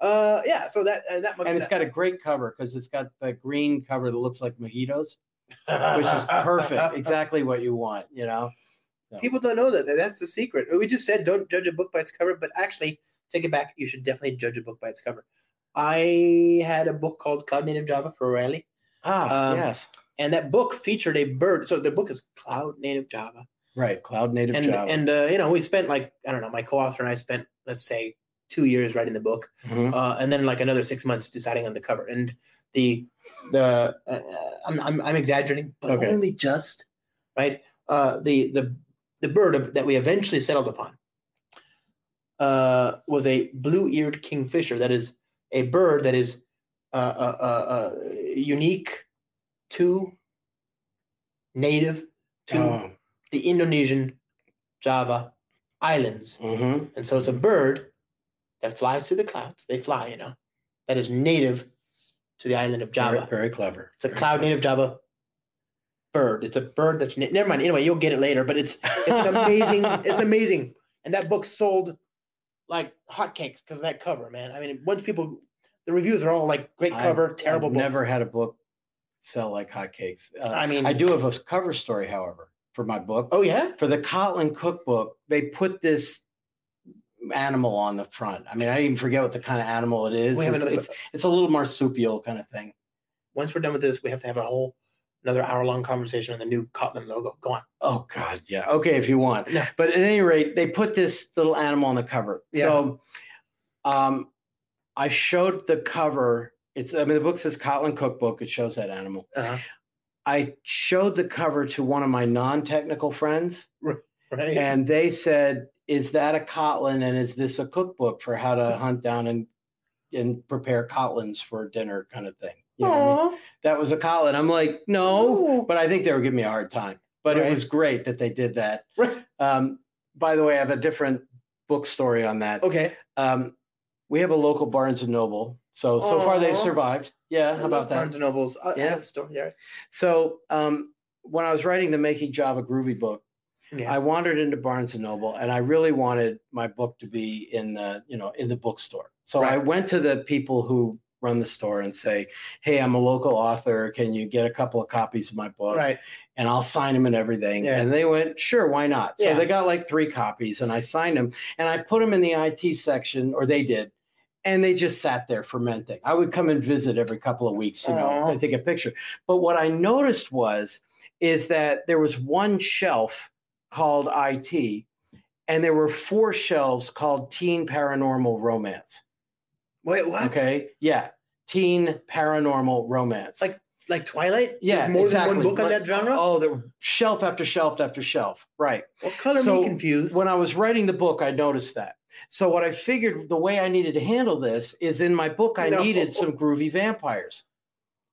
Speaker 2: Uh, yeah. So that uh, that
Speaker 3: and it's got a great cover because it's got the green cover that looks like mojitos, which is perfect. Exactly what you want. You know. So,
Speaker 2: People don't know that. that- That's the secret. We just said don't judge a book by its cover, but actually, take it back. You should definitely judge a book by its cover. I had a book called Cloud Native Java for O'Reilly,
Speaker 3: ah,
Speaker 2: um,
Speaker 3: yes,
Speaker 2: and that book featured a bird. So the book is Cloud Native Java,
Speaker 3: right. Cloud native
Speaker 2: and
Speaker 3: Java.
Speaker 2: and uh, you know we spent like I don't know, my co-author and I spent let's say two years writing the book,
Speaker 3: Mhm.
Speaker 2: uh, and then like another six months deciding on the cover. And the the uh, I'm, I'm I'm exaggerating, but
Speaker 3: Okay.
Speaker 2: only just right. Uh, the the the bird that we eventually settled upon uh, was a blue-eared kingfisher. That is a bird that is uh, uh, uh, uh, unique to native to
Speaker 3: Oh,
Speaker 2: the Indonesian Java islands.
Speaker 3: mhm.
Speaker 2: And so it's a bird that flies through the clouds. They fly, you know, that is native to the island of
Speaker 3: Very,
Speaker 2: Java.
Speaker 3: very clever.
Speaker 2: It's a cloud native Java bird. It's a bird that's na- never mind. Anyway, you'll get it later, but it's it's an amazing it's amazing. And that book sold like hotcakes because of that cover, man. I mean, once people the reviews are all like great
Speaker 3: I've-
Speaker 2: cover, terrible
Speaker 3: I've
Speaker 2: book.
Speaker 3: Never had a book sell like hotcakes. Uh,
Speaker 2: I mean,
Speaker 3: I do have a cover story, however, for my book.
Speaker 2: Oh yeah,
Speaker 3: for the Kotlin cookbook, they put this animal on the front. I mean, I even forget what the kind of animal it is.
Speaker 2: we have
Speaker 3: It's,
Speaker 2: another.
Speaker 3: it's, it's a little marsupial kind of thing.
Speaker 2: once we're done with this, we have to have a whole another hour long conversation on the new Kotlin logo. Go on.
Speaker 3: Oh God, yeah. Okay, if you want.
Speaker 2: Yeah.
Speaker 3: But at any rate, they put this little animal on the cover. So um I showed the cover. It's I mean the book says Kotlin Cookbook. It shows that animal.
Speaker 2: Uh-huh.
Speaker 3: I showed the cover to one of my non-technical friends,
Speaker 2: Right.
Speaker 3: and they said, "Is that a Kotlin? And is this a cookbook for how to hunt down and and prepare Kotlins for dinner, kind of thing?" You know what I mean?
Speaker 2: Aw.
Speaker 3: That was a Kotlin. I'm like, no,
Speaker 2: Oh.
Speaker 3: but I think they were giving me a hard time. But
Speaker 2: Right.
Speaker 3: it was great that they did that.
Speaker 2: Right.
Speaker 3: Um, by the way, I have a different book story on that.
Speaker 2: Okay.
Speaker 3: Um, we have a local Barnes and Noble, so so far they've
Speaker 2: Aw.
Speaker 3: survived. Yeah,
Speaker 2: I
Speaker 3: how
Speaker 2: love
Speaker 3: about that?
Speaker 2: Barnes and Nobles. I, I
Speaker 3: Yeah.
Speaker 2: have a story there.
Speaker 3: So um, when I was writing the Making Java Groovy book,
Speaker 2: Yeah.
Speaker 3: I wandered into Barnes and Noble, and I really wanted my book to be in the you know in the bookstore. So I
Speaker 2: Right.
Speaker 3: went to the people who run the store and say, "Hey, I'm a local author. Can you get a couple of copies of my book?"
Speaker 2: right.
Speaker 3: and I'll sign them and everything.
Speaker 2: Yeah.
Speaker 3: And they went, sure, why not? So
Speaker 2: Yeah.
Speaker 3: they got like three copies and I signed them and I put them in the IT section, or they did. And they just sat there fermenting. I would come and visit every couple of weeks, you know,
Speaker 2: Aw.
Speaker 3: and take a picture. But what I noticed was, is that there was one shelf called IT and there were four shelves called teen paranormal romance.
Speaker 2: Wait, what?
Speaker 3: Okay. Yeah. Teen paranormal romance.
Speaker 2: Like Like Twilight?
Speaker 3: Yeah,
Speaker 2: There's more
Speaker 3: exactly.
Speaker 2: than one book on
Speaker 3: Like,
Speaker 2: that genre?
Speaker 3: Oh, there were shelf after shelf after shelf. Right.
Speaker 2: what color
Speaker 3: so-
Speaker 2: me confused?
Speaker 3: When I was writing the book, I noticed that. So what I figured the way I needed to handle this is in my book, I
Speaker 2: No.
Speaker 3: needed some groovy vampires.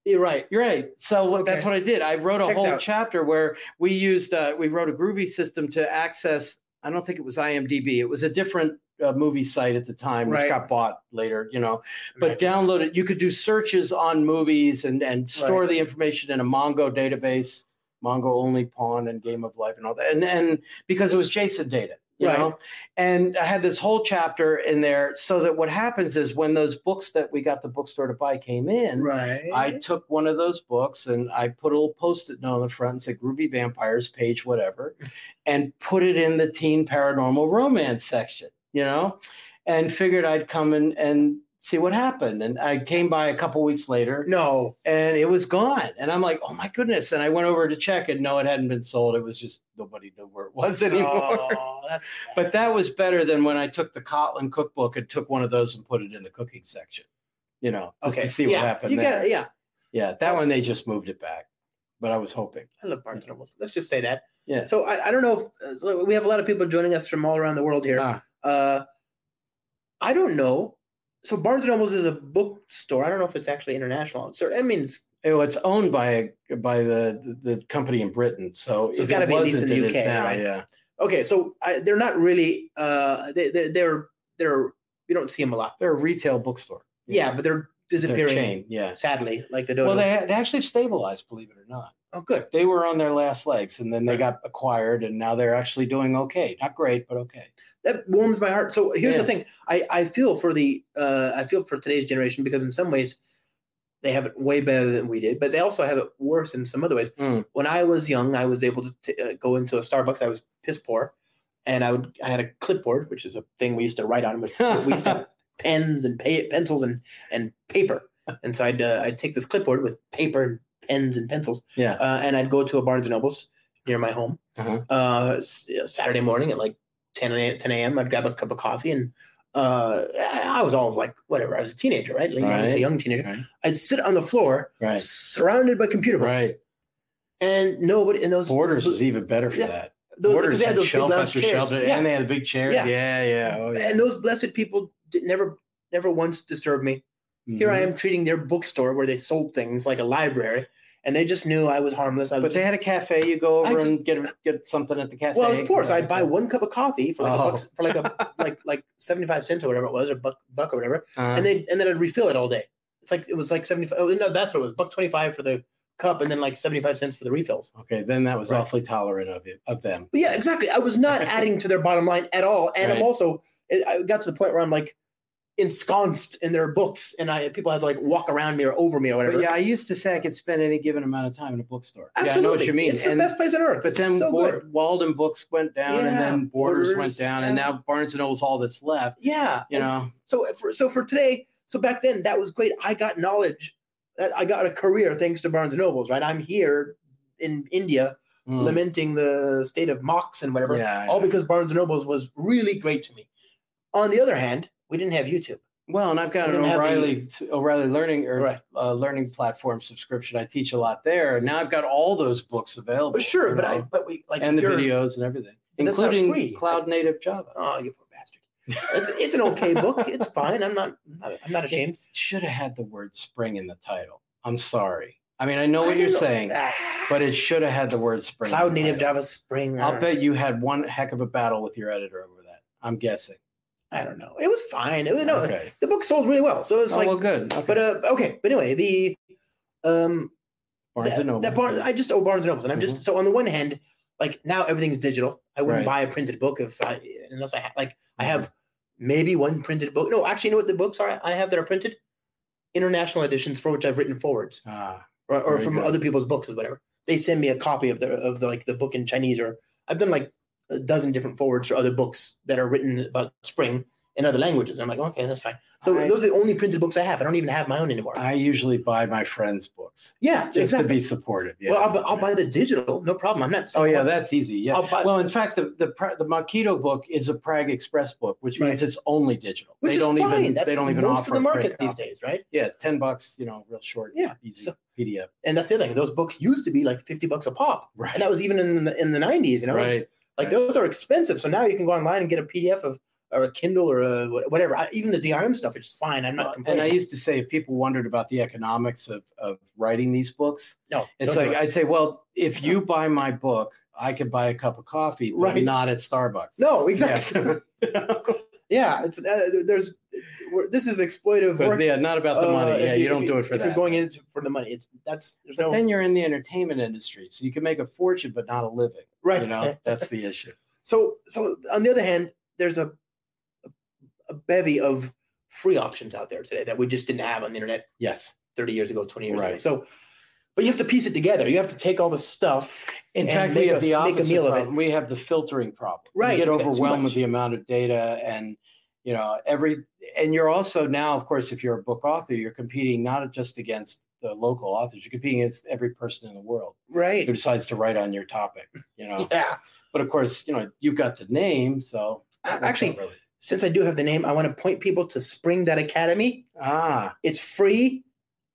Speaker 2: You're right.
Speaker 3: You're right. So what that's
Speaker 2: Okay.
Speaker 3: what I did. I wrote a
Speaker 2: Checks
Speaker 3: whole
Speaker 2: out.
Speaker 3: chapter where we used uh, we wrote a groovy system to access. I don't think it was IMDb. It was a different uh, movie site at the time, which
Speaker 2: Right.
Speaker 3: got bought later. You know, but download it. You could do searches on movies and and store
Speaker 2: Right.
Speaker 3: the information in a Mongo database, Mongo only Pawn and Game of Life and all that. And and because it was JSON data, you
Speaker 2: Right.
Speaker 3: know. And I had this whole chapter in there so that what happens is when those books that we got the bookstore to buy came in.
Speaker 2: right.
Speaker 3: I took one of those books and I put a little post-it note on the front and said "Groovy Vampires," page whatever, and put it in the teen paranormal romance section, you know, and figured I'd come and and see what happened. And I came by a couple weeks later
Speaker 2: no.
Speaker 3: and it was gone. And I'm like, oh my goodness! And I went over to check and no, it hadn't been sold. It was just nobody knew where it was anymore.
Speaker 2: Oh, that's sad.
Speaker 3: But that was better than when I took the Kotlin cookbook and took one of those and put it in the cooking section, you know, just
Speaker 2: okay.
Speaker 3: to see what
Speaker 2: yeah.
Speaker 3: happened.
Speaker 2: You
Speaker 3: there.
Speaker 2: got it. Yeah.
Speaker 3: Yeah, that one they just moved it back, but I was hoping.
Speaker 2: I love Barnes and Nobles. Let's just say that.
Speaker 3: Yeah.
Speaker 2: So I, I don't know if uh, so we have a lot of people joining us from all around the world here.
Speaker 3: Ah.
Speaker 2: Uh, I don't know. So Barnes and Nobles is a bookstore. I don't know if it's actually international. So I mean, it's
Speaker 3: Oh, it's owned by by the the company in Britain, so,
Speaker 2: So it's
Speaker 3: if
Speaker 2: gotta
Speaker 3: it
Speaker 2: be at least
Speaker 3: wasn't,
Speaker 2: in the
Speaker 3: it is
Speaker 2: UK,
Speaker 3: now,
Speaker 2: right?
Speaker 3: Yeah,
Speaker 2: okay. So I, they're not really. Uh, they, they, they're they're you don't see them a lot.
Speaker 3: they're a retail bookstore.
Speaker 2: Yeah, but they're
Speaker 3: They're a
Speaker 2: disappearing.
Speaker 3: chain. Yeah.
Speaker 2: Sadly, like the dodo.
Speaker 3: Well, they they actually stabilized, believe it or not.
Speaker 2: Oh, good.
Speaker 3: They were on their last legs, and then they got acquired, and now they're actually doing okay. Not great, but okay.
Speaker 2: That warms my heart. So here's
Speaker 3: Yeah.
Speaker 2: the thing. I, I feel for the uh, I feel for today's generation because in some ways they have it way better than we did, but they also have it worse in some other ways.
Speaker 3: Mm.
Speaker 2: When I was young, I was able to t- uh, go into a Starbucks. I was piss poor, and I would I had a clipboard, which is a thing we used to write on with we used to have pens and pa- pencils and and paper. And so I'd uh, I'd take this clipboard with paper and pens and pencils,
Speaker 3: Yeah.
Speaker 2: uh, and I'd go to a Barnes and Nobles near my home
Speaker 3: Uh-huh.
Speaker 2: uh, s- you know, Saturday morning at like 10 a.m. 10 a.m. I'd grab a cup of coffee and uh, I I was all like whatever. I was a teenager, right? Like,
Speaker 3: Right.
Speaker 2: A young teenager.
Speaker 3: Right.
Speaker 2: I'd sit on the floor,
Speaker 3: Right.
Speaker 2: surrounded by computer books,
Speaker 3: Right.
Speaker 2: and nobody. And those
Speaker 3: Borders is even better for
Speaker 2: Yeah.
Speaker 3: that.
Speaker 2: those,
Speaker 3: Borders
Speaker 2: because they had
Speaker 3: had
Speaker 2: those
Speaker 3: shelf
Speaker 2: big lounge
Speaker 3: after
Speaker 2: chairs.
Speaker 3: shelf,
Speaker 2: Yeah.
Speaker 3: and they had the big chairs.
Speaker 2: Yeah.
Speaker 3: Yeah, yeah. Oh, yeah.
Speaker 2: and those blessed people did, never never once disturbed me. Here
Speaker 3: Mm-hmm.
Speaker 2: I am treating their bookstore where they sold things like a library, and they just knew I was harmless. I was
Speaker 3: But they
Speaker 2: just-
Speaker 3: had a cafe. You go
Speaker 2: I
Speaker 3: over
Speaker 2: just-
Speaker 3: and get a- get something at the cafe.
Speaker 2: well, I was poor, so I'd buy one cup of coffee for like a
Speaker 3: Oh.
Speaker 2: buck, for like a like like seventy five cents or whatever it was, or buck buck or whatever,
Speaker 3: Uh,
Speaker 2: and then and then I'd refill it all day. It's like it was like seventy five. Oh no, that's what it was, buck twenty five for the cup, and then like seventy five cents for the refills.
Speaker 3: okay, then that was
Speaker 2: Right.
Speaker 3: awfully tolerant of you of them.
Speaker 2: But yeah, exactly. I was not adding to their bottom line at all, and I'm
Speaker 3: Right.
Speaker 2: also I I got to the point where I'm like ensconced in their books, and I people had to like walk around me or over me or whatever.
Speaker 3: But yeah, I used to say I could spend any given amount of time in a bookstore.
Speaker 2: absolutely.
Speaker 3: Yeah, I know what you mean.
Speaker 2: It's the
Speaker 3: And-
Speaker 2: best place on earth.
Speaker 3: But then
Speaker 2: it's so
Speaker 3: Wa-
Speaker 2: good.
Speaker 3: Walden Books went down, and
Speaker 2: Yeah,
Speaker 3: then Borders,
Speaker 2: Borders,
Speaker 3: went down, and
Speaker 2: yeah.
Speaker 3: now Barnes and Noble's all that's left.
Speaker 2: Yeah,
Speaker 3: You
Speaker 2: and
Speaker 3: know.
Speaker 2: So for so for today, so back then that was great. I got knowledge. That- I got a career thanks to Barnes and Nobles. Right, I'm here in India
Speaker 3: Mm.
Speaker 2: lamenting the state of Mox and whatever,
Speaker 3: Yeah, I
Speaker 2: all
Speaker 3: know.
Speaker 2: because Barnes and Nobles was really great to me. On the other hand, we didn't have YouTube.
Speaker 3: Well, and I've got
Speaker 2: We
Speaker 3: an
Speaker 2: didn't have the-
Speaker 3: O'Reilly O'Reilly Learning or
Speaker 2: Right.
Speaker 3: uh, Learning Platform subscription. I teach a lot there. and Now I've got all those books available.
Speaker 2: But sure,
Speaker 3: you
Speaker 2: but I
Speaker 3: know,
Speaker 2: but we like
Speaker 3: and
Speaker 2: if
Speaker 3: the
Speaker 2: you're-
Speaker 3: videos and everything,
Speaker 2: But that's not
Speaker 3: including
Speaker 2: free.
Speaker 3: cloud native Java.
Speaker 2: Oh, you poor bastard. It's it's an okay book. It's fine. I'm not I'm not ashamed.
Speaker 3: Should have had the word spring in the title. I'm sorry. I mean, I know what
Speaker 2: I
Speaker 3: you're
Speaker 2: don't know.
Speaker 3: saying,
Speaker 2: Ah,
Speaker 3: but it should have had the word spring. in
Speaker 2: cloud
Speaker 3: the
Speaker 2: native
Speaker 3: title.
Speaker 2: Java Spring. I
Speaker 3: I'll
Speaker 2: don't know.
Speaker 3: bet you had one heck of a battle with your editor over that. I'm guessing.
Speaker 2: I don't know. It was fine. It was no.
Speaker 3: okay.
Speaker 2: The book sold really well, so it was
Speaker 3: Oh,
Speaker 2: like
Speaker 3: well, good. Okay.
Speaker 2: But uh, okay, but anyway, the um,
Speaker 3: Barnes
Speaker 2: that,
Speaker 3: and Noble. Mm-hmm.
Speaker 2: that Barnes, I just owe Barnes and Nobles, and I'm just so on the one hand, like now everything's digital. I wouldn't buy a printed book if I, unless I ha- like I
Speaker 3: Mm-hmm.
Speaker 2: have maybe one printed book. No, actually, you know what the books are I have that are printed, international editions for which I've written forwards
Speaker 3: ah,
Speaker 2: or, or
Speaker 3: Very
Speaker 2: from
Speaker 3: good.
Speaker 2: other people's books or whatever. They send me a copy of the of the like the book in Chinese or I've done like a dozen different forwards for other books that are written about spring in other languages. I'm like, okay, that's fine. So
Speaker 3: I-
Speaker 2: those are the only printed books I have. I don't even have my own anymore.
Speaker 3: I usually buy my friends' books
Speaker 2: Yeah,
Speaker 3: just to
Speaker 2: exactly.
Speaker 3: be supportive. Yeah,
Speaker 2: well, I'll, bu- I'll buy the digital, no problem. I'm not.
Speaker 3: Oh yeah, that's easy. Yeah.
Speaker 2: I'll buy-
Speaker 3: well, in fact, the the Pra- the Makito book is a Prague Express book, which
Speaker 2: Right.
Speaker 3: means it's only digital.
Speaker 2: which
Speaker 3: they
Speaker 2: is
Speaker 3: don't
Speaker 2: fine.
Speaker 3: even
Speaker 2: that's
Speaker 3: they don't even
Speaker 2: most
Speaker 3: offer
Speaker 2: of the
Speaker 3: a print
Speaker 2: market these
Speaker 3: copy.
Speaker 2: days, right?
Speaker 3: Yeah, ten bucks. You know, real short.
Speaker 2: Yeah,
Speaker 3: easy
Speaker 2: so-
Speaker 3: PDF.
Speaker 2: And that's the other thing. Those books used to be like fifty bucks a pop,
Speaker 3: Right.
Speaker 2: and that was even in the in the nineties. You know, It's-
Speaker 3: Right.
Speaker 2: like
Speaker 3: right.
Speaker 2: those are expensive. So now you can go online and get a PDF of or a Kindle or a wha- whatever. I, even the DRM stuff, it's fine. I'm not
Speaker 3: and I
Speaker 2: complaining.
Speaker 3: used to say if people wondered about the economics of, of writing these books,
Speaker 2: no,
Speaker 3: it's
Speaker 2: don't do
Speaker 3: like
Speaker 2: it.
Speaker 3: I'd say, well, if you buy my book, I could buy a cup of coffee, but
Speaker 2: Right.
Speaker 3: not at Starbucks.
Speaker 2: no,
Speaker 3: Yeah.
Speaker 2: exactly. Yeah, it's uh, there's we're- this is exploitive
Speaker 3: But
Speaker 2: work.
Speaker 3: yeah, not about the money.
Speaker 2: Uh, if
Speaker 3: yeah, you,
Speaker 2: if
Speaker 3: don't do it for
Speaker 2: if
Speaker 3: that.
Speaker 2: you're going in for the money. It's that's there's
Speaker 3: But
Speaker 2: no
Speaker 3: then you're in the entertainment industry, so you can make a fortune but not a living.
Speaker 2: right.
Speaker 3: You know, that's the issue.
Speaker 2: So, so on the other hand, there's a a bevy of free options out there today that we just didn't have on the internet
Speaker 3: Yes.
Speaker 2: 30 years ago, 20 years ago.
Speaker 3: Right.
Speaker 2: So, but you have to piece it together. You have to take all the stuff.
Speaker 3: In
Speaker 2: And
Speaker 3: fact,
Speaker 2: make
Speaker 3: we
Speaker 2: a-
Speaker 3: have the
Speaker 2: make a
Speaker 3: opposite
Speaker 2: meal of it.
Speaker 3: problem. We have the filtering problem.
Speaker 2: Right,
Speaker 3: You get
Speaker 2: we got too
Speaker 3: overwhelmed
Speaker 2: much.
Speaker 3: with the amount of data and you know every and you're also now of course if you're a book author you're competing not just against the local authors you're competing against every person in the world who
Speaker 2: Right.
Speaker 3: decides to write on your topic you know
Speaker 2: Yeah.
Speaker 3: but of course you know you've got the name so that's not
Speaker 2: Actually,
Speaker 3: really-
Speaker 2: since I do have the name, I want to point people to Spring Academy.
Speaker 3: ah
Speaker 2: It's free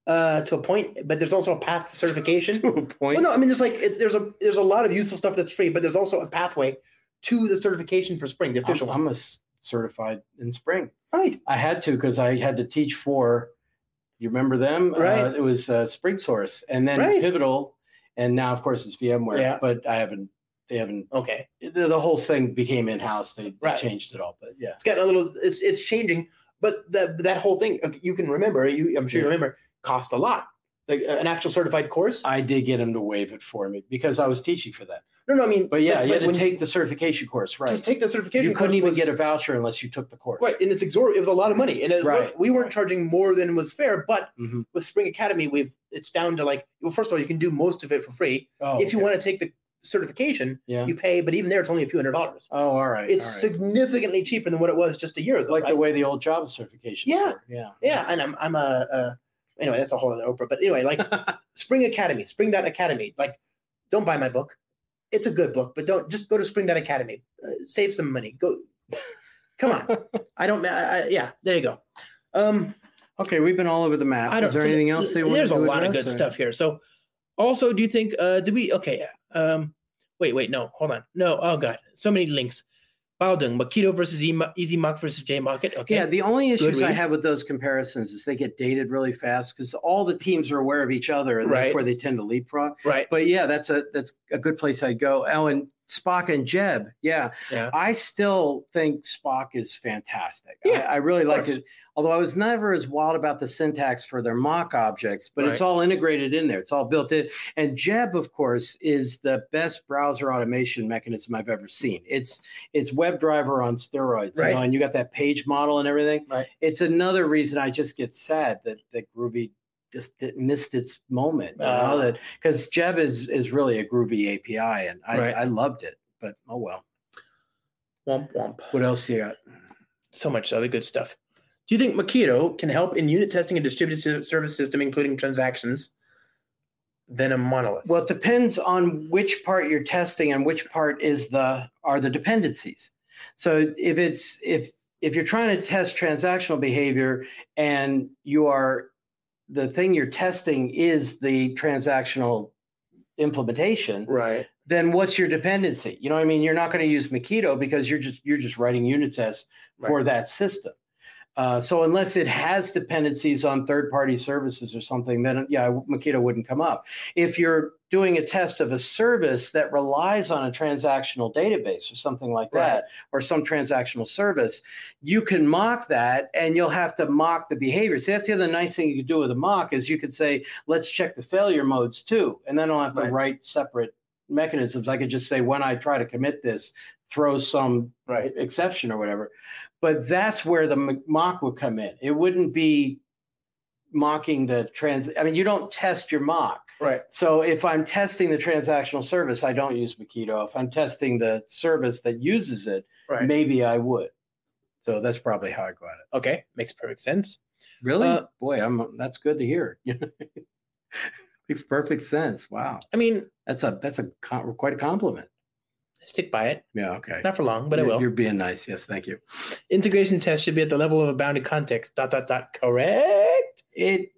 Speaker 2: uh, to a point, but there's also a path to certification.
Speaker 3: point
Speaker 2: Well, no, I mean, there's like it, there's a there's a lot of useful stuff that's free, but there's also a pathway to the certification for Spring, the
Speaker 3: I'm,
Speaker 2: official
Speaker 3: I'm a s- certified in spring
Speaker 2: one. Right.
Speaker 3: I had to because I had to teach for. You remember them?
Speaker 2: Right.
Speaker 3: Uh, it was uh, Spring Source, and then
Speaker 2: Right.
Speaker 3: Pivotal, and now of course it's VMware.
Speaker 2: Yeah.
Speaker 3: But I haven't. They haven't.
Speaker 2: Okay.
Speaker 3: The, the whole thing became in house. They
Speaker 2: Right.
Speaker 3: changed it all. But yeah.
Speaker 2: it's gotten a little it's it's changing but that that whole thing you can remember you i'm sure you
Speaker 3: Yeah. Uh,
Speaker 2: remember cost a lot like uh, an actual certified course?
Speaker 3: I did get him to waive it for me because I was teaching for that.
Speaker 2: No, no, I mean,
Speaker 3: But yeah,
Speaker 2: like- like
Speaker 3: you had to
Speaker 2: when
Speaker 3: take the certification course, right?
Speaker 2: just take the certification.
Speaker 3: You couldn't even
Speaker 2: get.
Speaker 3: get a voucher unless you took the course.
Speaker 2: Right, and it's exorbitant. It was a lot of money, and it was-
Speaker 3: Right.
Speaker 2: we weren't charging more than was fair. But
Speaker 3: Mhm.
Speaker 2: with Spring Academy, we've it's down to like well, first of all, you can do most of it for free
Speaker 3: Oh,
Speaker 2: if you
Speaker 3: okay.
Speaker 2: want to take the certification.
Speaker 3: Yeah.
Speaker 2: You pay, but even there, it's only a few hundred dollars.
Speaker 3: Oh, all right.
Speaker 2: It's
Speaker 3: all right.
Speaker 2: significantly cheaper than what it was just a year ago.
Speaker 3: like
Speaker 2: right?
Speaker 3: the way the old Java certifications.
Speaker 2: Yeah.
Speaker 3: were. yeah,
Speaker 2: yeah, and I'm I'm a, a anyway. That's a whole other Oprah. But anyway, like Spring Academy, Spring Dot Academy. Like, don't buy my book. It's a good book, but don't just go to Spring Dot Academy. Uh, save some money. Go. Come on. I don't. I, I, yeah. There you go. Um.
Speaker 3: Okay, we've been all over the map.
Speaker 2: I don't.
Speaker 3: Is there
Speaker 2: so
Speaker 3: anything
Speaker 2: th-
Speaker 3: else they
Speaker 2: th-
Speaker 3: want?
Speaker 2: There's
Speaker 3: to
Speaker 2: a lot of
Speaker 3: address,
Speaker 2: good
Speaker 3: or-
Speaker 2: stuff here. So, also, do you think? uh Do we? Okay. Um. Wait. Wait. No. Hold on. No. Oh God. So many links. Baldung, Makito versus E- Easy Mock versus J Market. Okay.
Speaker 3: Yeah, the only issues I
Speaker 2: read.
Speaker 3: have with those comparisons is they get dated really fast because all the teams are aware of each other, and
Speaker 2: Right.
Speaker 3: therefore they tend to leapfrog.
Speaker 2: right.
Speaker 3: But yeah, that's a that's a good place I'd go. Oh, and Spock and Jeb. Yeah,
Speaker 2: Yeah.
Speaker 3: I still think Spock is fantastic. I-
Speaker 2: Yeah,
Speaker 3: I, really
Speaker 2: of
Speaker 3: like
Speaker 2: course.
Speaker 3: it. Although I was never as wild about the syntax for their mock objects, but it's all integrated in there. It's all built in. And Jeb, of course, is the best browser automation mechanism I've ever seen. It's it's WebDriver on steroids, you
Speaker 2: Right.
Speaker 3: know, and you got that page model and everything.
Speaker 2: Right.
Speaker 3: It's another reason I just get sad that that Groovy just did- missed its moment. You know,
Speaker 2: Ah.
Speaker 3: that because Jeb is is really a groovy API, and I,
Speaker 2: Right.
Speaker 3: I loved it. But oh well.
Speaker 2: Womp womp.
Speaker 3: What else you got?
Speaker 2: so much other good stuff. Do you think Makito can help in unit testing a distributed ser- service system, including transactions, than a monolith?
Speaker 3: Well, it depends on which part you're testing and which part is the are the dependencies. So if it's if if you're trying to test transactional behavior and you are the thing you're testing is the transactional implementation,
Speaker 2: right.
Speaker 3: then what's your dependency? You know what I mean? You're not going to use Makito because you're just you're just writing unit tests for that system. Uh, so unless it has dependencies on third-party services or something, then yeah, Makito wouldn't come up. If you're doing a test of a service that relies on a transactional database or something like
Speaker 2: Right.
Speaker 3: that, or some transactional service, you can mock that, and you'll have to mock the behavior. See, that's the other nice thing you could do with a mock is you could say, let's check the failure modes too, and then I'll have to
Speaker 2: Right.
Speaker 3: write separate mechanisms. I could just say when I try to commit this, throw some
Speaker 2: Right.
Speaker 3: exception or whatever. But that's where the m- mock would come in. It wouldn't be mocking the trans. I mean, you don't test your mock.
Speaker 2: Right.
Speaker 3: So if I'm testing the transactional service, I don't use Makito. If I'm testing the service that uses it,
Speaker 2: Right.
Speaker 3: maybe I would. So that's probably how I go at it.
Speaker 2: Okay. Makes perfect sense.
Speaker 3: Really?
Speaker 2: Uh,
Speaker 3: Boy, I'm that's good to hear. Makes perfect sense. Wow,
Speaker 2: I mean,
Speaker 3: that's a that's a com- quite a compliment.
Speaker 2: I stick by it.
Speaker 3: Yeah. Okay.
Speaker 2: Not for long, but I
Speaker 3: You're-
Speaker 2: will.
Speaker 3: You're being nice. Yes. Thank you.
Speaker 2: Integration test should be at the level of a bounded context. Dot dot dot. Correct.
Speaker 3: it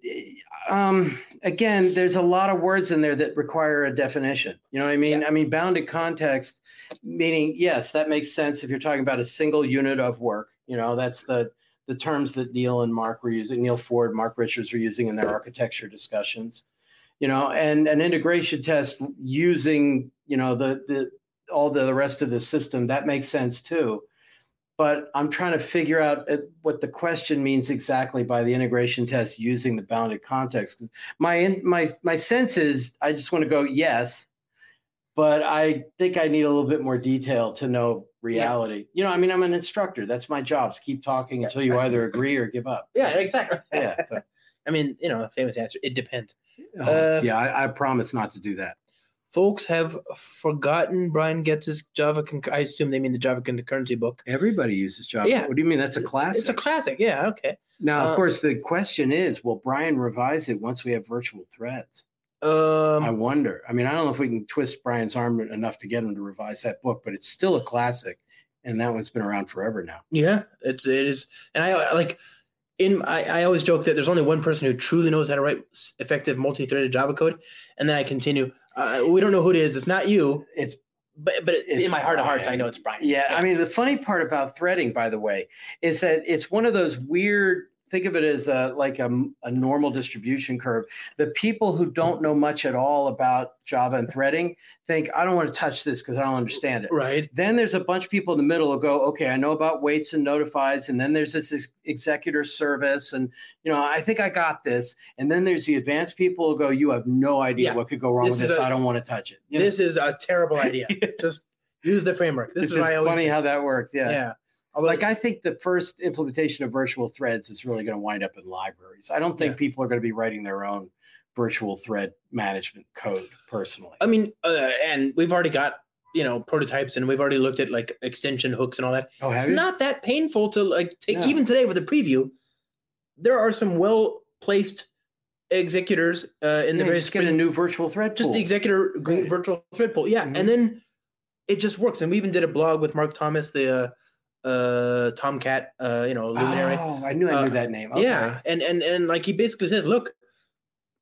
Speaker 3: um again there's a lot of words in there that require a definition you know what i mean i mean bounded context meaning yes that makes sense if you're talking about a single unit of work you know that's the the terms that neil and mark were using neil ford mark richards were using in their architecture discussions you know and an integration test using you know the the all the, the rest of the system that makes sense too but i'm trying to figure out uh, what the question means exactly by the integration test using the bounded context 'Cause my in, my my sense is i just want to go yes but i think i need a little bit more detail to know reality you know i mean i'm an instructor that's my job is keep talking until you either agree or give up
Speaker 2: Yeah. Exactly.
Speaker 3: yeah so-
Speaker 2: I mean, you know, a famous answer. It depends.
Speaker 3: Oh,
Speaker 2: Uh,
Speaker 3: yeah I, I promise not to do that
Speaker 2: Folks have forgotten Brian Getz's Java. Conc- I assume they mean the Java concurrency book.
Speaker 3: Everybody uses Java.
Speaker 2: Yeah.
Speaker 3: What do you mean? That's a classic.
Speaker 2: It's a classic. Yeah. Okay.
Speaker 3: now, of
Speaker 2: uh,
Speaker 3: course, the question is, will Brian revise it once we have virtual threads?
Speaker 2: Um.
Speaker 3: I wonder. I mean, I don't know if we can twist Brian's arm enough to get him to revise that book, but it's still a classic, and that one's been around forever now.
Speaker 2: Yeah, it's it is, and I I like in I, I always joke that there's only one person who truly knows how to write s- effective multi-threaded Java code, and then I continue. Uh, we don't know who it is. It's not you,
Speaker 3: It's
Speaker 2: but but
Speaker 3: It's
Speaker 2: in my heart of hearts, I
Speaker 3: Brian.
Speaker 2: know it's Brian.
Speaker 3: yeah. I mean, the funny part about threading, by the way, is that it's one of those weird think of it as a, like a, a normal distribution curve. The people who don't know much at all about Java and threading think, I don't want to touch this because I don't understand it.
Speaker 2: Right.
Speaker 3: Then there's a bunch of people in the middle who go, okay, I know about waits and notifies, and then there's this ex- executor service, and you know, I think I got this. And then there's the advanced people who go, you have no idea
Speaker 2: Yeah.
Speaker 3: what could go wrong
Speaker 2: This
Speaker 3: with
Speaker 2: is
Speaker 3: this.
Speaker 2: a-
Speaker 3: I I don't want to touch it. You know?
Speaker 2: This is a terrible idea. Just use the framework. This
Speaker 3: It's
Speaker 2: is what I
Speaker 3: just
Speaker 2: always
Speaker 3: funny
Speaker 2: say.
Speaker 3: how that worked. Yeah.
Speaker 2: yeah. Although,
Speaker 3: Like I think the first implementation of virtual threads is really going to wind up in libraries. I don't think
Speaker 2: Yeah.
Speaker 3: people are going to be writing their own virtual thread management code personally.
Speaker 2: I mean, uh, and we've already got you know prototypes, and we've already looked at like extension hooks and all that.
Speaker 3: oh,
Speaker 2: it's
Speaker 3: you?
Speaker 2: not that painful to like take
Speaker 3: No.
Speaker 2: even today with a preview there are some well placed executors uh, in
Speaker 3: Yeah,
Speaker 2: the
Speaker 3: you
Speaker 2: various
Speaker 3: just get a
Speaker 2: sprint-
Speaker 3: new virtual thread.
Speaker 2: just the
Speaker 3: pool.
Speaker 2: executor g-
Speaker 3: Right.
Speaker 2: virtual thread pool yeah
Speaker 3: Mhm.
Speaker 2: and then it just works and we even did a blog with mark thomas the uh, uh tomcat uh you know luminary
Speaker 3: Oh, I knew I knew
Speaker 2: Uh,
Speaker 3: that name. Okay.
Speaker 2: yeah and and and like he basically says look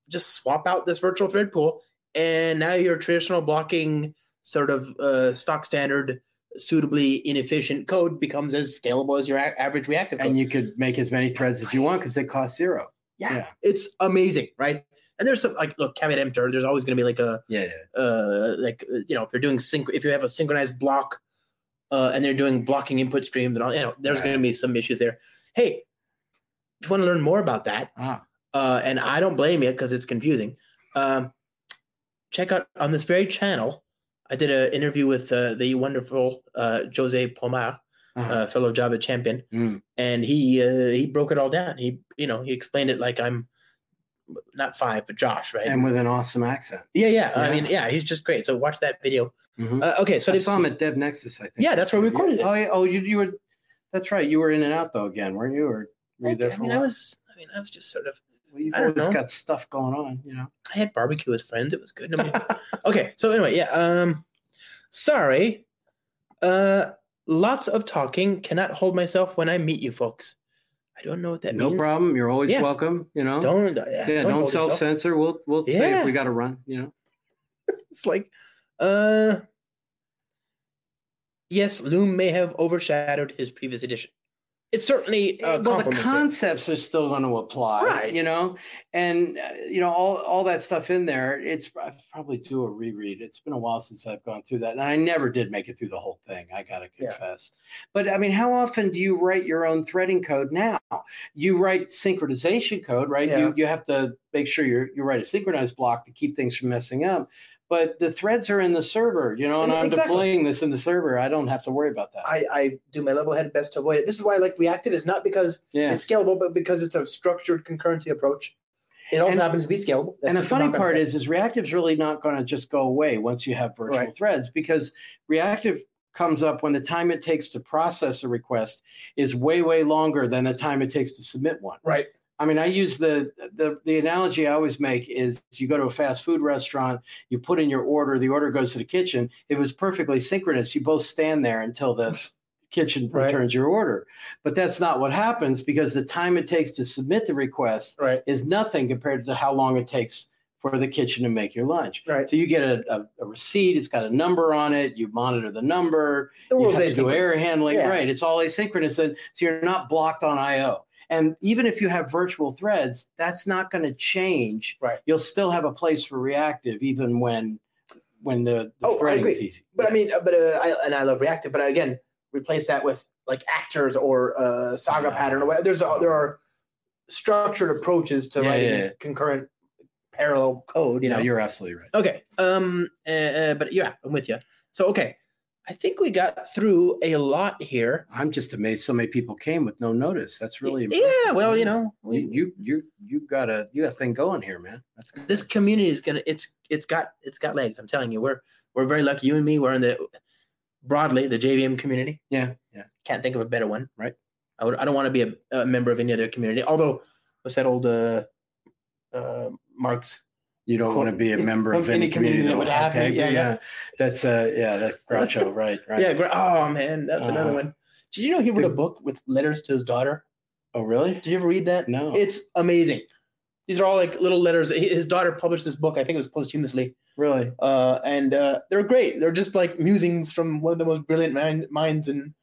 Speaker 2: just swap out this virtual thread pool and now your traditional blocking sort of uh, stock standard suitably inefficient code becomes as scalable as your a- average reactive code.
Speaker 3: And you could make as many threads as you want because they cost zero.
Speaker 2: yeah,
Speaker 3: yeah.
Speaker 2: it's amazing right and there's some like look caveat emptor there's always going to be like a
Speaker 3: Yeah, yeah.
Speaker 2: uh like uh, you know if you're doing sync if you have a synchronized block uh and they're doing blocking input streams and all you know there's
Speaker 3: Right.
Speaker 2: going to be some issues there hey if you want to learn more about that
Speaker 3: Ah,
Speaker 2: uh, and I don't blame you because it's confusing. Um, check out on this very channel. I did an interview with uh, the wonderful uh, Jose Pomar,
Speaker 3: uh-huh.
Speaker 2: uh, fellow Java champion,
Speaker 3: Mm.
Speaker 2: and he uh, he broke it all down. He you know he explained it like I'm not five, but Josh, right?
Speaker 3: and with an awesome accent.
Speaker 2: yeah, yeah, I
Speaker 3: Yeah.
Speaker 2: mean, yeah, he's just great. So watch that video.
Speaker 3: Mhm.
Speaker 2: Uh, okay, so
Speaker 3: I
Speaker 2: they've
Speaker 3: saw him at DevNexus, I think.
Speaker 2: Yeah, that's where we recorded it.
Speaker 3: Oh, yeah. oh, you, you were. That's right. You were in and out though again, weren't you? Or were you there
Speaker 2: I
Speaker 3: for
Speaker 2: mean,
Speaker 3: a
Speaker 2: I
Speaker 3: while?
Speaker 2: was I mean I was just sort of
Speaker 3: Well, you've
Speaker 2: I don't
Speaker 3: always
Speaker 2: know.
Speaker 3: got stuff going on, you know.
Speaker 2: I had barbecue with friends. It was good. Nobody- okay, so anyway, yeah. Um, sorry. Uh, lots of talking. Cannot hold myself when I meet you folks. I don't know what that
Speaker 3: no
Speaker 2: means.
Speaker 3: problem. You're always
Speaker 2: Yeah.
Speaker 3: welcome. You know.
Speaker 2: Don't.
Speaker 3: yeah. Don't,
Speaker 2: hold
Speaker 3: self
Speaker 2: yourself.
Speaker 3: censor. We'll we'll say
Speaker 2: Yeah.
Speaker 3: if we got to run. You know.
Speaker 2: It's like, uh, yes, Loom may have overshadowed his previous edition. It certainly uh,
Speaker 3: well, the
Speaker 2: complements it.
Speaker 3: concepts are still going to apply,
Speaker 2: Right.
Speaker 3: You know, and uh, you know all all that stuff in there. It's I probably do a reread. It's been a while since I've gone through that, and I never did make it through the whole thing. I got to
Speaker 2: Yeah.
Speaker 3: confess. But I mean, how often do you write your own threading code now? You write synchronization code, right?
Speaker 2: Yeah.
Speaker 3: You you have to make sure you you write a synchronized block to keep things from messing up. But the threads are in the server, you know, and I'm
Speaker 2: Exactly.
Speaker 3: deploying this in the server. I don't have to worry about that.
Speaker 2: I, I do my level headed best to avoid it. This is why I like reactive is not because
Speaker 3: yeah.
Speaker 2: it's scalable, but because it's a structured concurrency approach. It also
Speaker 3: And-
Speaker 2: happens to be scalable. That's
Speaker 3: and the
Speaker 2: just a
Speaker 3: funny
Speaker 2: knock-on
Speaker 3: part
Speaker 2: effect.
Speaker 3: is, is reactive's really not going to just go away once you have virtual
Speaker 2: Right.
Speaker 3: threads because reactive comes up when the time it takes to process a request is way way longer than the time it takes to submit one.
Speaker 2: right.
Speaker 3: I mean, I use the the the analogy I always make is you go to a fast food restaurant, you put in your order, the order goes to the kitchen. It was perfectly synchronous. You both stand there until the kitchen
Speaker 2: Right.
Speaker 3: returns your order. But that's not what happens because the time it takes to submit the request
Speaker 2: Right.
Speaker 3: is nothing compared to how long it takes for the kitchen to make your lunch.
Speaker 2: Right.
Speaker 3: So you get a, a, a receipt, it's got a number on it, you monitor the number,
Speaker 2: The
Speaker 3: you
Speaker 2: world's
Speaker 3: have to do error
Speaker 2: asynchronous.
Speaker 3: handling,
Speaker 2: Yeah.
Speaker 3: right? It's all asynchronous, and so you're not blocked on I/O. And even if you have virtual threads, that's not going to change.
Speaker 2: Right.
Speaker 3: You'll still have a place for reactive, even when when the, the
Speaker 2: Oh, I
Speaker 3: threading
Speaker 2: agree.
Speaker 3: is easy.
Speaker 2: But I mean, uh, but uh, I, and I love reactive. But again, replace that with like actors or uh, saga
Speaker 3: Yeah.
Speaker 2: pattern or whatever. There's a, there are structured approaches to
Speaker 3: Yeah,
Speaker 2: writing
Speaker 3: yeah, yeah.
Speaker 2: concurrent parallel code. You
Speaker 3: no,
Speaker 2: know.
Speaker 3: you're absolutely right.
Speaker 2: okay. Um. uh, uh, but yeah, I'm with you. So okay, I think we got through a lot here.
Speaker 3: I'm just amazed so many people came with no notice. That's really impressive.
Speaker 2: E-, yeah. Well, you know, we,
Speaker 3: you you you, you got a you got a thing going here, man. That's good.
Speaker 2: this community is gonna it's it's got it's got legs. I'm telling you, we're we're very lucky. You and me, we're in the broadly the JVM community.
Speaker 3: Yeah, yeah.
Speaker 2: Can't think of a better one,
Speaker 3: Right.
Speaker 2: I would. I don't want to be a, a member of any other community. Although, what's that old uh, uh, Marx?
Speaker 3: You don't
Speaker 2: Cool.
Speaker 3: want to be a member
Speaker 2: Of
Speaker 3: of, any, community, that would have
Speaker 2: me,
Speaker 3: okay,
Speaker 2: yeah,
Speaker 3: yeah,
Speaker 2: yeah.
Speaker 3: That's uh yeah, that's Groucho, right, right.
Speaker 2: Yeah. gra- Oh man, that's another
Speaker 3: Uh,
Speaker 2: one. Did you know he wrote a
Speaker 3: the-
Speaker 2: book with letters to his daughter?
Speaker 3: Oh really?
Speaker 2: Did you ever read that?
Speaker 3: No.
Speaker 2: It's amazing. These are all like little letters. Hi- His daughter published this book. I think it was posthumously.
Speaker 3: really?
Speaker 2: uh, and uh, they're great. They're just like musings from one of the most brilliant mind- minds in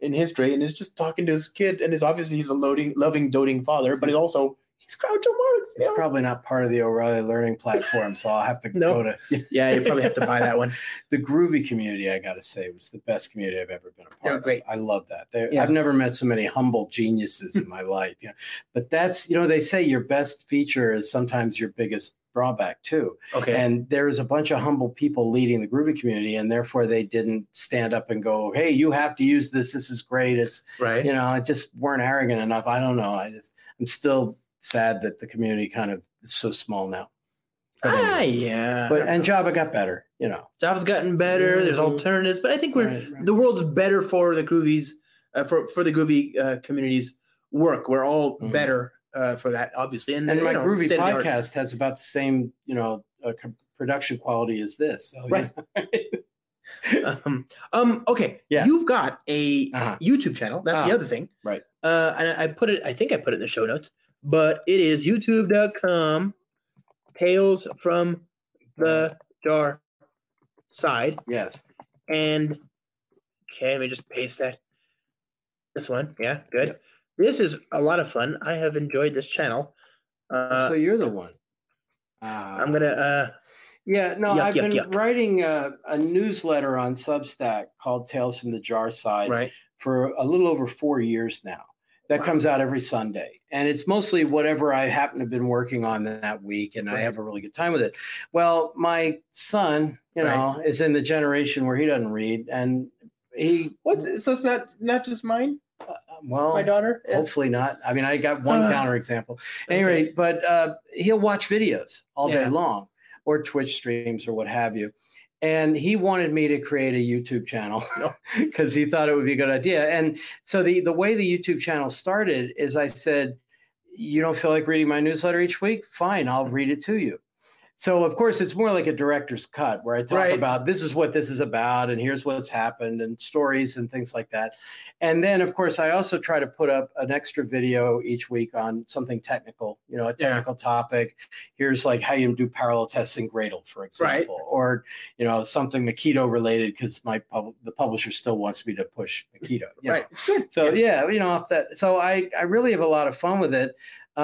Speaker 2: in history and is just talking to his kid and is obviously he's a loading, loving, doting father, but he's also he's Groucho Marx.
Speaker 3: It's
Speaker 2: you know?
Speaker 3: probably not part of the O'Reilly Learning platform, so I'll have to
Speaker 2: No.
Speaker 3: go to
Speaker 2: yeah, you probably have to buy that one.
Speaker 3: the Groovy community. I got to say, was the best community I've ever been a part
Speaker 2: They're
Speaker 3: of.
Speaker 2: great.
Speaker 3: I love that. They're-
Speaker 2: Yeah.
Speaker 3: I've never met so many humble geniuses in my life. You know? But that's you know they say your best feature is sometimes your biggest drawback too.
Speaker 2: Okay.
Speaker 3: And there was a bunch of humble people leading the Groovy community, and therefore they didn't stand up and go, "Hey, you have to use this. This is great. It's
Speaker 2: right.
Speaker 3: you know, I just weren't arrogant enough. I don't know. I just I'm still sad that the community kind of is so small now. But, anyway.
Speaker 2: ah, yeah.
Speaker 3: but and Java got better, you know.
Speaker 2: job's gotten better. There's
Speaker 3: Mhm.
Speaker 2: alternatives, but I think we're
Speaker 3: Right, right.
Speaker 2: the world's better for the groovies, uh, for for the groovy uh, communities work. We're all
Speaker 3: Mhm.
Speaker 2: better uh, for that, obviously. And,
Speaker 3: And
Speaker 2: you
Speaker 3: my
Speaker 2: know,
Speaker 3: Groovy
Speaker 2: state of the art.
Speaker 3: podcast has about the same, you know, uh, co- production quality as this. So,
Speaker 2: Right. um, um, okay,
Speaker 3: Yeah.
Speaker 2: you've got a
Speaker 3: Uh-huh.
Speaker 2: YouTube channel. That's the
Speaker 3: Ah,
Speaker 2: other thing,
Speaker 3: right.
Speaker 2: Uh, and I I put it. I think I put it in the show notes, but it is YouTube.com. Tales from the Jar Side,
Speaker 3: Yes.
Speaker 2: and okay, let me just paste that. This one, yeah, good. This is a lot of fun. I have enjoyed this channel. Uh,
Speaker 3: so you're the one. Uh,
Speaker 2: I'm gonna. Uh,
Speaker 3: Yeah, no,
Speaker 2: Yuck,
Speaker 3: I've
Speaker 2: yuck,
Speaker 3: been
Speaker 2: yuck.
Speaker 3: writing a, a newsletter on Substack called Tales from the Jar Side
Speaker 2: right.
Speaker 3: for a little over four years now. That
Speaker 2: Wow.
Speaker 3: comes out every Sunday. And it's mostly whatever I happen to have been working on that week, and I
Speaker 2: Right.
Speaker 3: have a really good time with it. Well, my son, you know, is in the generation where he doesn't read, and he,
Speaker 2: What's so? It's not not just mine.
Speaker 3: well,
Speaker 2: My daughter.
Speaker 3: hopefully not. I mean, I got one
Speaker 2: Uh,
Speaker 3: counter example. Oh, Anyway, but uh, he'll watch videos all day
Speaker 2: Yeah.
Speaker 3: long or Twitch streams or what have you. And he wanted me to create a YouTube channel because he thought it would be a good idea. And so the the way the YouTube channel started is I said, "You don't feel like reading my newsletter each week? Fine,
Speaker 2: Mm-hmm.
Speaker 3: I'll read it to you." So of course it's more like a director's cut where I talk
Speaker 2: Right.
Speaker 3: about this is what this is about and here's what's happened and stories and things like that. And then, of course, I also try to put up an extra video each week on something technical, you know, a
Speaker 2: Yeah.
Speaker 3: technical topic. Here's like how you do parallel tests in Gradle, for example, or, you know, something Makito related because my pub- the publisher still wants me to push Makito. you know.
Speaker 2: Right. It's good.
Speaker 3: So yeah, you know, off that. So I, I really have a lot of fun with it.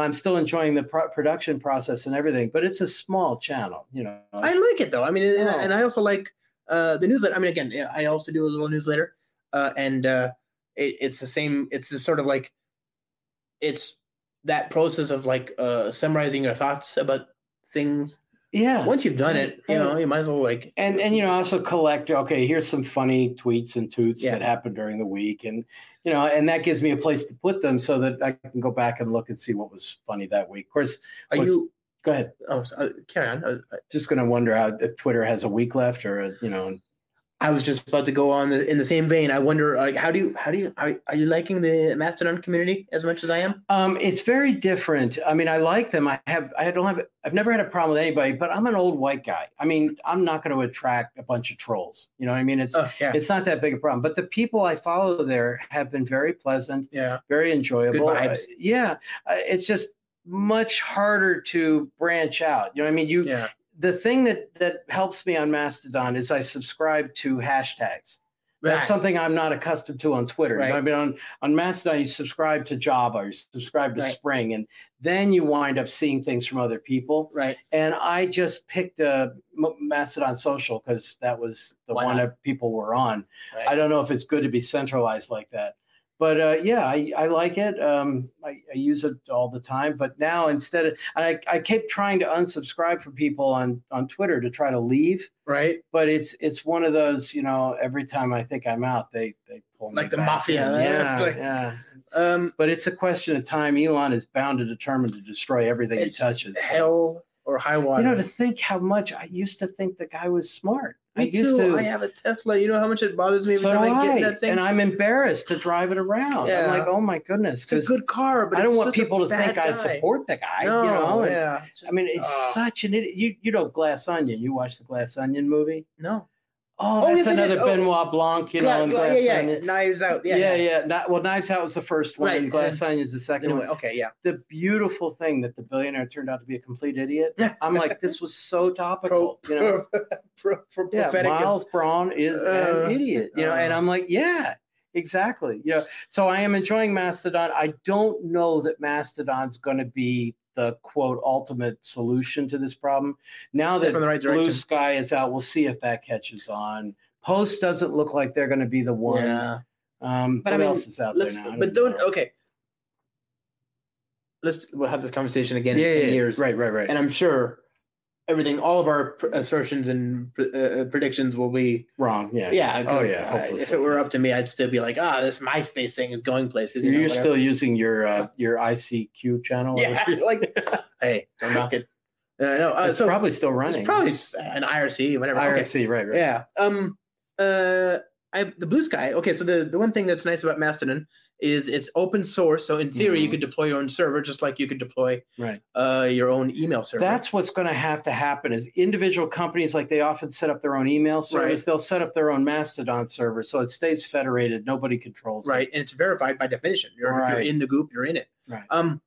Speaker 3: I'm still enjoying the pro- production process and everything, but it's a small channel, you know.
Speaker 2: I like it though. I mean, and,
Speaker 3: Oh.
Speaker 2: and I also like uh, the newsletter. I mean, again, yeah, I also do a little newsletter, uh, and uh, it, it's the same. It's this sort of like it's that process of like uh, summarizing your thoughts about things.
Speaker 3: yeah.
Speaker 2: Once you've done it, you know, you might as well like
Speaker 3: and and you know I also collect okay here's some funny tweets and toots
Speaker 2: Yeah.
Speaker 3: that happened during the week and you know and that gives me a place to put them so that i can go back and look and see what was funny that week of course
Speaker 2: are
Speaker 3: what's-
Speaker 2: you?
Speaker 3: go ahead
Speaker 2: Oh, so- uh, carry on. Uh,
Speaker 3: just going to wonder how if twitter has a week left or you know
Speaker 2: I was just about to go on the, in the same vein. I wonder, like, how do you, how do you, are, are you liking the Mastodon community as much as I am?
Speaker 3: um it's very different i mean i like them i have i don't have i've never had a problem with anybody but i'm an old white guy i mean i'm not going to attract a bunch of trolls you know what i mean it's
Speaker 2: Oh yeah,
Speaker 3: it's not that big a problem but the people i follow there have been very pleasant
Speaker 2: yeah,
Speaker 3: very enjoyable.
Speaker 2: vibes.
Speaker 3: Uh, yeah, uh, it's just much harder to branch out. You know, what I mean, you
Speaker 2: yeah.
Speaker 3: the thing that that helps me on Mastodon is I subscribe to hashtags. That's
Speaker 2: Right.
Speaker 3: something I'm not accustomed to on Twitter. You know,
Speaker 2: Right.
Speaker 3: I mean, on on Mastodon, you subscribe to Java, you subscribe to
Speaker 2: Right.
Speaker 3: Spring, and then you wind up seeing things from other people.
Speaker 2: right.
Speaker 3: And I just picked a M- Mastodon Social because that was the
Speaker 2: Why
Speaker 3: one
Speaker 2: not?
Speaker 3: that people were on.
Speaker 2: right.
Speaker 3: I don't know if it's good to be centralized like that. But uh, yeah, I, I like it. Um, I, I use it all the time. But now instead of, and I, I kept trying to unsubscribe from people on, on Twitter to try to leave.
Speaker 2: right.
Speaker 3: But it's it's one of those, you know, every time I think I'm out, they, they pull me
Speaker 2: Like the
Speaker 3: back
Speaker 2: mafia,
Speaker 3: in.
Speaker 2: eh?
Speaker 3: Yeah,
Speaker 2: Like-
Speaker 3: yeah.
Speaker 2: Um,
Speaker 3: But it's a question of time. Elon is bound to determine to destroy everything
Speaker 2: It's
Speaker 3: he touches. So-
Speaker 2: hell or high water.
Speaker 3: You know, to think how much I used to think the guy was smart.
Speaker 2: me
Speaker 3: I used
Speaker 2: too.
Speaker 3: to.
Speaker 2: I have a Tesla. You know how much it bothers me every
Speaker 3: So
Speaker 2: time I,
Speaker 3: do
Speaker 2: get in
Speaker 3: I.
Speaker 2: that thing.
Speaker 3: And I'm embarrassed to drive it around.
Speaker 2: Yeah.
Speaker 3: I'm like, oh my goodness.
Speaker 2: it's a
Speaker 3: 'cause
Speaker 2: good car, but
Speaker 3: I don't
Speaker 2: it's
Speaker 3: want
Speaker 2: such a
Speaker 3: people to think
Speaker 2: bad
Speaker 3: I
Speaker 2: guy.
Speaker 3: support the guy.
Speaker 2: No,
Speaker 3: you know? and-
Speaker 2: yeah. It's
Speaker 3: I
Speaker 2: just-
Speaker 3: mean, it's
Speaker 2: oh,
Speaker 3: such an idiot. You, you know, Glass Onion. You watch the Glass Onion movie?
Speaker 2: no.
Speaker 3: Oh,
Speaker 2: Oh,
Speaker 3: that's
Speaker 2: yes, I did.
Speaker 3: another
Speaker 2: Oh.
Speaker 3: Benoit Blanc, you
Speaker 2: Gla-
Speaker 3: know, and
Speaker 2: gla-
Speaker 3: Glass
Speaker 2: yeah, yeah.
Speaker 3: Onion.
Speaker 2: Knives out. Yeah, yeah.
Speaker 3: Not, well, Knives Out was the first one,
Speaker 2: Right,
Speaker 3: and
Speaker 2: and
Speaker 3: Glass Onion's the second
Speaker 2: Anyway, oh.
Speaker 3: one.
Speaker 2: okay, yeah.
Speaker 3: The beautiful thing that the billionaire turned out to be a complete idiot. I'm like, this was so
Speaker 2: Pro,
Speaker 3: topical. you know?
Speaker 2: pro, pro, pro,
Speaker 3: yeah,
Speaker 2: prophetic is-
Speaker 3: Miles Brown is
Speaker 2: Uh,
Speaker 3: an idiot, you know, and
Speaker 2: uh.
Speaker 3: I'm like, yeah, exactly. You know, so I am enjoying Mastodon. I don't know that Mastodon's going to be the quote ultimate solution to this problem. Now
Speaker 2: Step
Speaker 3: that
Speaker 2: in the right
Speaker 3: Blue
Speaker 2: direction.
Speaker 3: Sky is out, we'll see if that catches on. Post doesn't look like they're going to be the one.
Speaker 2: Yeah.
Speaker 3: Um,
Speaker 2: But
Speaker 3: what
Speaker 2: I mean,
Speaker 3: else is out
Speaker 2: Let's,
Speaker 3: there now? I
Speaker 2: but
Speaker 3: know.
Speaker 2: don't. Okay. Let's. We'll have this conversation again
Speaker 3: yeah,
Speaker 2: in ten
Speaker 3: yeah,
Speaker 2: years,
Speaker 3: Right, right, right,
Speaker 2: and I'm sure everything, all of our pr- assertions and pr- uh, predictions will be.
Speaker 3: wrong. Yeah,
Speaker 2: Yeah. 'cause,
Speaker 3: Oh yeah,
Speaker 2: uh,
Speaker 3: hopelessly.
Speaker 2: if it were up to me, I'd still be like, ah, this MySpace thing is going places. You
Speaker 3: You're
Speaker 2: know, whatever.
Speaker 3: still using your uh, your ICQ channel.
Speaker 2: Yeah. like, hey, don't knock it. Uh, no. Uh,
Speaker 3: it's
Speaker 2: so
Speaker 3: probably still running.
Speaker 2: it's probably just an IRC, whatever. Okay.
Speaker 3: IRC, right, right.
Speaker 2: Yeah. Um. Uh. I the blue sky. Okay. So the the one thing that's nice about Mastodon is it's open source. So in theory, you
Speaker 3: Mhm.
Speaker 2: could deploy your own server, just like you could deploy
Speaker 3: Right.
Speaker 2: uh your own email server.
Speaker 3: That's what's going to have to happen is individual companies like they often set up their own email service.
Speaker 2: Right.
Speaker 3: They'll set up their own Mastodon server, so it stays federated. Nobody controls
Speaker 2: right, and it's verified by definition. You're, If you're
Speaker 3: Right.
Speaker 2: in the group, you're in it.
Speaker 3: Right.
Speaker 2: Um.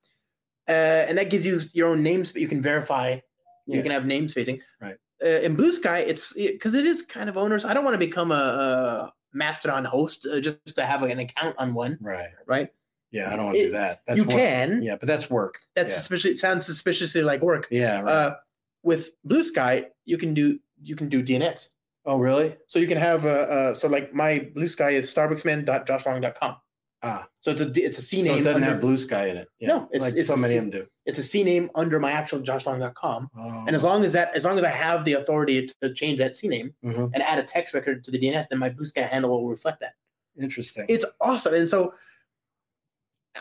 Speaker 2: Uh, and that gives you your own names, but you can verify.
Speaker 3: Yeah.
Speaker 2: You can have name spacing.
Speaker 3: Right.
Speaker 2: Uh, in Blue Sky, it's because it is kind of owners. I don't want to become a, a Mastodon host uh, just to have an account on one,
Speaker 3: it. Right.
Speaker 2: right?
Speaker 3: Yeah, I don't want to
Speaker 2: It-
Speaker 3: do that. That's
Speaker 2: you
Speaker 3: work.
Speaker 2: can.
Speaker 3: Yeah, but that's work.
Speaker 2: That's
Speaker 3: yeah.
Speaker 2: suspicious. It sounds suspiciously like work.
Speaker 3: Yeah, right.
Speaker 2: Uh, with Blue Sky, you can do you can do DNS.
Speaker 3: oh, really?
Speaker 2: So you can have uh, uh so like my Blue Sky is starbucksman.joshlong.com.
Speaker 3: Ah,
Speaker 2: So it's a d- it's a
Speaker 3: so
Speaker 2: C name.
Speaker 3: it doesn't
Speaker 2: under,
Speaker 3: have blue sky in it. Yeah,
Speaker 2: No, it's-
Speaker 3: like
Speaker 2: it's
Speaker 3: so
Speaker 2: a
Speaker 3: many
Speaker 2: C-
Speaker 3: of them do.
Speaker 2: it's a C name under my actual joshlong.com.
Speaker 3: Oh.
Speaker 2: And as long as that as long as I have the authority to change that C name
Speaker 3: Mhm.
Speaker 2: and add a text record to the DNS, then my Blue Sky handle will reflect that.
Speaker 3: interesting,
Speaker 2: It's awesome. And so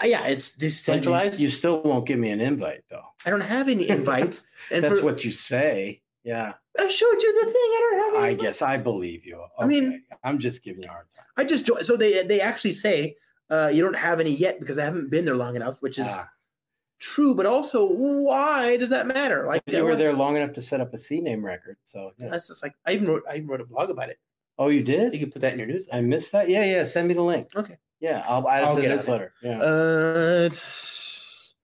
Speaker 2: uh, yeah, it's
Speaker 3: But you-
Speaker 2: decentralized.
Speaker 3: You, still won't give me an invite though.
Speaker 2: I don't have any invites. And
Speaker 3: that's
Speaker 2: for,
Speaker 3: what you say. Yeah,
Speaker 2: I showed you the thing. I don't have any
Speaker 3: I
Speaker 2: invites.
Speaker 3: guess I believe you. Okay.
Speaker 2: I mean-
Speaker 3: I'm just giving you a hard time.
Speaker 2: I just joined. So they they actually say uh, you don't have any yet because I haven't been there long enough, which is
Speaker 3: Ah,
Speaker 2: true. But also, why does that matter? Like
Speaker 3: you were
Speaker 2: what-
Speaker 3: there long enough to set up a C name record. So, yeah.
Speaker 2: That's just like I even wrote I even wrote a blog about it.
Speaker 3: oh, you
Speaker 2: You
Speaker 3: did?
Speaker 2: could put that in your newsletter.
Speaker 3: I missed that. Yeah, yeah. Send me the link.
Speaker 2: Okay.
Speaker 3: Yeah, I'll add it
Speaker 2: I'll
Speaker 3: to the
Speaker 2: get on it.
Speaker 3: newsletter. Yeah.
Speaker 2: Uh, it's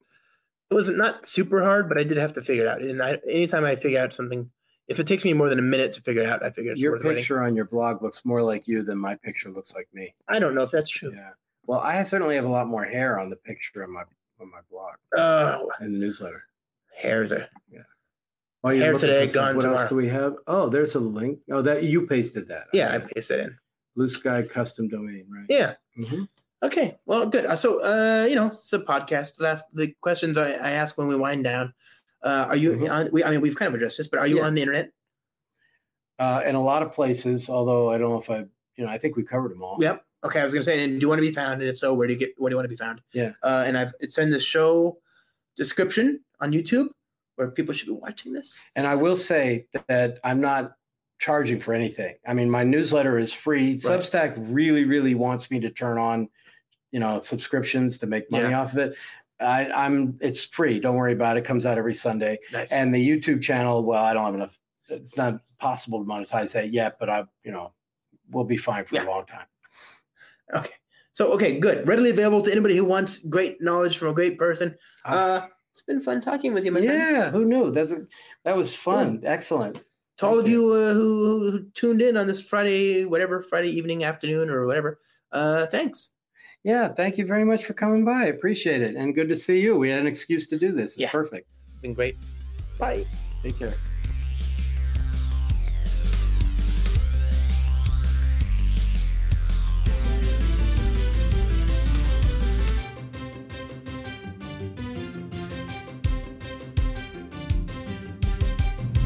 Speaker 2: it was not super hard, but I did have to figure it out. And I, anytime I figure out something, if it takes me more than a minute to figure it out, I figure it's
Speaker 3: Your
Speaker 2: worth waiting.
Speaker 3: picture on your blog looks more like you than my picture looks like me.
Speaker 2: I don't know if that's true.
Speaker 3: Yeah. Well, I certainly have a lot more hair on the picture on my on my blog
Speaker 2: Oh,
Speaker 3: and the newsletter.
Speaker 2: hairs are
Speaker 3: While you're
Speaker 2: Hair
Speaker 3: looking
Speaker 2: today,
Speaker 3: for some-
Speaker 2: gone
Speaker 3: What else
Speaker 2: tomorrow.
Speaker 3: do we have? Oh, there's a link. Oh, that you pasted that.
Speaker 2: yeah. I
Speaker 3: Okay.
Speaker 2: paste that in.
Speaker 3: Blue Sky Custom Domain, right?
Speaker 2: Yeah.
Speaker 3: Mhm.
Speaker 2: Okay, well, good. Uh, So, uh, you know, it's a podcast. Last the questions I, I ask when we wind down. Uh, are you?
Speaker 3: Mhm.
Speaker 2: On, we, I mean, we've kind of addressed this, but are you
Speaker 3: Yeah.
Speaker 2: on the internet?
Speaker 3: Uh, in a lot of places, although I don't know if I, you know, I think we covered them all.
Speaker 2: Yep. Okay, I was gonna say, and do you want to be found? And if so, where do you get? Where do you want to be found?
Speaker 3: Yeah.
Speaker 2: Uh, and I've it's in the show description on YouTube where people should be watching this.
Speaker 3: And I will say that I'm not charging for anything. I mean, my newsletter is free. Substack really, really wants me to turn on, you know, subscriptions to make money off of it. I, I'm it's free. Don't worry about it. It comes out every Sunday.
Speaker 2: Nice.
Speaker 3: And the YouTube channel, well, I don't have enough. It's not possible to monetize that yet, but I, you know, we'll be fine for
Speaker 2: Yeah.
Speaker 3: a long time.
Speaker 2: okay. So okay, good. Readily available to anybody who wants great knowledge from a great person.
Speaker 3: Ah.
Speaker 2: Uh, it's been fun talking with you, my friend.
Speaker 3: Yeah, who knew? That's a, that was fun. Excellent.
Speaker 2: to all of
Speaker 3: Thank
Speaker 2: you uh, who, who tuned in on this Friday, whatever Friday evening, afternoon, or whatever. Uh, thanks.
Speaker 3: Yeah, thank you very much for coming by. Appreciate it. And good to see you. We had an excuse to do this. It's
Speaker 2: Yeah.
Speaker 3: perfect.
Speaker 2: It's been great. Bye.
Speaker 3: Take care.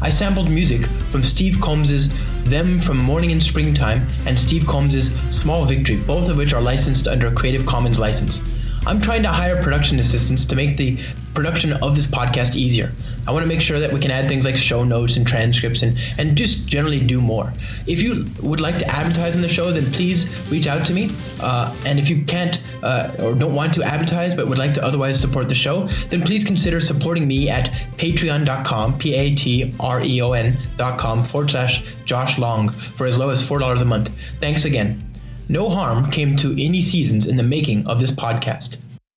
Speaker 4: I sampled music from Steve Combs's Them from Morning in Springtime and Steve Combs's Small Victory, both of which are licensed under a Creative Commons license. I'm trying to hire production assistants to make the production of this podcast easier. I want to make sure that we can add things like show notes and transcripts and, and just generally do more. If you would like to advertise on the show, then please reach out to me. Uh, and if you can't uh, or don't want to advertise but would like to otherwise support the show, then please consider supporting me at patreon.com, P A T R E O N.com forward slash Josh Long for as low as $4 a month. Thanks again. No harm came to any seasons in the making of this podcast.